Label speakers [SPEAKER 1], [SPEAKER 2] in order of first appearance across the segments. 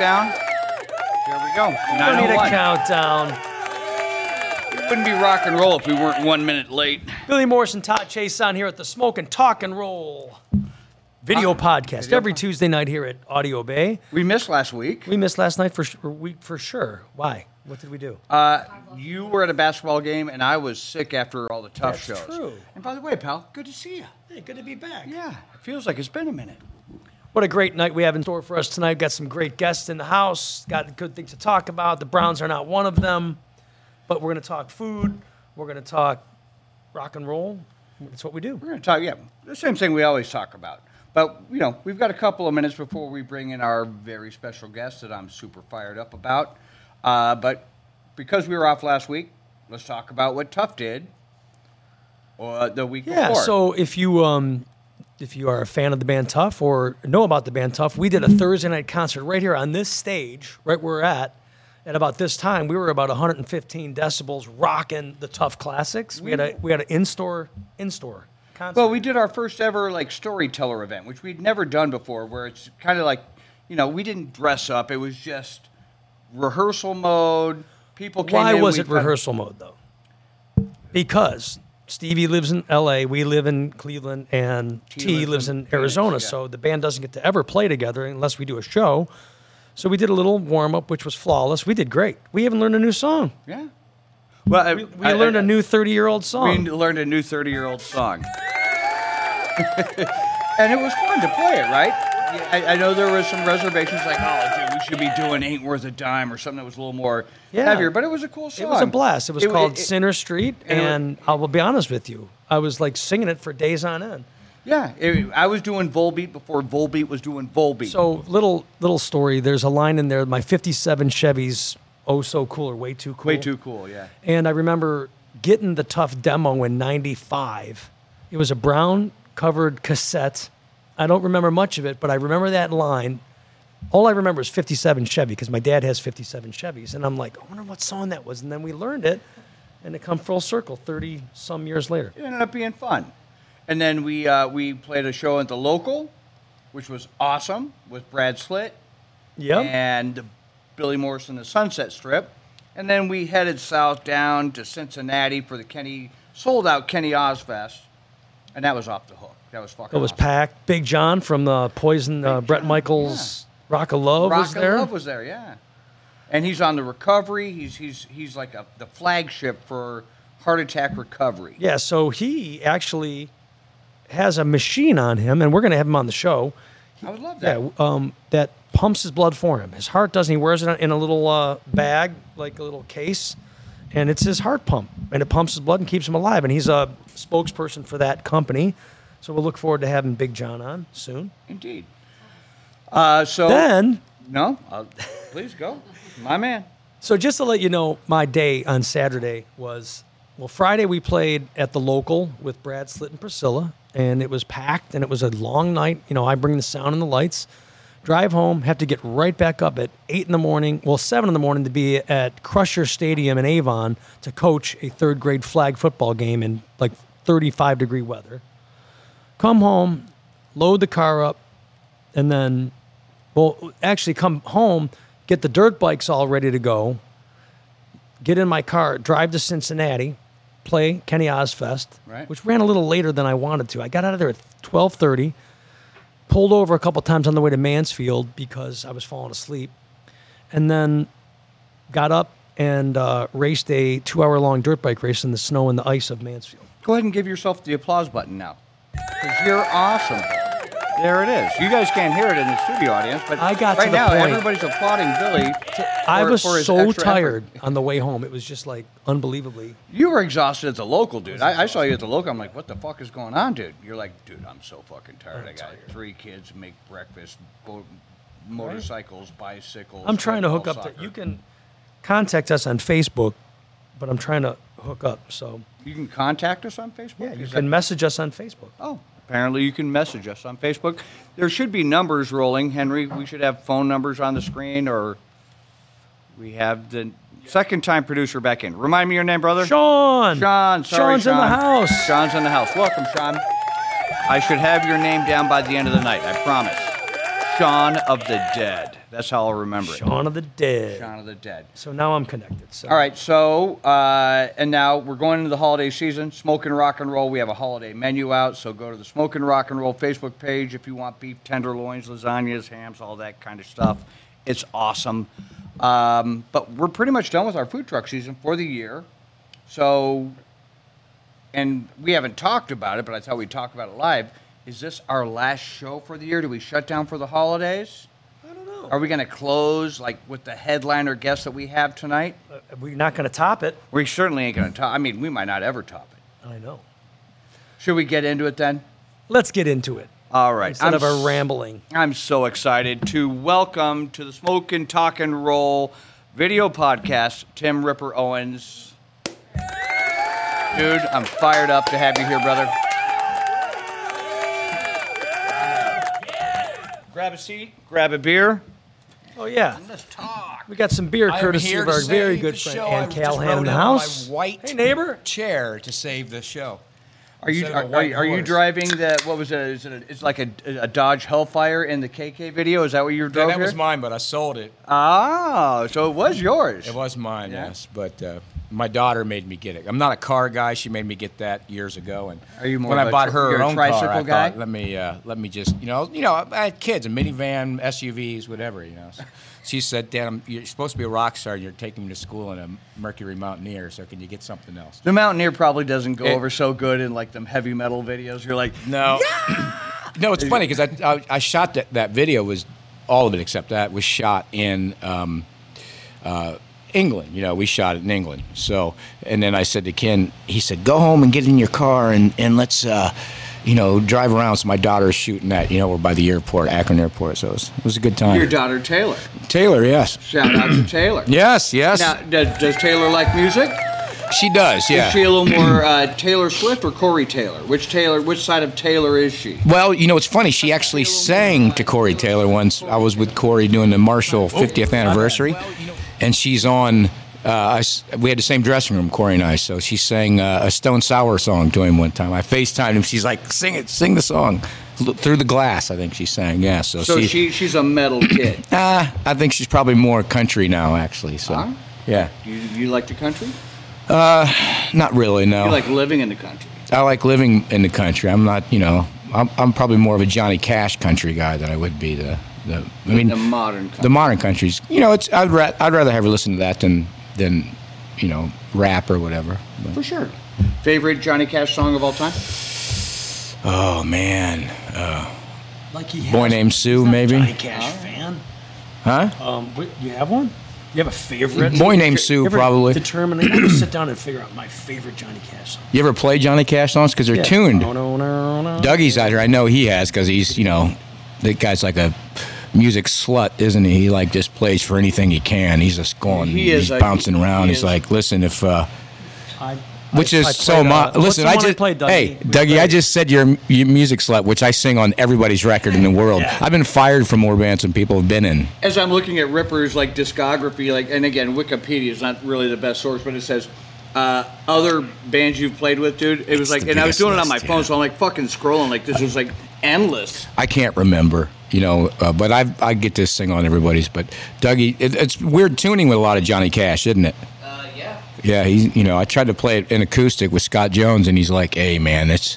[SPEAKER 1] down. There we go.
[SPEAKER 2] I don't need a
[SPEAKER 1] 901.
[SPEAKER 2] countdown.
[SPEAKER 1] Wouldn't be rock and roll if we weren't one minute late.
[SPEAKER 2] Billy Morris and Todd Chase on here at the Smoke and Talk and Roll video podcast every Tuesday night here at Audio Bay.
[SPEAKER 1] We missed last week.
[SPEAKER 2] We missed last night for s- or week for sure. Why? What did we do?
[SPEAKER 1] Uh, you were at a basketball game, and I was sick after all the tough
[SPEAKER 2] That's
[SPEAKER 1] shows.
[SPEAKER 2] true.
[SPEAKER 1] And by the way, pal, good to see you.
[SPEAKER 2] hey, good to be back.
[SPEAKER 1] Yeah, it feels like it's been a minute.
[SPEAKER 2] What a great night we have in store for us tonight. Got some great guests in the house. Got good things to talk about. The Browns are not one of them, but we're going to talk food. We're going to talk rock and roll. That's what we do.
[SPEAKER 1] We're going to talk, yeah, the same thing we always talk about. But, you know, we've got a couple of minutes before we bring in our very special guest that I'm super fired up about. Uh, but because we were off last week, let's talk about what Tough did uh, the week
[SPEAKER 2] Yeah.
[SPEAKER 1] before.
[SPEAKER 2] So if you um, if you are a fan of the band Tough or know about the band Tough, we did a Thursday night concert right here on this stage, right where we're at. At about this time, we were about 115 decibels, rocking the Tough classics. We had a we had an in store in store concert.
[SPEAKER 1] Well, we did our first ever like storyteller event, which we'd never done before, where it's kind of like, you know, we didn't dress up. It was just rehearsal mode. People came
[SPEAKER 2] Why
[SPEAKER 1] in,
[SPEAKER 2] was
[SPEAKER 1] we
[SPEAKER 2] it
[SPEAKER 1] kinda-
[SPEAKER 2] rehearsal mode though? Because Stevie lives in LA, we live in Cleveland, and T, lives, in, Arizona.
[SPEAKER 1] Phoenix, yeah.
[SPEAKER 2] So the band doesn't get to ever play together unless we do a show. So we did a little warm up, which was flawless. We did great. We even learned a new song.
[SPEAKER 1] Yeah. Well, I-
[SPEAKER 2] We
[SPEAKER 1] I-
[SPEAKER 2] learned
[SPEAKER 1] I-
[SPEAKER 2] a new 30 year old
[SPEAKER 1] We
[SPEAKER 2] song.
[SPEAKER 1] learned a new thirty-year-old song, and it was fun to play it. Right? Yeah, I, I know there was some reservations, like, oh, dude, we should be doing "Ain't Worth a Dime" or something that was a little more
[SPEAKER 2] Yeah.
[SPEAKER 1] heavier, but it was a cool song.
[SPEAKER 2] it was a blast. It was
[SPEAKER 1] It-
[SPEAKER 2] called
[SPEAKER 1] it-
[SPEAKER 2] Sinner Street,
[SPEAKER 1] and it-
[SPEAKER 2] and I will be honest with you, I was like singing it for days on end.
[SPEAKER 1] Yeah, it- I was doing Volbeat before Volbeat was doing Volbeat.
[SPEAKER 2] So little little story. There's a line in there. My '57 Chevy's oh so cool or way too cool.
[SPEAKER 1] Way too cool, yeah.
[SPEAKER 2] And I remember getting the tough demo in 95. It was a brown covered cassette. I don't remember much of it, but I remember that line. All I remember is 57 Chevy because my dad has 57 Chevys. And I'm like, I wonder what song that was. And then we learned it and it come full circle 30 some years later.
[SPEAKER 1] It ended up being fun. And then we uh, we played a show at the local, which was awesome with Brad Slitt
[SPEAKER 2] Yep.
[SPEAKER 1] and Billy Morrison, the Sunset Strip. And then we headed south down to Cincinnati for the Kenny sold out Kenny Ozfest, and that was off the hook. That was fucking.
[SPEAKER 2] It Oh, was
[SPEAKER 1] awesome.
[SPEAKER 2] packed. Big John from the Poison, uh, Brett Michaels, Rock of Love
[SPEAKER 1] Rock
[SPEAKER 2] was
[SPEAKER 1] and
[SPEAKER 2] there.
[SPEAKER 1] Love was there, yeah. And he's on the recovery. He's he's he's like a, the flagship for heart attack recovery.
[SPEAKER 2] Yeah, so he actually has a machine on him, and we're going to have him on the show.
[SPEAKER 1] I would love that.
[SPEAKER 2] Yeah, um, that pumps his blood for him. His heart doesn't. He wears it in a little uh, bag, like a little case, and it's his heart pump, and it pumps his blood and keeps him alive. And he's a spokesperson for that company, so we'll look forward to having Big John on soon.
[SPEAKER 1] Indeed. Uh, so
[SPEAKER 2] Then,
[SPEAKER 1] No, I'll, please go, my man.
[SPEAKER 2] so just to let you know, my day on Saturday was well. Friday we played at the local with Brad Slitt and Priscilla, and it was packed, and it was a long night. You know, I bring the sound and the lights. drive home, have to get right back up at eight in the morning, well, seven in the morning to be at Crusher Stadium in Avon to coach a third grade flag football game in like 35 degree weather. Come home, load the car up, and then, well, actually come home, get the dirt bikes all ready to go, get in my car, drive to Cincinnati, play Kenny Ozfest,
[SPEAKER 1] Right.
[SPEAKER 2] which ran a little later than I wanted to. I got out of there at 1230 pulled over a couple times on the way to Mansfield because I was falling asleep, and then got up and uh, raced a two-hour-long dirt bike race in the snow and the ice of Mansfield.
[SPEAKER 1] Go ahead and give yourself the applause button now, 'cause you're awesome. There it is. You guys can't hear it in the studio audience, but
[SPEAKER 2] I got to
[SPEAKER 1] right
[SPEAKER 2] the
[SPEAKER 1] now
[SPEAKER 2] point.
[SPEAKER 1] everybody's applauding Billy.
[SPEAKER 2] I
[SPEAKER 1] for-
[SPEAKER 2] was
[SPEAKER 1] for his
[SPEAKER 2] so
[SPEAKER 1] extra effort.
[SPEAKER 2] tired on the way home; it was just like unbelievably.
[SPEAKER 1] You were exhausted at the local, dude. I, I saw you at the local. I'm like, what the fuck is going on, dude? You're like, dude, I'm so fucking tired. I got three kids, make breakfast, bo- motorcycles, bicycles.
[SPEAKER 2] I'm trying to hook
[SPEAKER 1] football,
[SPEAKER 2] up. To,
[SPEAKER 1] soccer.
[SPEAKER 2] you can contact us on Facebook, but I'm trying to hook up. So
[SPEAKER 1] you can contact us on Facebook.
[SPEAKER 2] yeah, you
[SPEAKER 1] Is
[SPEAKER 2] can
[SPEAKER 1] that-
[SPEAKER 2] message us on Facebook.
[SPEAKER 1] Oh, apparently you can message us on Facebook. There should be numbers rolling, Henry. We should have phone numbers on the screen, or we have the second time producer back in. Remind me your name, brother.
[SPEAKER 2] Sean.
[SPEAKER 1] Sean. Sorry,
[SPEAKER 2] Sean's in the
[SPEAKER 1] Sean.
[SPEAKER 2] house.
[SPEAKER 1] Sean's in the house. Welcome, Sean. I should have your name down by the end of the night. I promise. Sean of the Dead. That's how I'll remember it.
[SPEAKER 3] Shaun of the Dead.
[SPEAKER 1] Shaun of the Dead.
[SPEAKER 3] So now I'm connected. So.
[SPEAKER 1] All right, so uh, and now we're going into the holiday season. Smoke and rock and roll. We have a holiday menu out, so go to the Smoke and Rock and Roll Facebook page if you want beef tenderloins, lasagnas, hams, all that kind of stuff. It's awesome. Um, but we're pretty much done with our food truck season for the year. So, and we haven't talked about it, but I thought we'd talk about it live. Is this our last show for the year? Do we shut down for the holidays?
[SPEAKER 3] I don't know.
[SPEAKER 1] Are we going to close like with the headliner guest that we have tonight?
[SPEAKER 3] Uh, We're not going to top it.
[SPEAKER 1] We certainly ain't going to top. I mean, we might not ever top it.
[SPEAKER 3] I know.
[SPEAKER 1] Should we get into it then?
[SPEAKER 3] Let's get into it
[SPEAKER 1] All right.
[SPEAKER 3] instead of our
[SPEAKER 1] s-
[SPEAKER 3] rambling.
[SPEAKER 1] I'm so excited to welcome to the Smoke and Talk and Roll video podcast Tim Ripper Owens. Dude, I'm fired up to have you here, brother. Grab a seat, grab a beer.
[SPEAKER 3] Oh yeah,
[SPEAKER 1] Let's talk.
[SPEAKER 3] we got some beer
[SPEAKER 4] I am
[SPEAKER 3] courtesy
[SPEAKER 4] here
[SPEAKER 3] of
[SPEAKER 4] to
[SPEAKER 3] our very
[SPEAKER 4] save
[SPEAKER 3] good
[SPEAKER 4] the
[SPEAKER 3] friend
[SPEAKER 4] show. I
[SPEAKER 3] Ann
[SPEAKER 4] just
[SPEAKER 3] Callahan
[SPEAKER 4] rode
[SPEAKER 3] in the
[SPEAKER 4] out of
[SPEAKER 3] house.
[SPEAKER 4] My white
[SPEAKER 3] hey neighbor.
[SPEAKER 4] chair to save the show.
[SPEAKER 1] Are you
[SPEAKER 4] Instead
[SPEAKER 1] are,
[SPEAKER 4] of a
[SPEAKER 1] are, you-
[SPEAKER 4] white
[SPEAKER 1] are you
[SPEAKER 4] horse.
[SPEAKER 1] driving the what was it? Is it a, it's like a, a Dodge Hellfire in the KK video? Is that what you drove
[SPEAKER 4] Yeah, that
[SPEAKER 1] here?
[SPEAKER 4] was mine, but I sold it.
[SPEAKER 1] Ah, so it was yours.
[SPEAKER 4] It was mine,
[SPEAKER 1] Yeah.
[SPEAKER 4] yes. But uh, my daughter made me get it. I'm not a car guy. She made me get that years ago. And
[SPEAKER 1] Are you more
[SPEAKER 4] when
[SPEAKER 1] of
[SPEAKER 4] I
[SPEAKER 1] a
[SPEAKER 4] bought
[SPEAKER 1] tr-
[SPEAKER 4] her
[SPEAKER 1] you're
[SPEAKER 4] her
[SPEAKER 1] a
[SPEAKER 4] own car, I
[SPEAKER 1] tricycle guy?
[SPEAKER 4] thought, let me uh, let me just you know you know I had kids, a minivan, SUVs, whatever. You know, So she said, "Dad, I'm, you're supposed to be a rock star. and You're taking me to school in a Mercury Mountaineer. So can you get something else?"
[SPEAKER 1] The Mountaineer probably doesn't go
[SPEAKER 4] It-
[SPEAKER 1] over so good in like them heavy metal videos. You're like,
[SPEAKER 4] No. no, it's funny because I, I I shot that that video was all of it except that was shot in um, uh, England. You know, we shot it in England. So and then I said to Ken, he said, "Go home and get in your car and and let's." Uh, you know, drive around. So my daughter's shooting that. You know, we're by the airport, Akron Airport. So it was, it was a good time.
[SPEAKER 1] your daughter Taylor.
[SPEAKER 4] Taylor, yes,
[SPEAKER 1] Shout out to Taylor.
[SPEAKER 4] yes, yes.
[SPEAKER 1] Now, does, does Taylor like music?
[SPEAKER 4] she does. Yeah.
[SPEAKER 1] Is she a little more uh, Taylor Swift or Corey Taylor? Which Taylor? Which side of Taylor is she?
[SPEAKER 4] Well, you know, it's funny. She actually sang to Corey Taylor once. I was with Corey doing the Marshall
[SPEAKER 1] Oh.
[SPEAKER 4] 50th anniversary, and she's on. Uh, I s we had the same dressing room, Corey and I, so she sang uh, a Stone Sour song to him one time. I FaceTimed him. She's like, "Sing it, sing the song." L- Through the glass, I think she sang. Yeah, so,
[SPEAKER 1] So she she's a metal kid.
[SPEAKER 4] uh, I think she's probably more country now, actually. So,
[SPEAKER 1] Huh?
[SPEAKER 4] yeah,
[SPEAKER 1] You you like the country?
[SPEAKER 4] not really. No,
[SPEAKER 1] You like living in the country?
[SPEAKER 4] I like living in the country. I'm not, you know, I'm, I'm probably more of a Johnny Cash country guy than I would be the. the I mean,
[SPEAKER 1] the modern country.
[SPEAKER 4] the modern countries. You know, it's I'd ra- I'd rather have her listen to that than than you know rap or whatever. But-
[SPEAKER 1] For sure. Favorite Johnny Cash song of all time?
[SPEAKER 4] oh man,
[SPEAKER 3] Like he
[SPEAKER 4] boy named Sue maybe,
[SPEAKER 3] Cash fan.
[SPEAKER 4] huh?
[SPEAKER 3] Um, wait, you have one? You have a favorite?
[SPEAKER 4] Boy Named Sue,
[SPEAKER 3] Ever
[SPEAKER 4] probably.
[SPEAKER 3] Determine. I'm gonna sit down and figure out my favorite Johnny Cash song.
[SPEAKER 4] You ever play Johnny Cash songs because they're
[SPEAKER 3] Yeah. Oh,
[SPEAKER 4] tuned?
[SPEAKER 3] No, no, no, no.
[SPEAKER 4] Dougie's out here. I know he has because he's you know the guy's like a music slut, isn't he? He like just plays for anything he can. He's just going,
[SPEAKER 1] He is
[SPEAKER 4] he's
[SPEAKER 1] a-
[SPEAKER 4] bouncing around.
[SPEAKER 1] he
[SPEAKER 4] he's
[SPEAKER 1] is-
[SPEAKER 4] like, listen, if. uh
[SPEAKER 3] I,
[SPEAKER 4] Which
[SPEAKER 3] I-
[SPEAKER 4] is
[SPEAKER 3] I
[SPEAKER 4] so
[SPEAKER 3] played,
[SPEAKER 4] much.
[SPEAKER 3] uh, what's
[SPEAKER 4] listen,
[SPEAKER 3] the
[SPEAKER 4] I
[SPEAKER 3] one
[SPEAKER 4] just
[SPEAKER 3] played, Dougie?
[SPEAKER 4] hey
[SPEAKER 3] We
[SPEAKER 4] Dougie, I
[SPEAKER 3] played-
[SPEAKER 4] just said your, your music slut, which I sing on everybody's record in the world. I've been fired from more bands than people have been in.
[SPEAKER 1] As I'm looking at Ripper's like discography, like and again, Wikipedia is not really the best source, but it says uh, other bands you've played with, dude. It was
[SPEAKER 4] It's
[SPEAKER 1] like,
[SPEAKER 4] the
[SPEAKER 1] and I was
[SPEAKER 4] biggest
[SPEAKER 1] doing it on my
[SPEAKER 4] list,
[SPEAKER 1] phone,
[SPEAKER 4] yeah.
[SPEAKER 1] so I'm like fucking scrolling, like this was like endless.
[SPEAKER 4] I can't remember, you know, uh, but I I get this thing on everybody's. But Dougie, it, it's weird tuning with a lot of Johnny Cash, isn't it?
[SPEAKER 1] Uh, yeah.
[SPEAKER 4] Yeah, he's you know I tried to play it in acoustic with Scott Jones, and he's like, "Hey man, that's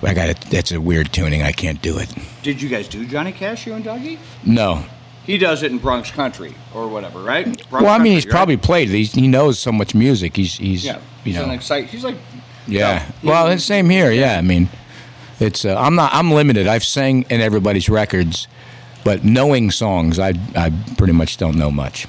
[SPEAKER 4] I got it. That's a weird tuning. I can't do it."
[SPEAKER 1] Did you guys do Johnny Cash, you and Dougie?
[SPEAKER 4] No.
[SPEAKER 1] He does it in Bronx Country or whatever, right? Bronx
[SPEAKER 4] Well, I mean,
[SPEAKER 1] Country,
[SPEAKER 4] he's
[SPEAKER 1] right?
[SPEAKER 4] probably played. it. He's, he knows so much music. He's he's
[SPEAKER 1] yeah.
[SPEAKER 4] you
[SPEAKER 1] He's
[SPEAKER 4] know
[SPEAKER 1] an excite. He's like
[SPEAKER 4] Yeah.
[SPEAKER 1] No.
[SPEAKER 4] Well, it's same here. Yeah. I mean, it's uh, I'm not I'm limited. I've sang in everybody's records, but knowing songs, I I pretty much don't know much.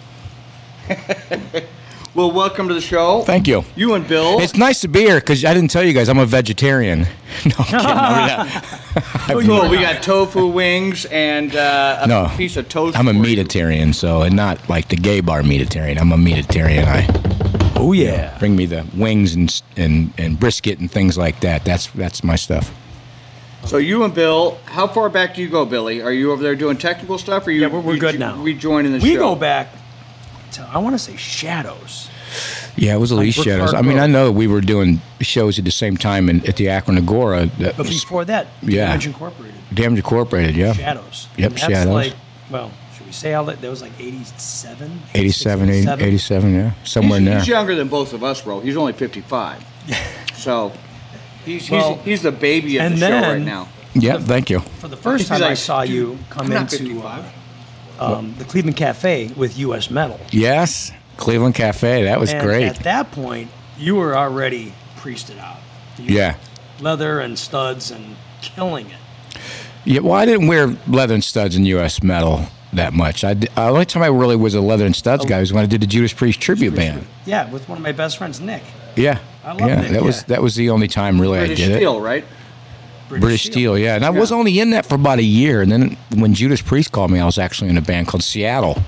[SPEAKER 1] Well, welcome to the show.
[SPEAKER 4] Thank you.
[SPEAKER 1] You and Bill.
[SPEAKER 4] It's nice to be here because I didn't tell you guys I'm a vegetarian. No, I'm kidding. I'm, not-
[SPEAKER 1] cool. We got tofu wings and uh, a
[SPEAKER 4] No.
[SPEAKER 1] piece of toast.
[SPEAKER 4] I'm a
[SPEAKER 1] for you.
[SPEAKER 4] meatitarian, so and not like the gay bar meatitarian. I'm a meatitarian. I
[SPEAKER 3] oh yeah.
[SPEAKER 4] bring me the wings and s- and and brisket and things like that. That's that's my stuff.
[SPEAKER 1] So you and Bill, how far back do you go, Billy? Are you over there doing technical stuff? Or you,
[SPEAKER 3] Yeah, we're, we're
[SPEAKER 1] you-
[SPEAKER 3] good
[SPEAKER 1] you-
[SPEAKER 3] now.
[SPEAKER 1] We join in the
[SPEAKER 3] We
[SPEAKER 1] show.
[SPEAKER 3] go back to I want to say Shadows.
[SPEAKER 4] Yeah, it was Elise
[SPEAKER 3] Brook
[SPEAKER 4] Shadows.
[SPEAKER 3] Park
[SPEAKER 4] I mean, I
[SPEAKER 3] Road.
[SPEAKER 4] know that we were doing shows at the same time in, at the Akron Agora. That
[SPEAKER 3] But
[SPEAKER 4] was
[SPEAKER 3] before that,
[SPEAKER 4] Yeah.
[SPEAKER 3] Damage Incorporated,
[SPEAKER 4] Damage Incorporated, yeah.
[SPEAKER 3] Shadows.
[SPEAKER 4] Yep,
[SPEAKER 3] And that's
[SPEAKER 4] Shadows.
[SPEAKER 3] Like, well, should
[SPEAKER 2] you say how that that was like 87?
[SPEAKER 4] 87, 87, 87 yeah, somewhere in
[SPEAKER 1] he's,
[SPEAKER 4] there.
[SPEAKER 1] he's younger than both of us, bro. He's only 55. so he's, he's,
[SPEAKER 2] Well,
[SPEAKER 1] he's the baby of
[SPEAKER 2] and
[SPEAKER 1] the show
[SPEAKER 2] then-
[SPEAKER 1] right now.
[SPEAKER 4] Yeah, thank you.
[SPEAKER 2] For the first time I
[SPEAKER 1] like,
[SPEAKER 2] saw you come
[SPEAKER 1] I'm not
[SPEAKER 2] into uh,
[SPEAKER 1] 55.
[SPEAKER 2] um, the Cleveland Cafe with US Metal.
[SPEAKER 4] Yes, Cleveland Cafe. That was
[SPEAKER 2] and
[SPEAKER 4] great.
[SPEAKER 2] At that point, you were already priested out. You-
[SPEAKER 4] Yeah.
[SPEAKER 2] Leather and studs and killing it.
[SPEAKER 4] Yeah, well, I didn't wear leather and studs in U.S. metal that much. I d the only time I really was a leather and studs guy was when I did the Oh. Judas Priest tribute band.
[SPEAKER 2] Yeah, with one of my best friends, Nick.
[SPEAKER 4] Yeah,
[SPEAKER 2] I love
[SPEAKER 4] yeah,
[SPEAKER 2] that,
[SPEAKER 4] that was
[SPEAKER 2] yeah.
[SPEAKER 4] that was the only time really
[SPEAKER 1] British
[SPEAKER 4] I did
[SPEAKER 1] Steel, right?
[SPEAKER 4] it. British Steel, yeah, and I was only in that for about a year, and then when Judas Priest called me, I was actually in a band called Seattle.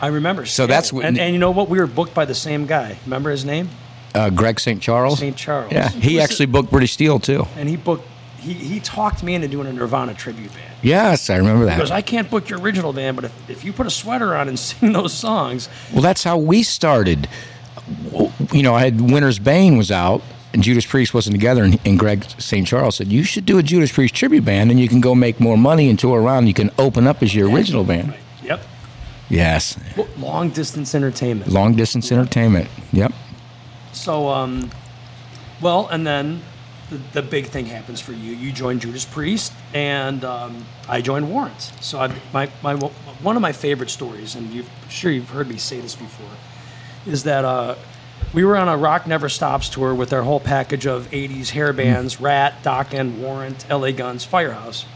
[SPEAKER 2] I remember.
[SPEAKER 4] So that's
[SPEAKER 2] Steel.
[SPEAKER 4] what-
[SPEAKER 2] and, and you know what? We were booked by the same guy. Remember his name?
[SPEAKER 4] Uh, Greg St. Charles.
[SPEAKER 2] St. Charles.
[SPEAKER 4] Yeah, he
[SPEAKER 2] Was
[SPEAKER 4] actually booked British Steel too.
[SPEAKER 2] And he booked. He, he talked me into doing a Nirvana tribute band.
[SPEAKER 4] Yes, I remember that.
[SPEAKER 2] Because I can't book your original band, but if, if you put a sweater on and sing those songs,
[SPEAKER 4] Well, that's how we started. W- You know, I had Winter's Bane was out, and Judas Priest wasn't together, and, and Greg St. Charles said, "You should do a Judas Priest tribute band, and you can go make more money and tour around. You can open up as your original band."
[SPEAKER 2] yep,
[SPEAKER 4] Yes,
[SPEAKER 2] Well, long distance entertainment.
[SPEAKER 4] long distance entertainment. Yep.
[SPEAKER 2] So, um, well, and then the, the big thing happens for you. You join Judas Priest, and um, I joined Warrant. So, I, my, my one of my favorite stories, and you've I'm sure you've heard me say this before, is that uh, we were on a Rock Never Stops tour with our whole package of '80s hair bands: Rat, Doc End, Warrant, LA Guns, Firehouse.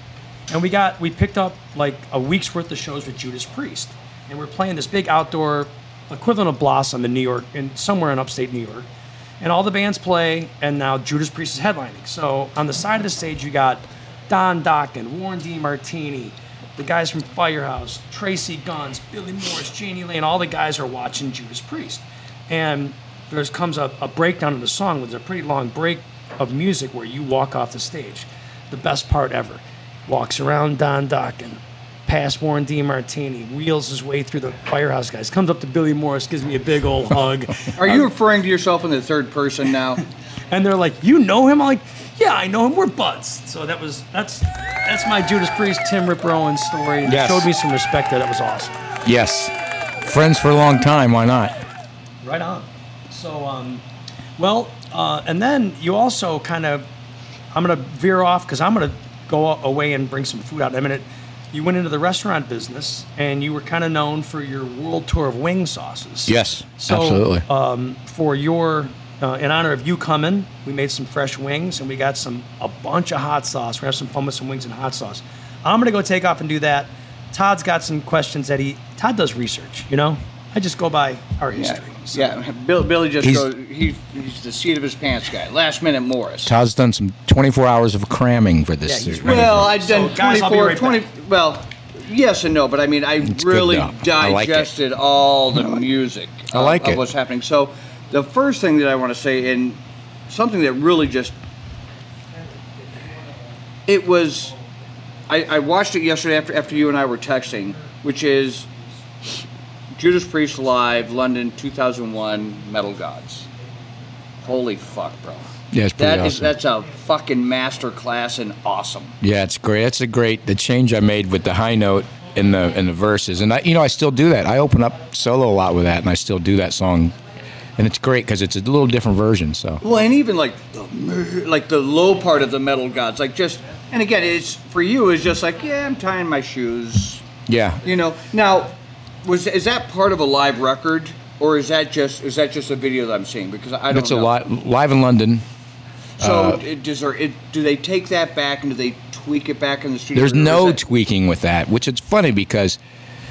[SPEAKER 2] and we got we picked up like a week's worth of shows with Judas Priest, and we're playing this big outdoor equivalent of Blossom in New York, in somewhere in upstate New York, and all the bands play, and now Judas Priest is headlining. So on the side of the stage, you got Don Dokken, Warren D. Martini, the guys from Firehouse, Tracy Guns, Billy Morris, Janie Lane, all the guys are watching Judas Priest, and there's comes a, a breakdown of the song, which is a pretty long break of music where you walk off the stage. The best part ever walks around Don Dockin, past Warren D. Martini, wheels his way through the firehouse guys, comes up to Billy Morris, gives me a big old hug,
[SPEAKER 1] Are
[SPEAKER 2] Um,
[SPEAKER 1] you referring to yourself in the third person now?
[SPEAKER 2] and they're like, "You know him?" I'm like, "Yeah, I know him. We're buds." So that was that's that's my Judas Priest Tim Rip Rowan story. And
[SPEAKER 4] Yes.
[SPEAKER 2] It showed me some respect there. That was awesome.
[SPEAKER 4] Yes. Friends for a long time. Why not?
[SPEAKER 2] Right on. So, um, well, uh, and then you also kind of, I'm going to veer off because I'm going to go a- away and bring some food out in a minute. You went into the restaurant business and you were kind of known for your world tour of wing sauces.
[SPEAKER 4] Yes,
[SPEAKER 2] So,
[SPEAKER 4] absolutely.
[SPEAKER 2] Um, for your, uh, in honor of you coming, we made some fresh wings and we got some, a bunch of hot sauce. We're going to have some fun with some wings and hot sauce. I'm going to go take off and do that. Todd's got some questions that he, Todd does research, you know? I just go by our
[SPEAKER 1] Yeah,
[SPEAKER 2] history. so.
[SPEAKER 1] yeah. Bill, Billy just
[SPEAKER 4] He's-
[SPEAKER 1] goes. He's, he's the seat of his pants guy. Last minute Morris.
[SPEAKER 4] Todd's done some 24 hours of cramming for this.
[SPEAKER 2] Yeah, he's
[SPEAKER 4] series.
[SPEAKER 2] ready.
[SPEAKER 1] Well, I've done
[SPEAKER 2] So, guys, I'll be
[SPEAKER 1] 24,
[SPEAKER 2] right
[SPEAKER 1] 20. Well, yes and no, but I mean, I
[SPEAKER 4] good,
[SPEAKER 1] really
[SPEAKER 4] though. I like it.
[SPEAKER 1] digested all the music
[SPEAKER 4] I
[SPEAKER 1] of-
[SPEAKER 4] like
[SPEAKER 1] of
[SPEAKER 4] it.
[SPEAKER 1] what's happening. So, the first thing that I want to say, and something that really just. It was. I, I watched it yesterday after, after you and I were texting, which is Judas Priest Live, London 2001, Metal Gods. Holy fuck, bro.
[SPEAKER 4] Yeah, it's pretty
[SPEAKER 1] That is
[SPEAKER 4] awesome.
[SPEAKER 1] that's a fucking master class and awesome.
[SPEAKER 4] Yeah, it's great. That's a great the change I made with the high note in the in the verses, and I, you know I still do that. I open up solo a lot with that, and I still do that song, and it's great because it's a little different version. So
[SPEAKER 1] Well, and even like the mer- like the low part of the metal gods, like just and again, it's for you is just like yeah, I'm tying my shoes,
[SPEAKER 4] yeah,
[SPEAKER 1] you know. Now, was is that part of a live record or is that just is that just a video that I'm seeing? Because I don't.
[SPEAKER 4] it's a
[SPEAKER 1] know.
[SPEAKER 4] lot uh, live in London.
[SPEAKER 1] So it, does there, it, do they take that back and do they tweak it back in the studio?
[SPEAKER 4] There's
[SPEAKER 1] or is
[SPEAKER 4] no
[SPEAKER 1] that-
[SPEAKER 4] tweaking with that, which it's funny because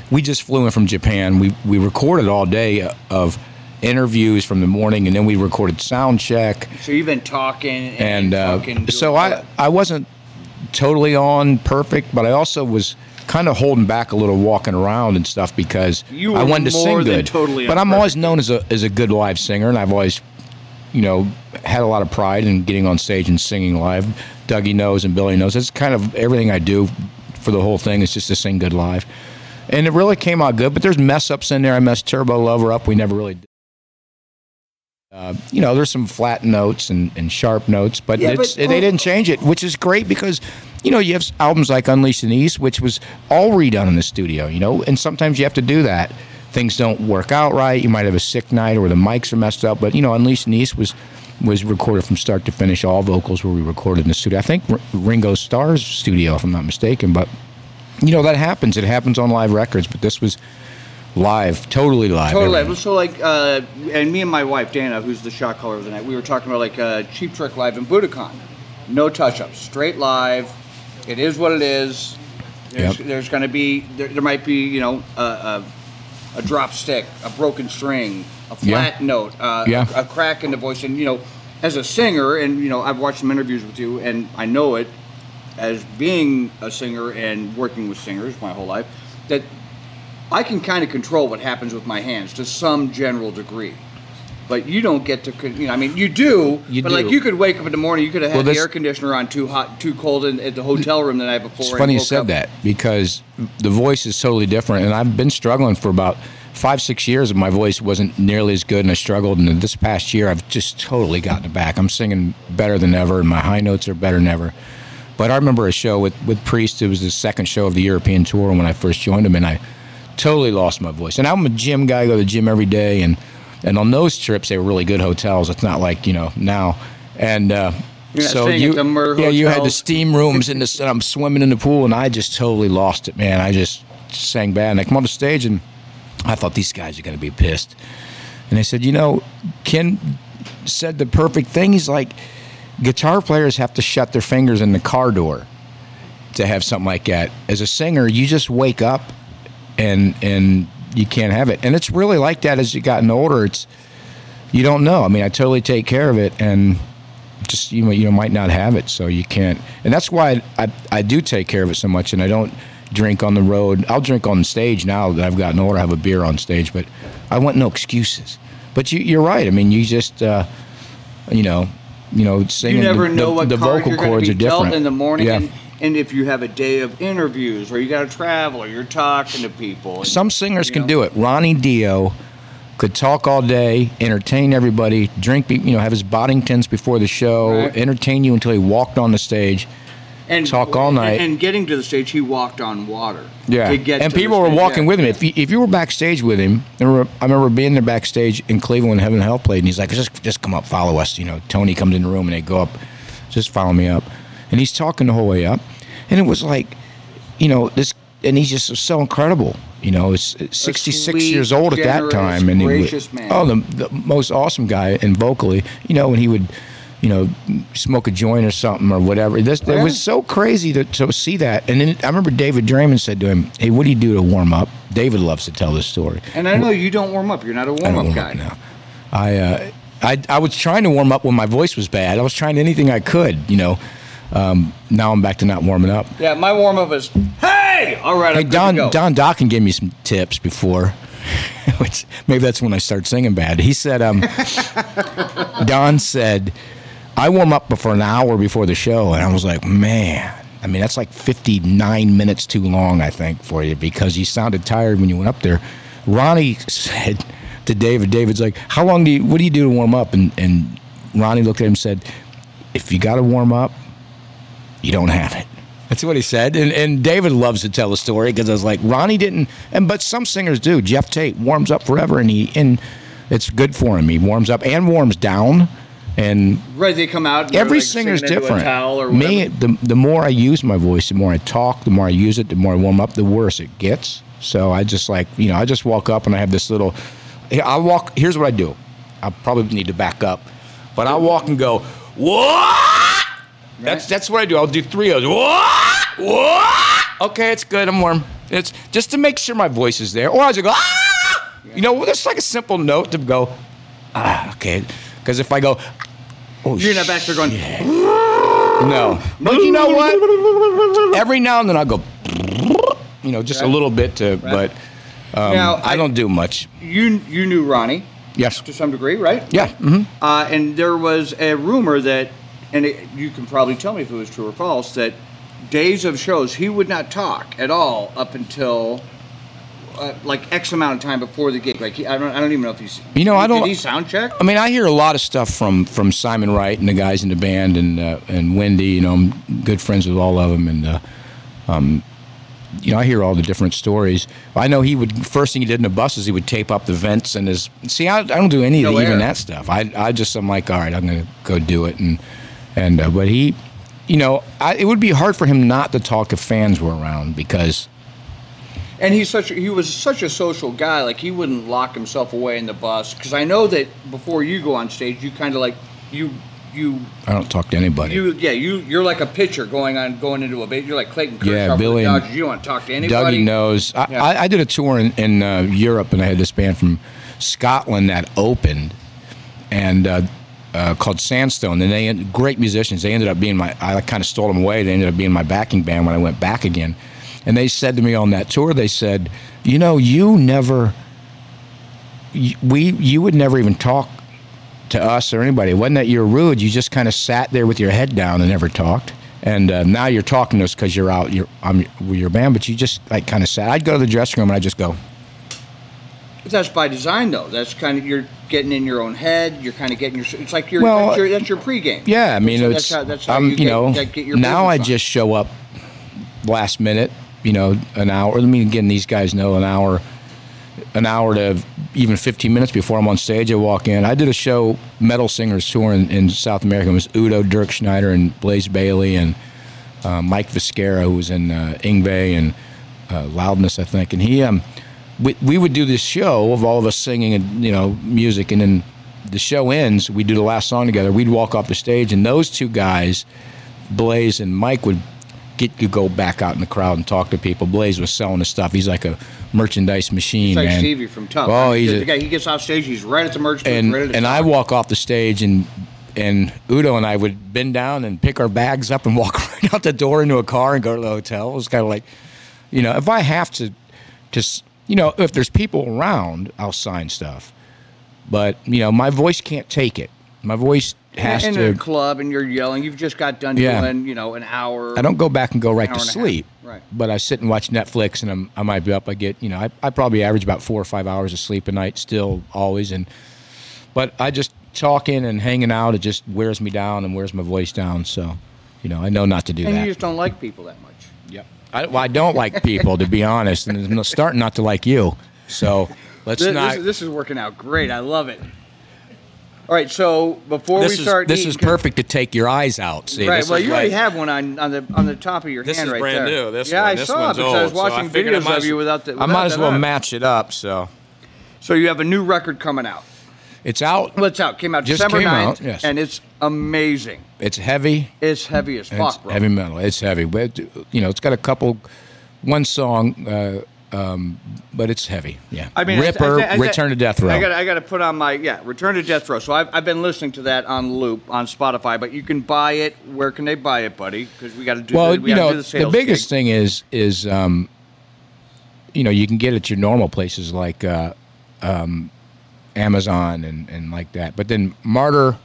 [SPEAKER 4] we just flew in from Japan. We we recorded all day uh, of interviews from the morning, and then we recorded sound check.
[SPEAKER 1] so you've been talking and,
[SPEAKER 4] and uh,
[SPEAKER 1] fucking doing
[SPEAKER 4] so I,
[SPEAKER 1] that.
[SPEAKER 4] I wasn't totally on perfect, but I also was kind of holding back a little, walking around and stuff because
[SPEAKER 1] You
[SPEAKER 4] I
[SPEAKER 1] were
[SPEAKER 4] wanted to
[SPEAKER 1] more
[SPEAKER 4] sing
[SPEAKER 1] than
[SPEAKER 4] good.
[SPEAKER 1] totally
[SPEAKER 4] but
[SPEAKER 1] on
[SPEAKER 4] I'm always known as a as a good live singer, and I've always, you know, had a lot of pride in getting on stage and singing live. Dougie knows and Billy knows. That's kind of everything I do for the whole thing is just to sing good live, and it really came out good. But there's mess ups in there. I messed Turbo Lover up. We never really. did. Uh, you know, there's some flat notes and, and sharp notes, but
[SPEAKER 1] Yeah,
[SPEAKER 4] it's,
[SPEAKER 1] but- oh.
[SPEAKER 4] they didn't change it, which is great because you know, you have albums like Unleashed in the East, which was all redone in the studio, you know, and sometimes you have to do that. Things don't work out right. You might have a sick night or the mics are messed up, but you know, Unleashed in the East was was recorded from start to finish. All vocals were recorded in the studio. I think R- Ringo Starr's studio, if I'm not mistaken, but you know that happens. It happens on live records, but this was live, totally live.
[SPEAKER 1] Totally.
[SPEAKER 4] everything.
[SPEAKER 1] So like, uh, and me and my wife Dana, who's the shot caller of the night, we were talking about like uh, Cheap Trick live in Budokan, no touch-ups, straight live. It is what it is. There's,
[SPEAKER 4] Yep.
[SPEAKER 1] there's going to be there, there might be you know a, a, a drop stick, a broken string, a
[SPEAKER 4] Yeah.
[SPEAKER 1] flat note, uh,
[SPEAKER 4] Yeah.
[SPEAKER 1] a, crack in the voice, and you know, as a singer, and you know, I've watched some interviews with you, and I know it as being a singer and working with singers my whole life that I can kind of control what happens with my hands to some general degree. But you don't get to, con- you know, I mean, you do,
[SPEAKER 4] You
[SPEAKER 1] but
[SPEAKER 4] do.
[SPEAKER 1] like you could wake up in the morning, you could have had
[SPEAKER 4] Well,
[SPEAKER 1] the
[SPEAKER 4] this-
[SPEAKER 1] air conditioner on too hot, too cold in, at the hotel room the night before.
[SPEAKER 4] It's
[SPEAKER 1] and
[SPEAKER 4] funny you
[SPEAKER 1] woke
[SPEAKER 4] said
[SPEAKER 1] up-
[SPEAKER 4] that because the voice is totally different, and I've been struggling for about five, six years, and my voice wasn't nearly as good, and I struggled. And this past year, I've just totally gotten it back. I'm singing better than ever, and my high notes are better than ever. But I remember a show with with Priest. It was the second show of the European tour when I first joined him, and I totally lost my voice. And I'm a gym guy; I go to the gym every day, and and on those trips, they were really good hotels. It's not like you know now. And uh,
[SPEAKER 1] You're not
[SPEAKER 4] so
[SPEAKER 1] staying at
[SPEAKER 4] you,
[SPEAKER 1] the Murr
[SPEAKER 4] yeah, you had to
[SPEAKER 1] hotels.
[SPEAKER 4] steam rooms in the and I'm swimming in the pool and I just totally lost it, man. I just sang bad and I come on the stage and I thought these guys are going to be pissed. And they said, you know, Ken said the perfect thing. He's like, guitar players have to shut their fingers in the car door to have something like that. As a singer, you just wake up and and you can't have it. And it's really like that as you gotten older. It's you don't know. I mean, I totally take care of it and just you know you might not have it so you can't and that's why I, I, do take care of it so much and I don't drink on the road I'll drink on stage now that I've gotten older I have a beer on stage but I want no excuses but you, you're right I mean you just uh, you know you know
[SPEAKER 1] You
[SPEAKER 4] singing
[SPEAKER 1] never
[SPEAKER 4] the,
[SPEAKER 1] know
[SPEAKER 4] the,
[SPEAKER 1] what
[SPEAKER 4] the
[SPEAKER 1] card
[SPEAKER 4] vocal
[SPEAKER 1] you're gonna
[SPEAKER 4] cords
[SPEAKER 1] be
[SPEAKER 4] are different
[SPEAKER 1] dealt in the morning,
[SPEAKER 4] yeah.
[SPEAKER 1] and, and if you have a day of interviews or you got to travel or you're talking to people. and-
[SPEAKER 4] Some singers
[SPEAKER 1] you
[SPEAKER 4] can
[SPEAKER 1] know.
[SPEAKER 4] do it. Ronnie Dio could talk all day, entertain everybody, drink, be- you know, have his Boddingtons before the show,
[SPEAKER 1] Right.
[SPEAKER 4] entertain you until he walked on the stage.
[SPEAKER 1] and
[SPEAKER 4] talk all
[SPEAKER 1] and-
[SPEAKER 4] night.
[SPEAKER 1] And, getting to the stage, he walked on water.
[SPEAKER 4] Yeah,
[SPEAKER 1] to get
[SPEAKER 4] and
[SPEAKER 1] to the
[SPEAKER 4] people were
[SPEAKER 1] stage.
[SPEAKER 4] walking
[SPEAKER 1] Yeah.
[SPEAKER 4] with him. If you, if you were backstage with him, I remember, I remember being there backstage in Cleveland when Heaven and Hell played, and he's like, "Just just come up, follow us." You know, Tony comes in the room and they go up, "Just follow me up," and he's talking the whole way up, and it was like, you know, this, and he's just so incredible. You know, it's it's 66
[SPEAKER 1] sweet,
[SPEAKER 4] years old at that
[SPEAKER 1] generous,
[SPEAKER 4] time, and he
[SPEAKER 1] gracious
[SPEAKER 4] was,
[SPEAKER 1] man.
[SPEAKER 4] oh, the, the most awesome guy, and vocally, you know, when he would. You know, smoke a joint or something or whatever. This, it
[SPEAKER 1] Yeah.
[SPEAKER 4] was so crazy to, to see that. And then I remember David Draymond said to him, Hey, what do you do to warm up? David loves to tell this story.
[SPEAKER 1] And I know you don't warm up. You're not a
[SPEAKER 4] I
[SPEAKER 1] warm
[SPEAKER 4] don't
[SPEAKER 1] up
[SPEAKER 4] warm
[SPEAKER 1] guy.
[SPEAKER 4] up now. I, uh, I, I was trying to warm up when my voice was bad. I was trying anything I could, you know. Um, now I'm back to not warming up.
[SPEAKER 1] Yeah, my warm up is hey. All right,
[SPEAKER 4] Hey,
[SPEAKER 1] I'm good to
[SPEAKER 4] Don,
[SPEAKER 1] go."
[SPEAKER 4] Don Dockin gave me some tips before, which maybe that's when I start singing bad. He said, um, Don said, I warm up for an hour before the show. And I was like, man, I mean, that's like 59 minutes too long, I think, for you because you sounded tired when you went up there. Ronnie said to David, David's like, how long do you, what do you do to warm up? And, and Ronnie looked at him and said, if you got to warm up, you don't have it. That's what he said. And, and David loves to tell a story because I was like, Ronnie didn't. And but some singers do. Jeff Tate warms up forever, and he and it's good for him. He warms up and warms down. And
[SPEAKER 1] Right, they come out. And they're,
[SPEAKER 4] every
[SPEAKER 1] like,
[SPEAKER 4] singer's
[SPEAKER 1] singing into
[SPEAKER 4] different.
[SPEAKER 1] A towel or
[SPEAKER 4] Me,
[SPEAKER 1] whatever.
[SPEAKER 4] the the more I use my voice, the more I talk, the more I use it, the more I warm up, the worse it gets. So I just like you know, I just walk up and I have this little. I walk. Here's what I do. I probably need to back up, but I walk and go. What? That's that's what I do. I'll do three O's. What? What? Okay, it's good. I'm warm. It's just to make sure my voice is there. Or I just go. Ah! You know, that's like a simple note to go. Ah, okay. Because if I go. Oh,
[SPEAKER 1] You're not back there going.
[SPEAKER 4] no. But you know what? Every now and then I'll go, you know, just a little bit to, but um,
[SPEAKER 1] Now,
[SPEAKER 4] I,
[SPEAKER 1] I-
[SPEAKER 4] don't do much.
[SPEAKER 1] You you knew Ronnie
[SPEAKER 4] Yes.
[SPEAKER 1] to some degree, right?
[SPEAKER 4] Yeah. hmm
[SPEAKER 1] Uh, and there was a rumor that, and it, you can probably tell me if it was true or false, that days of shows he would not talk at all up until uh, like X amount of time before the gig? Like he, I don't, I don't even know if he's.
[SPEAKER 4] You know, I don't-
[SPEAKER 1] Did he sound check?
[SPEAKER 4] I mean, I hear a lot of stuff from from Simon Wright and the guys in the band and uh, and Wendy. You know, I'm good friends with all of them, and uh, um, you know, I hear all the different stories. I know he would first thing he did in the bus is he would tape up the vents and his. See, I, I don't do any of
[SPEAKER 1] No
[SPEAKER 4] the, even
[SPEAKER 1] air.
[SPEAKER 4] that stuff. I I just I'm like, all right, I'm gonna go do it, and and uh, but he, you know, I, it would be hard for him not to talk if fans were around because
[SPEAKER 1] And he's such a, he was such a social guy. Like he wouldn't lock himself away in the bus because I know that before you go on stage, you kind of like you you
[SPEAKER 4] I don't talk to anybody.
[SPEAKER 1] you yeah you you're like a pitcher going on going into a bait. You're like Clayton Kershaw
[SPEAKER 4] Yeah,
[SPEAKER 1] for the
[SPEAKER 4] Billy and
[SPEAKER 1] Dodgers. You don't want to talk to anybody.
[SPEAKER 4] Dougie knows. I,
[SPEAKER 1] Yeah.
[SPEAKER 4] I, I did a tour in, in uh, Europe, and I had this band from Scotland that opened, and uh, uh, called Sandstone. And they had great musicians. They ended up being my. I kind of stole them away. They ended up being my backing band when I went back again. And they said to me on that tour, they said, "You know, you never, y- we, you would never even talk." To us or anybody, it wasn't that you're rude. You just kind of sat there with your head down and never talked. And uh, now you're talking to us because you're out. You're I'm with your band, but you just like kind of sat. I'd go to the dressing room and I would just go.
[SPEAKER 1] But that's by design though. That's kind of you're getting in your own head. You're kind of getting your. It's like your
[SPEAKER 4] Well,
[SPEAKER 1] that's your, that's your pregame.
[SPEAKER 4] Yeah, I mean,
[SPEAKER 1] So
[SPEAKER 4] it's
[SPEAKER 1] that's how, that's how
[SPEAKER 4] I'm,
[SPEAKER 1] you,
[SPEAKER 4] you,
[SPEAKER 1] get,
[SPEAKER 4] know
[SPEAKER 1] get, get your
[SPEAKER 4] now I
[SPEAKER 1] business on.
[SPEAKER 4] just show up last minute. You know, an hour. I mean, again, these guys know an hour, an hour to even 15 minutes before I'm on stage. I walk in. I did a show, Metal Singers tour in, in South America. It was Udo, Dirk Schneider, and Blaze Bailey, and uh, Mike Viscara, who was in uh, Ingve and uh, Loudness, I think. And he, um, we, we would do this show of all of us singing and, you know, music. And then the show ends, we do the last song together. We'd walk off the stage, and those two guys, Blaze and Mike, would get to go back out in the crowd and talk to people. Blaze was selling his stuff. He's like a merchandise machine,
[SPEAKER 1] It's like
[SPEAKER 4] man.
[SPEAKER 1] Stevie from Tough.
[SPEAKER 4] Oh, he's
[SPEAKER 1] the
[SPEAKER 4] a-
[SPEAKER 1] guy. He gets off stage. He's right at the merch booth.
[SPEAKER 4] and
[SPEAKER 1] ready to
[SPEAKER 4] and I
[SPEAKER 1] talk.
[SPEAKER 4] walk off the stage and and Udo and I would bend down and pick our bags up and walk right out the door into a car and go to the hotel. It was kind of like, you know, if I have to, just you know, if there's people around, I'll sign stuff. But you know, my voice can't take it. My voice has
[SPEAKER 1] in
[SPEAKER 4] to.
[SPEAKER 1] a club and you're yelling. You've just got done
[SPEAKER 4] Yeah.
[SPEAKER 1] doing you know an hour.
[SPEAKER 4] I don't go back and go right
[SPEAKER 1] Hour
[SPEAKER 4] to
[SPEAKER 1] and a half,
[SPEAKER 4] sleep.
[SPEAKER 1] right.
[SPEAKER 4] But I sit and watch Netflix, and I'm, I might be up. I get, you know, I, I probably average about four or five hours of sleep a night, still always. And but I just talking and hanging out, it just wears me down and wears my voice down. So, you know, I know not to do
[SPEAKER 1] And
[SPEAKER 4] that.
[SPEAKER 1] you just don't like people that much.
[SPEAKER 4] yep. I, well, I don't like people, to be honest, and I'm starting not to like you. So let's
[SPEAKER 1] This,
[SPEAKER 4] not.
[SPEAKER 1] this, this is working out great. I love it. All right, so before
[SPEAKER 4] this
[SPEAKER 1] we
[SPEAKER 4] is,
[SPEAKER 1] start,
[SPEAKER 4] this
[SPEAKER 1] eating-
[SPEAKER 4] is perfect to take your eyes out. See,
[SPEAKER 1] Right.
[SPEAKER 4] this
[SPEAKER 1] Well,
[SPEAKER 4] is
[SPEAKER 1] you already
[SPEAKER 4] like-
[SPEAKER 1] have one on, on the on the top of your
[SPEAKER 2] This
[SPEAKER 1] hand
[SPEAKER 2] is
[SPEAKER 1] right
[SPEAKER 2] brand
[SPEAKER 1] there.
[SPEAKER 2] new, this
[SPEAKER 1] yeah,
[SPEAKER 2] one.
[SPEAKER 1] I
[SPEAKER 2] This
[SPEAKER 1] saw
[SPEAKER 2] one's
[SPEAKER 1] it because I was
[SPEAKER 2] old, so I
[SPEAKER 1] watching
[SPEAKER 2] figured I
[SPEAKER 1] videos
[SPEAKER 2] might
[SPEAKER 1] of
[SPEAKER 2] as-
[SPEAKER 1] you without the.
[SPEAKER 4] I
[SPEAKER 1] without
[SPEAKER 4] might as
[SPEAKER 1] that
[SPEAKER 4] well
[SPEAKER 1] on.
[SPEAKER 4] match it up. So
[SPEAKER 1] So you have a new record coming out.
[SPEAKER 4] it's out.
[SPEAKER 1] Well, it's out. Came out
[SPEAKER 4] Just
[SPEAKER 1] December
[SPEAKER 4] came
[SPEAKER 1] 9th,
[SPEAKER 4] out, yes.
[SPEAKER 1] and it's amazing.
[SPEAKER 4] It's heavy.
[SPEAKER 1] It's heavy as fuck,
[SPEAKER 4] It's
[SPEAKER 1] bro.
[SPEAKER 4] heavy metal. It's heavy. But you know, it's got a couple, one song, uh, um, but it's heavy. Yeah.
[SPEAKER 1] I mean, I- I-
[SPEAKER 4] Ripper,
[SPEAKER 1] I- I-
[SPEAKER 4] Return to Death Row.
[SPEAKER 1] I got I got to put on my yeah, Return to Death Row. So I've, I've been listening to that on loop on Spotify. But you can buy it. Where can they buy it, buddy? Because we got to do.
[SPEAKER 4] well,
[SPEAKER 1] the, we
[SPEAKER 4] you
[SPEAKER 1] gotta
[SPEAKER 4] know,
[SPEAKER 1] do the,
[SPEAKER 4] the,
[SPEAKER 1] sales
[SPEAKER 4] biggest
[SPEAKER 1] gig.
[SPEAKER 4] thing is is um, you know you can get it at your normal places like uh, um, Amazon and and like that. But then Martyr.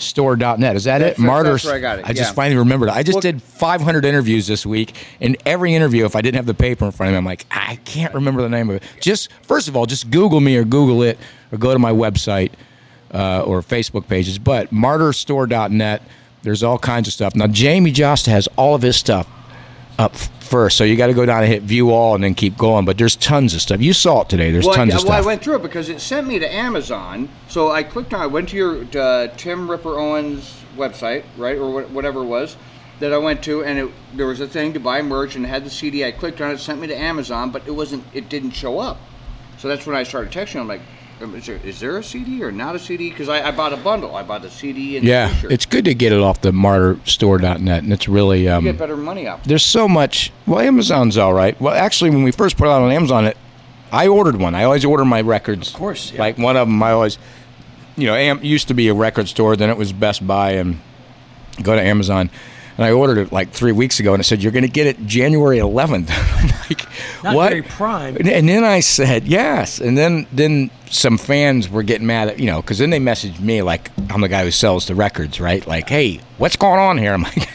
[SPEAKER 4] Store.net. Is that
[SPEAKER 1] That's-
[SPEAKER 4] it? Martyr.
[SPEAKER 1] that's where I got it,
[SPEAKER 4] just
[SPEAKER 1] yeah.
[SPEAKER 4] finally remembered. it. I just
[SPEAKER 1] Well-
[SPEAKER 4] did 500 interviews this week, and every interview, if I didn't have the paper in front of me, I'm like, I can't remember the name of it. Just first of all, just Google me or Google it, or go to my website uh, or Facebook pages. But martyrstore.net. There's all kinds of stuff. Now Jamie Jost has all of his stuff up f- first, so you got to go down and hit view all, and then keep going. But there's tons of stuff. You saw it today. There's
[SPEAKER 1] Well,
[SPEAKER 4] tons
[SPEAKER 1] I,
[SPEAKER 4] of
[SPEAKER 1] well, I
[SPEAKER 4] stuff.
[SPEAKER 1] went through it because it sent me to Amazon. So I clicked on. I went to your uh, Tim Ripper Owens website, right, or wha- whatever it was that I went to, and it, there was a thing to buy merch and it had the CD. I clicked on it, it sent me to Amazon, but it wasn't. It didn't show up. So that's when I started texting. I'm like, um, is there, is there a CD or not a CD? Because I, I bought a bundle. I bought the CD and
[SPEAKER 4] yeah,
[SPEAKER 1] the T-shirt.
[SPEAKER 4] it's good to get it off the martyrstore.net, and it's really um,
[SPEAKER 1] you get better money out.
[SPEAKER 4] there's so much. Well, Amazon's all right. Well, actually, when we first put it out on Amazon, it, I ordered one. I always order my records. Of
[SPEAKER 2] course, yeah.
[SPEAKER 4] Like one of them, I always, you know, Am used to be a record store. Then it was Best Buy and go to Amazon. And I ordered it like three weeks ago, and it said you're going to get it January 11th. I'm like,
[SPEAKER 3] Not
[SPEAKER 4] what?
[SPEAKER 3] very prime.
[SPEAKER 4] And- And then I said yes, and then then some fans were getting mad at you know because then they messaged me like I'm the guy who sells the records, right? Like, hey, what's going on here? I'm like,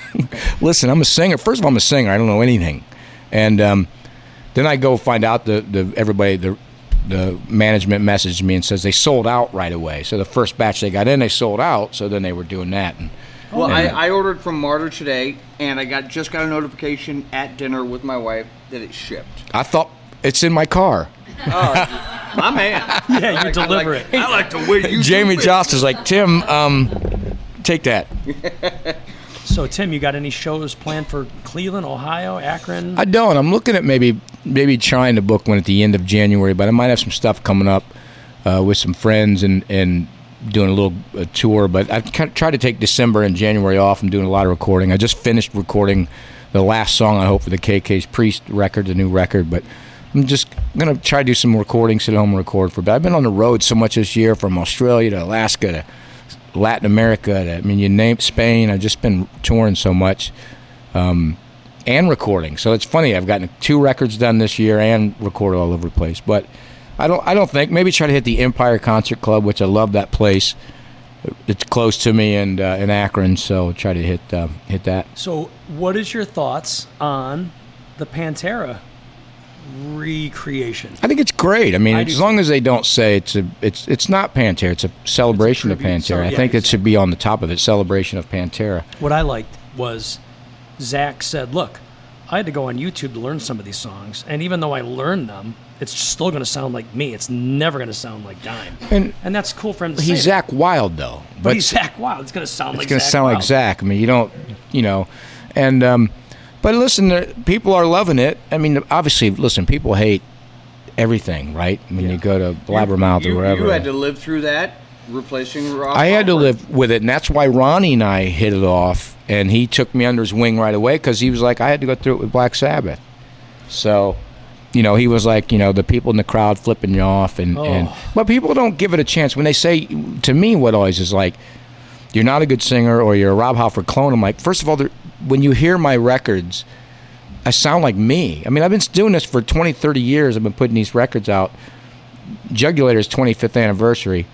[SPEAKER 4] listen, I'm a singer. First of all, I'm a singer. I don't know anything, and um, Then I go find out the, the everybody the the management messaged me and says they sold out right away. So the first batch they got in, they sold out. So then they were doing that. And,
[SPEAKER 1] Well, I,
[SPEAKER 4] and-
[SPEAKER 1] I ordered from Martyr today, and I got just got a notification at dinner with my wife that it shipped.
[SPEAKER 4] I thought it's in my car.
[SPEAKER 1] My man. yeah,
[SPEAKER 3] you deliver it.
[SPEAKER 1] I like the way you.
[SPEAKER 4] Jamie
[SPEAKER 1] do it.
[SPEAKER 4] Jost is like Tim. Um, take that.
[SPEAKER 3] So Tim, you got any shows planned for Cleveland, Ohio, Akron?
[SPEAKER 4] I don't. I'm looking at maybe maybe trying to book one at the end of January, but I might have some stuff coming up uh, with some friends and and doing a little uh tour. But I've kind of tried to take December and January off. I'm doing a lot of recording. I just finished recording the last song I hope for the KK's Priest record, the new record, but. I'm just gonna try to do some recording, sit home and record for. But I've been on the road so much this year, from Australia to Alaska to Latin America. To, I mean, you name Spain. I've just been touring so much and recording. So it's funny. I've gotten two records done this year and recorded all over the place. But I don't. I don't think maybe try to hit the Empire Concert Club, which I love that place. It's close to me and uh, in Akron, so try to hit uh, hit that.
[SPEAKER 3] So, what is your thoughts on the Pantera recreation?
[SPEAKER 4] I think it's great. I mean,
[SPEAKER 3] I do
[SPEAKER 4] as long as they don't say it's a, it's it's not Pantera. It's a celebration of
[SPEAKER 1] tribute,
[SPEAKER 4] Pantera. I
[SPEAKER 1] sorry.
[SPEAKER 4] think
[SPEAKER 3] Yeah.
[SPEAKER 4] it should be on the top of it. Celebration of Pantera.
[SPEAKER 3] What I liked was Zach said, "Look, I had to go on YouTube to learn some of these songs, and even though I learned them, it's still going to sound like me. It's never going to sound like Dime."
[SPEAKER 4] And
[SPEAKER 3] And that's cool for him to say.
[SPEAKER 4] he's
[SPEAKER 3] that.
[SPEAKER 4] Zach Wild though,
[SPEAKER 3] but he's Zach Wild. It's going to sound like
[SPEAKER 4] it's going to
[SPEAKER 3] Zakk
[SPEAKER 4] sound like
[SPEAKER 3] Wylde.
[SPEAKER 4] Zach. I mean, you don't, you know, and um, but listen, there- people are loving it. I mean, obviously, listen, people hate everything, right? When you go to blabbermouth
[SPEAKER 1] You,
[SPEAKER 4] or wherever.
[SPEAKER 1] you had to live through that, replacing Rob.
[SPEAKER 4] I had to
[SPEAKER 1] Halford.
[SPEAKER 4] live with it, and that's why Ronnie and I hit it off, and he took me under his wing right away because he was like, I had to go through it with Black Sabbath, so. You know, he was like, you know, the people in the crowd flipping you off, and, and
[SPEAKER 3] Oh.
[SPEAKER 4] but people don't give it a chance when they say to me what always is like, you're not a good singer or you're a Rob Halford clone. I'm like, first of all, there- when you hear my records, I sound like me. I mean, I've been doing this for 20, 30 years. I've been putting these records out. Jugulator's 25th anniversary.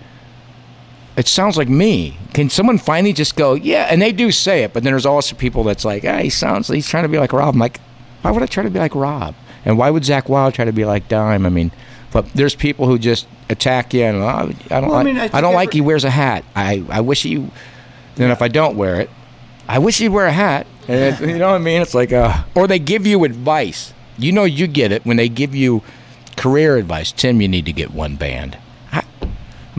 [SPEAKER 4] It sounds like me. Can someone finally just go, yeah? And they do say it, but then there's also people that's like, ah, he sounds, he's trying to be like Rob. I'm like, why would I try to be like Rob? And why would Zach Wild try to be like Dime? I mean, but there's people who just attack you, and "Oh, I don't
[SPEAKER 1] Well, I
[SPEAKER 4] like, I,
[SPEAKER 1] mean, I think
[SPEAKER 4] don't like
[SPEAKER 1] every-
[SPEAKER 4] he wears a hat. I, I wish he, then if I don't wear it, I wish he'd wear a hat. And it- you know what I mean? It's like, uh, or they give you advice. You know, you get it when they give you career advice. Tim, you need to get one band. I, I'm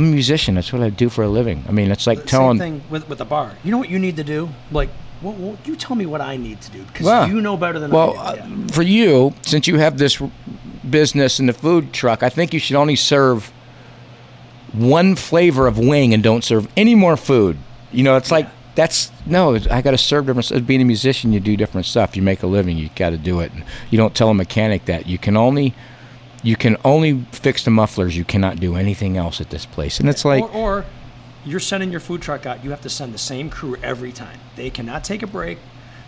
[SPEAKER 4] a musician. That's what I do for a living. I mean, it's like
[SPEAKER 3] Same
[SPEAKER 4] telling.
[SPEAKER 3] thing with with the bar. You know what you need to do? Like, well, well, you tell me what I need to do because
[SPEAKER 4] Well,
[SPEAKER 3] you know better than
[SPEAKER 4] Well,
[SPEAKER 3] I
[SPEAKER 4] uh,
[SPEAKER 3] do. Yeah.
[SPEAKER 4] for you, since you have this r- business in the food truck, I think you should only serve one flavor of wing and don't serve any more food. You know, it's like that's no. I got to serve different. stuff. Being a musician, you do different stuff. You make a living. You got to do it. And you don't tell a mechanic that you can only. You can only fix the mufflers. You cannot do anything else at this place. And it's like,
[SPEAKER 3] or, or you're sending your food truck out. You have to send the same crew every time. They cannot take a break.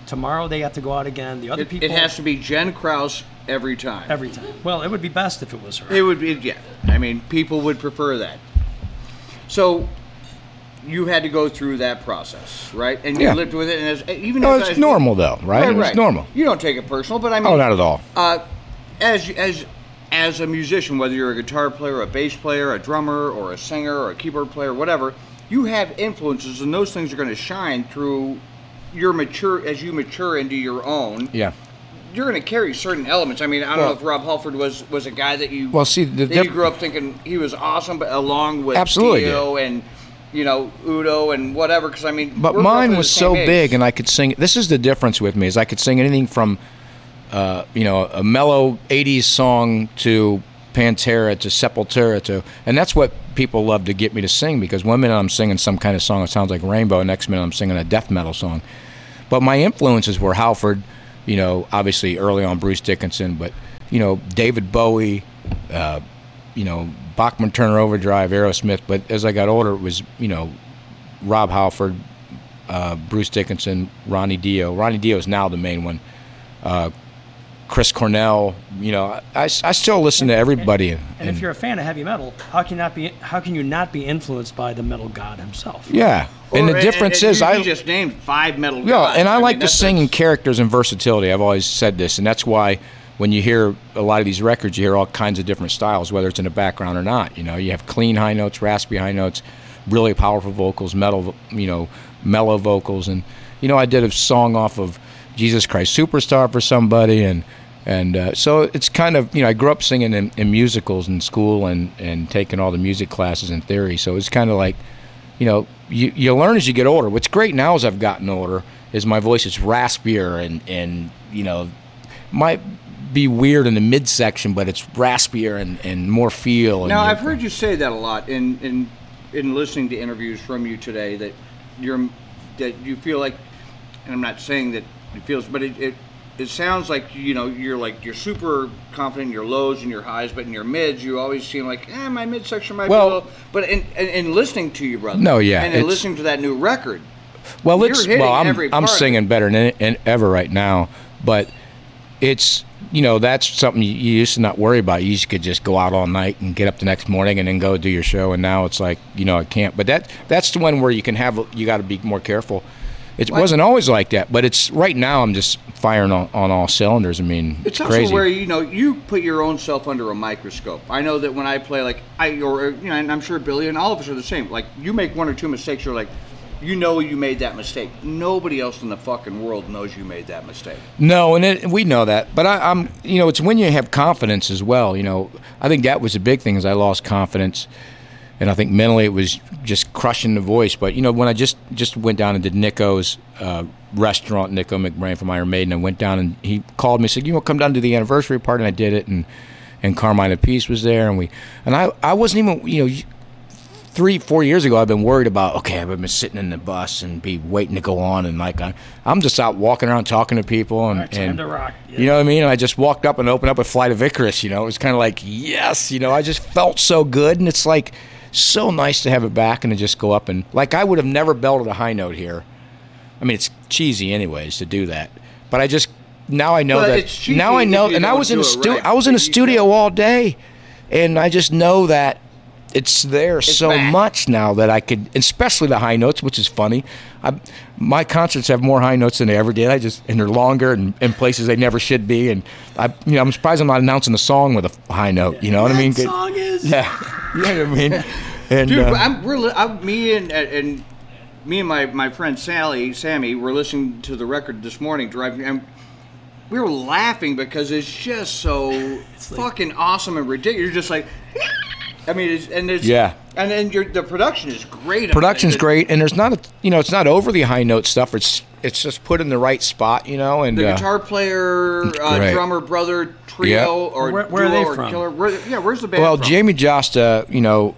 [SPEAKER 3] Tomorrow they have to go out again. The other
[SPEAKER 1] It,
[SPEAKER 3] people
[SPEAKER 1] it has to be Jen Krause every time.
[SPEAKER 3] every time. Well, it would be best if it was her.
[SPEAKER 1] It would be, yeah. I mean, people would prefer that. So you had to go through that process, right? And you
[SPEAKER 4] Yeah.
[SPEAKER 1] lived with it, and as, even
[SPEAKER 4] no,
[SPEAKER 1] as I-
[SPEAKER 4] it's normal though, right?
[SPEAKER 1] Oh, Right, right.
[SPEAKER 4] It's normal.
[SPEAKER 1] You don't take it personal, but I mean,
[SPEAKER 4] Oh, not at all.
[SPEAKER 1] Uh, as as as a musician, whether you're a guitar player, a bass player, a drummer, or a singer, or a keyboard player, whatever, you have influences, and those things are going to shine through your mature as you mature into your own.
[SPEAKER 4] Yeah.
[SPEAKER 1] You're going to carry certain elements. I mean, I don't
[SPEAKER 4] Well-
[SPEAKER 1] know if Rob Halford was was a guy that you
[SPEAKER 4] Well, see, the
[SPEAKER 1] that you
[SPEAKER 4] diff-
[SPEAKER 1] grew up thinking he was awesome, but along with
[SPEAKER 4] Absolutely
[SPEAKER 1] Dio and you know Udo and whatever. Because I mean,
[SPEAKER 4] But
[SPEAKER 1] we're roughly
[SPEAKER 4] mine
[SPEAKER 1] the
[SPEAKER 4] was
[SPEAKER 1] same
[SPEAKER 4] so
[SPEAKER 1] age.
[SPEAKER 4] big, and I could sing. This is the difference with me is I could sing anything from, uh, you know, a mellow '80s song to Pantera to Sepultura to, and that's what people love to get me to sing because one minute I'm singing some kind of song that sounds like Rainbow, next minute I'm singing a death metal song. But my influences were Halford, you know, obviously early on Bruce Dickinson, but you know David Bowie, uh, you know Bachman Turner Overdrive, Aerosmith. But as I got older, it was you know Rob Halford, uh, Bruce Dickinson, Ronnie Dio. Ronnie Dio is now the main one. Uh, Chris Cornell. You know, I, I still listen to everybody. And,
[SPEAKER 3] and if you're a fan of heavy metal, how can you not be? How can you not be influenced by the metal god himself?
[SPEAKER 4] yeah, and
[SPEAKER 1] Or-
[SPEAKER 4] the difference
[SPEAKER 1] and
[SPEAKER 4] is
[SPEAKER 1] you,
[SPEAKER 4] I
[SPEAKER 1] you just named five metal.
[SPEAKER 4] Yeah,
[SPEAKER 1] gods.
[SPEAKER 4] and I,
[SPEAKER 1] mean,
[SPEAKER 4] like to
[SPEAKER 1] that's a-
[SPEAKER 4] sing in characters and versatility. I've always said this, and that's why when you hear a lot of these records, you hear all kinds of different styles, whether it's in the background or not. You know, you have clean high notes, raspy high notes, really powerful vocals, metal, you know, mellow vocals, and you know, I did a song off of Jesus Christ Superstar for somebody, and and uh, so it's kind of you know I grew up singing in, in musicals in school and and taking all the music classes in theory, so it's kind of like you know you, you learn as you get older. What's great now as I've gotten older is my voice is raspier and and you know might be weird in the midsection, but it's raspier and, and more feel. And
[SPEAKER 1] Now,
[SPEAKER 4] you-
[SPEAKER 1] I've heard you say that a lot in, in in listening to interviews from you today that you're that you feel like, and I'm not saying that it feels, but it, it it sounds like you know you're like you're super confident in your lows and your highs, but in your mids you always seem like eh, my midsection might
[SPEAKER 4] Well-
[SPEAKER 1] be a little. But in, in, in listening to you, brother,
[SPEAKER 4] No, yeah,
[SPEAKER 1] and in
[SPEAKER 4] it's-
[SPEAKER 1] listening to that new record,
[SPEAKER 4] Well,
[SPEAKER 1] You're
[SPEAKER 4] it's
[SPEAKER 1] hitting
[SPEAKER 4] well, I'm
[SPEAKER 1] every
[SPEAKER 4] I'm
[SPEAKER 1] part.
[SPEAKER 4] singing better than, than ever right now, but it's you know that's something you, you used to not worry about. You used to could just go out all night and get up the next morning and then go do your show. And now it's like you know I can't. But that that's the one where you can have you got to be more careful. It wasn't always like that, but it's right now. I'm just firing on, on all cylinders. I mean,
[SPEAKER 1] It's also
[SPEAKER 4] crazy.
[SPEAKER 1] where you know you put your own self under a microscope. I know that when I play, like I or you know, and I'm sure Billy and all of us are the same. Like you make one or two mistakes, you're like, you know, you made that mistake. Nobody else in the fucking world knows you made that mistake.
[SPEAKER 4] No, and it, we know that. But I, I'm, you know, it's when you have confidence as well. You know, I think that was the big thing is I lost confidence, and I think mentally it was just crushing the voice. But you know, when I just just went down and did Nico's uh, restaurant, Nico McBrain from Iron Maiden, I went down and he called me, said, "You want to come down to the anniversary party?" And I did it, and and Carmine Apiece was there, and we, and I, I wasn't even, you know. you- three, four years ago, I've been worried about. Okay, I've been sitting in the bus and be waiting to go on, and like I, I'm just out walking around talking to people, and,
[SPEAKER 3] time
[SPEAKER 4] and
[SPEAKER 3] to rock, yeah.
[SPEAKER 4] you know what I mean. And I just walked up and opened up a flight of Icarus. You know, it was kind of like yes, you know, I just felt so good, and it's like so nice to have it back and to just go up and like I would have never belted a high note here. I mean, it's cheesy anyways to do that, but I just now I know
[SPEAKER 1] Well,
[SPEAKER 4] that
[SPEAKER 1] it's cheesy
[SPEAKER 4] now I
[SPEAKER 1] if
[SPEAKER 4] know,
[SPEAKER 1] you
[SPEAKER 4] and I
[SPEAKER 1] don't
[SPEAKER 4] was in
[SPEAKER 1] do
[SPEAKER 4] a
[SPEAKER 1] it
[SPEAKER 4] stu-
[SPEAKER 1] right,
[SPEAKER 4] I was in a
[SPEAKER 1] but you
[SPEAKER 4] studio all day, and I just know that it's there so
[SPEAKER 1] back.
[SPEAKER 4] much now that I could, especially the high notes, which is funny. I, my concerts have more high notes than they ever did. I just and they're longer and in places they never should be, and I, you know, I'm surprised I'm not announcing the song with a high note. You know what I mean?
[SPEAKER 3] That song is.
[SPEAKER 4] Yeah, you know what I mean. And
[SPEAKER 1] Dude,
[SPEAKER 4] um,
[SPEAKER 1] I'm we're li- I'm, me and and me and my my friend Sally Sammy were listening to the record this morning driving. And, we were laughing because it's just so fucking awesome and ridiculous. You're just like, I mean, it's, and it's
[SPEAKER 4] Yeah.
[SPEAKER 1] and then your the production is great. on it.
[SPEAKER 4] production's
[SPEAKER 1] The-
[SPEAKER 4] great, and there's not a, you know, it's not overly high note stuff. It's it's just put in the right spot, you know, and
[SPEAKER 1] The
[SPEAKER 4] uh,
[SPEAKER 1] guitar player, uh,
[SPEAKER 4] Great.
[SPEAKER 1] drummer, brother trio,
[SPEAKER 4] Yeah.
[SPEAKER 1] or
[SPEAKER 3] Where- where are
[SPEAKER 1] duo
[SPEAKER 3] they
[SPEAKER 1] or
[SPEAKER 3] from?
[SPEAKER 1] killer. Where, yeah, where's the band?
[SPEAKER 4] Well,
[SPEAKER 1] from?
[SPEAKER 4] Jamie Josta, you know,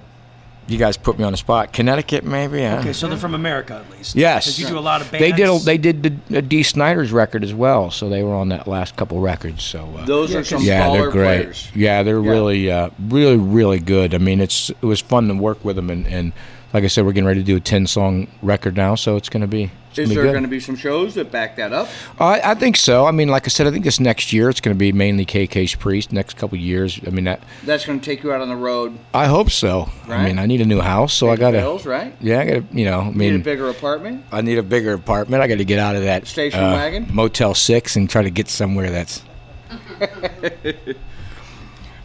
[SPEAKER 4] you guys put me on the spot. Connecticut, maybe. I don't
[SPEAKER 3] Okay, so they're from America at least.
[SPEAKER 4] Yes.
[SPEAKER 3] 'Cause you do a lot of bands.
[SPEAKER 4] They did. a- They did the uh, D. Snyder's record as well, so they were on that last couple records. So uh,
[SPEAKER 1] Those are some
[SPEAKER 4] yeah,
[SPEAKER 1] baller
[SPEAKER 4] they're great.
[SPEAKER 1] players.
[SPEAKER 4] Yeah, they're really, uh, really, really good. I mean, it's it was fun to work with them, and, and like I said, we're getting ready to do a ten song record now, so it's going to be. It's
[SPEAKER 1] Is
[SPEAKER 4] gonna be
[SPEAKER 1] there
[SPEAKER 4] good.
[SPEAKER 1] going to be some shows that back that up?
[SPEAKER 4] I, I think so. I mean, like I said, I think this next year it's going to be mainly KK's Priest. Next couple years, I mean that.
[SPEAKER 1] That's going to take you out on the road.
[SPEAKER 4] I hope so. I
[SPEAKER 1] Right.
[SPEAKER 4] mean, I need a new house, so
[SPEAKER 1] Pay
[SPEAKER 4] I
[SPEAKER 1] the
[SPEAKER 4] got to.
[SPEAKER 1] bills, right?
[SPEAKER 4] Yeah, I got to. You know, I
[SPEAKER 1] Need
[SPEAKER 4] mean,
[SPEAKER 1] a bigger apartment.
[SPEAKER 4] I need a bigger apartment. I got to get out of that
[SPEAKER 1] Station
[SPEAKER 4] uh,
[SPEAKER 1] wagon?
[SPEAKER 4] Motel Six, and try to get somewhere that's.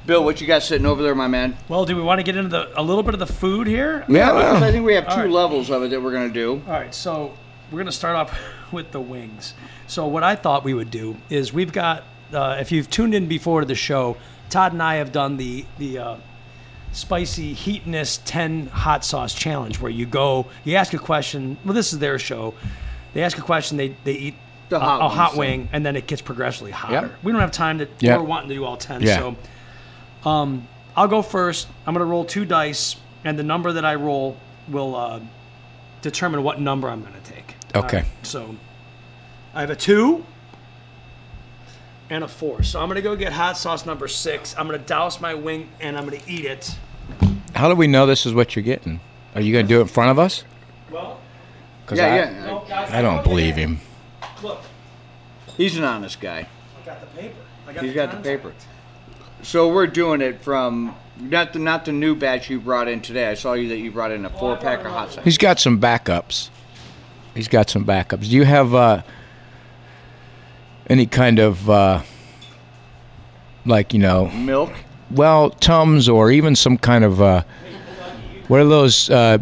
[SPEAKER 1] Bill, what you got sitting over there, my man?
[SPEAKER 2] Well, do we want to get into the, a little bit of the food here?
[SPEAKER 4] Yeah,
[SPEAKER 1] Because I think we have
[SPEAKER 2] All
[SPEAKER 1] two
[SPEAKER 2] right.
[SPEAKER 1] levels of it that we're going to do.
[SPEAKER 2] All right, so we're going to start off with the wings. So, what I thought we would do is we've got, uh, if you've tuned in before to the show, Todd and I have done the the uh, spicy heatness 10 hot sauce challenge where you go, you ask a question. Well, this is their show. They ask a question, they, they eat
[SPEAKER 1] The
[SPEAKER 2] a,
[SPEAKER 1] hot
[SPEAKER 2] a hot
[SPEAKER 1] ones, so-
[SPEAKER 2] wing, and then it gets progressively hotter.
[SPEAKER 4] Yep.
[SPEAKER 2] We don't have time to,
[SPEAKER 4] Yep.
[SPEAKER 2] we're wanting to do all 10.
[SPEAKER 4] Yeah.
[SPEAKER 2] So, um, I'll go first. I'm going to roll two dice, and the number that I roll will. Uh, determine what number I'm going to take.
[SPEAKER 4] Okay.
[SPEAKER 2] All right, so I have a two and a four. So I'm going to go get hot sauce number six. I'm going to douse my wing and I'm going to eat it.
[SPEAKER 4] How do we know this is what you're getting? Are you going to do it in front of us?
[SPEAKER 2] Well,
[SPEAKER 4] 'Cause
[SPEAKER 1] Yeah,
[SPEAKER 4] I,
[SPEAKER 1] yeah.
[SPEAKER 2] no, guys,
[SPEAKER 4] I don't
[SPEAKER 2] look at
[SPEAKER 4] believe
[SPEAKER 2] it.
[SPEAKER 4] him.
[SPEAKER 2] Look,
[SPEAKER 1] He's an honest guy.
[SPEAKER 2] I got the paper. I got
[SPEAKER 1] He's
[SPEAKER 2] the
[SPEAKER 1] got the
[SPEAKER 2] contact.
[SPEAKER 1] paper. So we're doing it from not the not the new batch you brought in today. I saw you that you brought in a four pack of hot sauce.
[SPEAKER 4] He's got some backups. He's got some backups. Do you have uh, any kind of uh, like you know,
[SPEAKER 5] Milk.
[SPEAKER 4] well, Tums or even some kind of uh, what are those uh,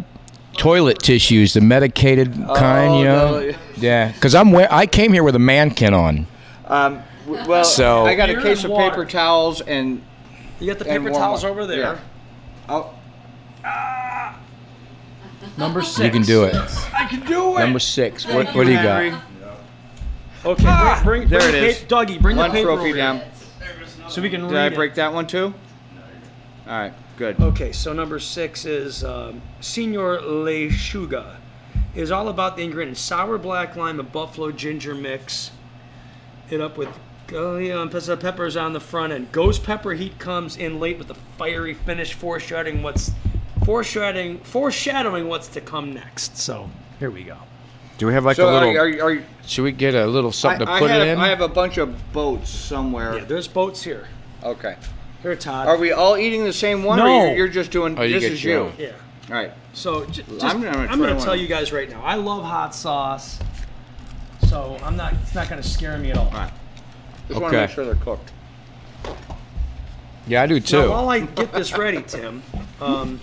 [SPEAKER 4] toilet tissues, the medicated
[SPEAKER 1] Oh,
[SPEAKER 4] kind, you know?
[SPEAKER 5] no, yeah.
[SPEAKER 4] yeah, because I'm wear- I came here with a mankin on.
[SPEAKER 5] Um, w- well,
[SPEAKER 4] So-
[SPEAKER 1] I got a
[SPEAKER 2] Beer
[SPEAKER 1] case
[SPEAKER 2] and
[SPEAKER 1] of
[SPEAKER 2] water.
[SPEAKER 1] paper towels and
[SPEAKER 2] You got the
[SPEAKER 1] and
[SPEAKER 2] paper
[SPEAKER 1] warm
[SPEAKER 2] towels
[SPEAKER 1] up.
[SPEAKER 2] over there.
[SPEAKER 1] Yeah. Oh,
[SPEAKER 2] Number six.
[SPEAKER 4] You can do it.
[SPEAKER 2] I can do it.
[SPEAKER 4] Number six. What, what do you
[SPEAKER 1] Henry,
[SPEAKER 4] got?
[SPEAKER 2] okay,
[SPEAKER 1] Ah!
[SPEAKER 2] bring, bring,
[SPEAKER 1] There
[SPEAKER 2] bring
[SPEAKER 1] it
[SPEAKER 2] the
[SPEAKER 1] is.
[SPEAKER 2] pa- Dougie, bring
[SPEAKER 1] one
[SPEAKER 2] the paper
[SPEAKER 1] trophy
[SPEAKER 2] over
[SPEAKER 1] down.
[SPEAKER 2] here so we can
[SPEAKER 1] Did
[SPEAKER 2] read
[SPEAKER 1] I
[SPEAKER 2] it.
[SPEAKER 1] break that one too? All right, good.
[SPEAKER 2] Okay, so number six is um, Senor Lechuga. Is all about the ingredients: sour black lime and buffalo ginger mix. It up with oh yeah, and pizza peppers on the front end. Ghost pepper heat comes in late with a fiery finish, foreshadowing what's foreshadowing foreshadowing what's to come next. So here we go.
[SPEAKER 4] Do we have like
[SPEAKER 1] So are,
[SPEAKER 4] a little?
[SPEAKER 1] you- are, you- are you-
[SPEAKER 4] should we get a little something
[SPEAKER 1] I,
[SPEAKER 4] to
[SPEAKER 1] I
[SPEAKER 4] put
[SPEAKER 1] had
[SPEAKER 4] it
[SPEAKER 1] a-
[SPEAKER 4] in?
[SPEAKER 1] I have a bunch of boats somewhere.
[SPEAKER 2] Yeah, there's boats here.
[SPEAKER 1] Okay.
[SPEAKER 2] Here, Todd.
[SPEAKER 1] Are we all eating the same one, or
[SPEAKER 2] No.
[SPEAKER 1] you're, you're just doing?
[SPEAKER 4] Oh, you
[SPEAKER 1] this
[SPEAKER 4] get
[SPEAKER 1] is
[SPEAKER 4] your
[SPEAKER 1] you.
[SPEAKER 4] own.
[SPEAKER 2] Yeah.
[SPEAKER 1] All right.
[SPEAKER 2] So j- just,
[SPEAKER 1] I'm
[SPEAKER 2] I'm
[SPEAKER 1] gonna
[SPEAKER 2] gonna,
[SPEAKER 1] try one.
[SPEAKER 2] tell you guys right now. I love hot sauce, so I'm not. It's not gonna scare me at all.
[SPEAKER 1] All right. Just want to
[SPEAKER 4] Okay.
[SPEAKER 1] make sure they're cooked.
[SPEAKER 4] yeah, I do
[SPEAKER 2] Now,
[SPEAKER 4] too.
[SPEAKER 2] while I get this ready, Tim, um,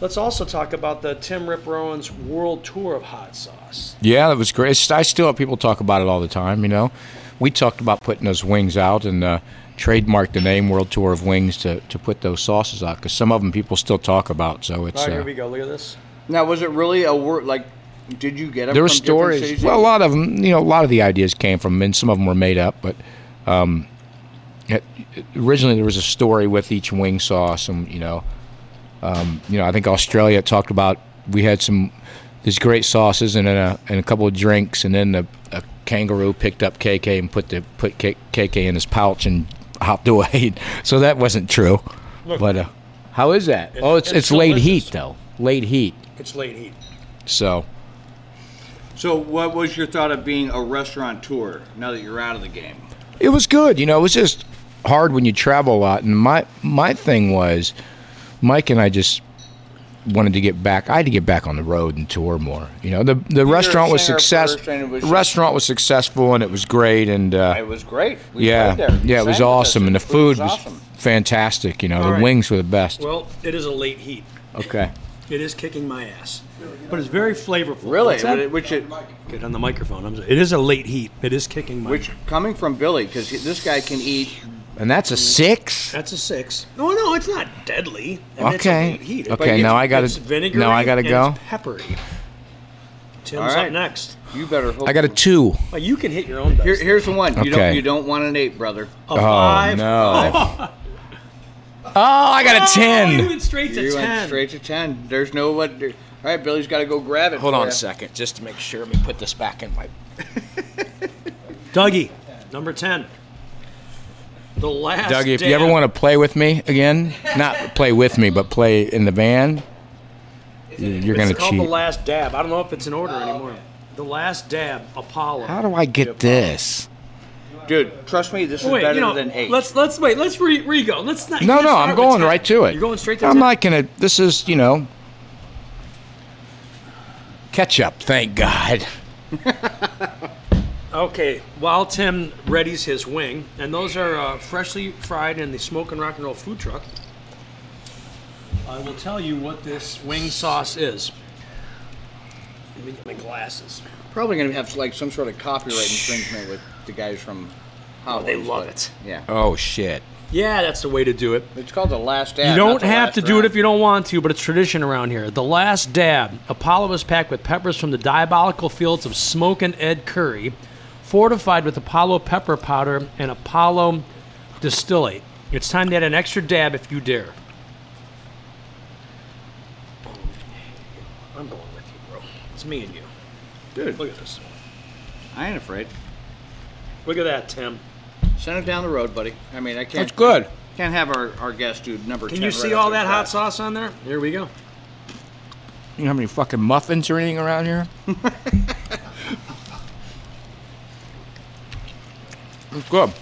[SPEAKER 2] let's also talk about the Tim Rip Rowan's World Tour of Hot Sauce.
[SPEAKER 4] Yeah, that was great. It's- I still have people talk about it all the time. You know, we talked about putting those wings out and uh, trademarked the name World Tour of Wings to, to put those sauces out because some of them people still talk about. So it's
[SPEAKER 2] All right,
[SPEAKER 4] uh,
[SPEAKER 2] here we go. Look at this.
[SPEAKER 1] Now, was it really a word? Like, did you get them?
[SPEAKER 4] there were
[SPEAKER 1] from different
[SPEAKER 4] stories.
[SPEAKER 1] cities?
[SPEAKER 4] Well, a lot of them. You know, a lot of the ideas came from, 'em, and some of them were made up. But um, it- originally, there was a story with each wing sauce, and you know, um, you know, I think Australia talked about we had some these great sauces and then a, and a couple of drinks, and then a, a kangaroo picked up KK and put the put K, KK in his pouch and hopped away. so that wasn't true. but uh, how is that? oh, it's
[SPEAKER 2] it's
[SPEAKER 4] it's, late
[SPEAKER 2] delicious.
[SPEAKER 4] heat though. Late heat.
[SPEAKER 2] It's late heat.
[SPEAKER 4] So.
[SPEAKER 1] So, what was your thought of being a restaurateur now that you're out of the game?
[SPEAKER 4] it was good. You know, it was just hard when you travel a lot. And my my thing was, Mike and I just wanted to get back. I had to get back on the road and tour more. You know, the the restaurant was
[SPEAKER 1] singer
[SPEAKER 4] success.
[SPEAKER 1] first and it was-
[SPEAKER 4] restaurant was successful and it was great. And uh,
[SPEAKER 1] It was great. We
[SPEAKER 4] yeah,
[SPEAKER 1] played there. You
[SPEAKER 4] yeah, it was
[SPEAKER 1] sang with us,
[SPEAKER 4] awesome. And the food was
[SPEAKER 1] awesome.
[SPEAKER 4] fantastic. You know, the
[SPEAKER 2] right.
[SPEAKER 4] wings were the best.
[SPEAKER 2] Well, it is a late heat.
[SPEAKER 4] okay.
[SPEAKER 2] It is kicking my ass, but it's very flavorful.
[SPEAKER 1] Really,
[SPEAKER 2] What's that?
[SPEAKER 1] which it,
[SPEAKER 2] Get on the microphone. I'm sorry. It is a late heat. It is kicking my.
[SPEAKER 1] which coming from Billy because this guy can eat.
[SPEAKER 4] And that's a six.
[SPEAKER 2] That's a six. No, no, it's not deadly. I mean, it's a
[SPEAKER 4] Okay.
[SPEAKER 2] late heat.
[SPEAKER 4] Okay,
[SPEAKER 2] it's-
[SPEAKER 4] now I gotta-
[SPEAKER 2] it's vinegary
[SPEAKER 4] now I gotta
[SPEAKER 2] and
[SPEAKER 4] go.
[SPEAKER 2] It's peppery. Tim's
[SPEAKER 1] All right.
[SPEAKER 2] up next.
[SPEAKER 1] You better. Hope
[SPEAKER 4] I got a two.
[SPEAKER 2] Well, you can hit your own. Dice.
[SPEAKER 1] Here, here's the one. You don't.
[SPEAKER 4] Okay.
[SPEAKER 1] You don't want an eight, brother.
[SPEAKER 2] a
[SPEAKER 4] Oh
[SPEAKER 2] five.
[SPEAKER 4] no. oh, I got a
[SPEAKER 2] Oh, you
[SPEAKER 4] ten.
[SPEAKER 2] went straight to
[SPEAKER 1] you
[SPEAKER 2] ten.
[SPEAKER 1] went straight to ten. There's no what. All right, Billy's got to go grab it.
[SPEAKER 4] Hold
[SPEAKER 1] for
[SPEAKER 4] on
[SPEAKER 1] ya.
[SPEAKER 4] a second, just to make sure. Let me put this back in my
[SPEAKER 2] Dougie, number ten. The last.
[SPEAKER 4] Dougie, if you ever want to play with me again, not play with me, but play in the van, you're going to
[SPEAKER 2] it's called the
[SPEAKER 4] cheat.
[SPEAKER 2] last dab. I don't know if it's in order anymore. The last dab, Apollo.
[SPEAKER 4] How do I get this?
[SPEAKER 1] dude. Trust me, this is
[SPEAKER 2] Wait,
[SPEAKER 1] better
[SPEAKER 2] you know,
[SPEAKER 1] than eight.
[SPEAKER 2] let's let's wait. Let's re, re go. Let's not.
[SPEAKER 4] No,
[SPEAKER 2] let's
[SPEAKER 4] no,
[SPEAKER 2] start
[SPEAKER 4] I'm
[SPEAKER 2] with
[SPEAKER 4] going
[SPEAKER 2] 10.
[SPEAKER 4] right to it.
[SPEAKER 2] You're going straight to.
[SPEAKER 4] I'm
[SPEAKER 2] 10?
[SPEAKER 4] not going to. This is, you know, catch up. Thank God.
[SPEAKER 2] Okay, while Tim readies his wing, and those are uh, freshly fried in the Smoke and Rock and Roll food truck, I will tell you what this wing sauce is. Let me get my glasses.
[SPEAKER 1] Probably gonna have like some sort of copyright infringement with the guys from. Howard,
[SPEAKER 2] they love it.
[SPEAKER 1] Yeah,
[SPEAKER 4] Oh shit.
[SPEAKER 2] Yeah, that's the way to do it.
[SPEAKER 1] it's called the last.
[SPEAKER 2] You don't have to do it if you don't want to, but it's tradition around here. The last dab. Apollo is packed with peppers from the diabolical fields of Smoke and Ed Curry, fortified with Apollo pepper powder and Apollo distillate. It's time to add an extra dab if you dare. I'm going with you, bro. It's me and you.
[SPEAKER 1] Dude,
[SPEAKER 2] Look at this.
[SPEAKER 1] I ain't afraid.
[SPEAKER 2] Look at that, Tim.
[SPEAKER 1] Send it down the road, buddy. I mean, I can't.
[SPEAKER 4] That's good.
[SPEAKER 1] Can't have our, our guest dude number.
[SPEAKER 2] Can
[SPEAKER 1] 10
[SPEAKER 2] you
[SPEAKER 1] right
[SPEAKER 2] see
[SPEAKER 1] off
[SPEAKER 2] all
[SPEAKER 1] the
[SPEAKER 2] that hot
[SPEAKER 1] bat.
[SPEAKER 2] sauce on there? Here we go.
[SPEAKER 4] You know how many fucking muffins or anything around here? it's good.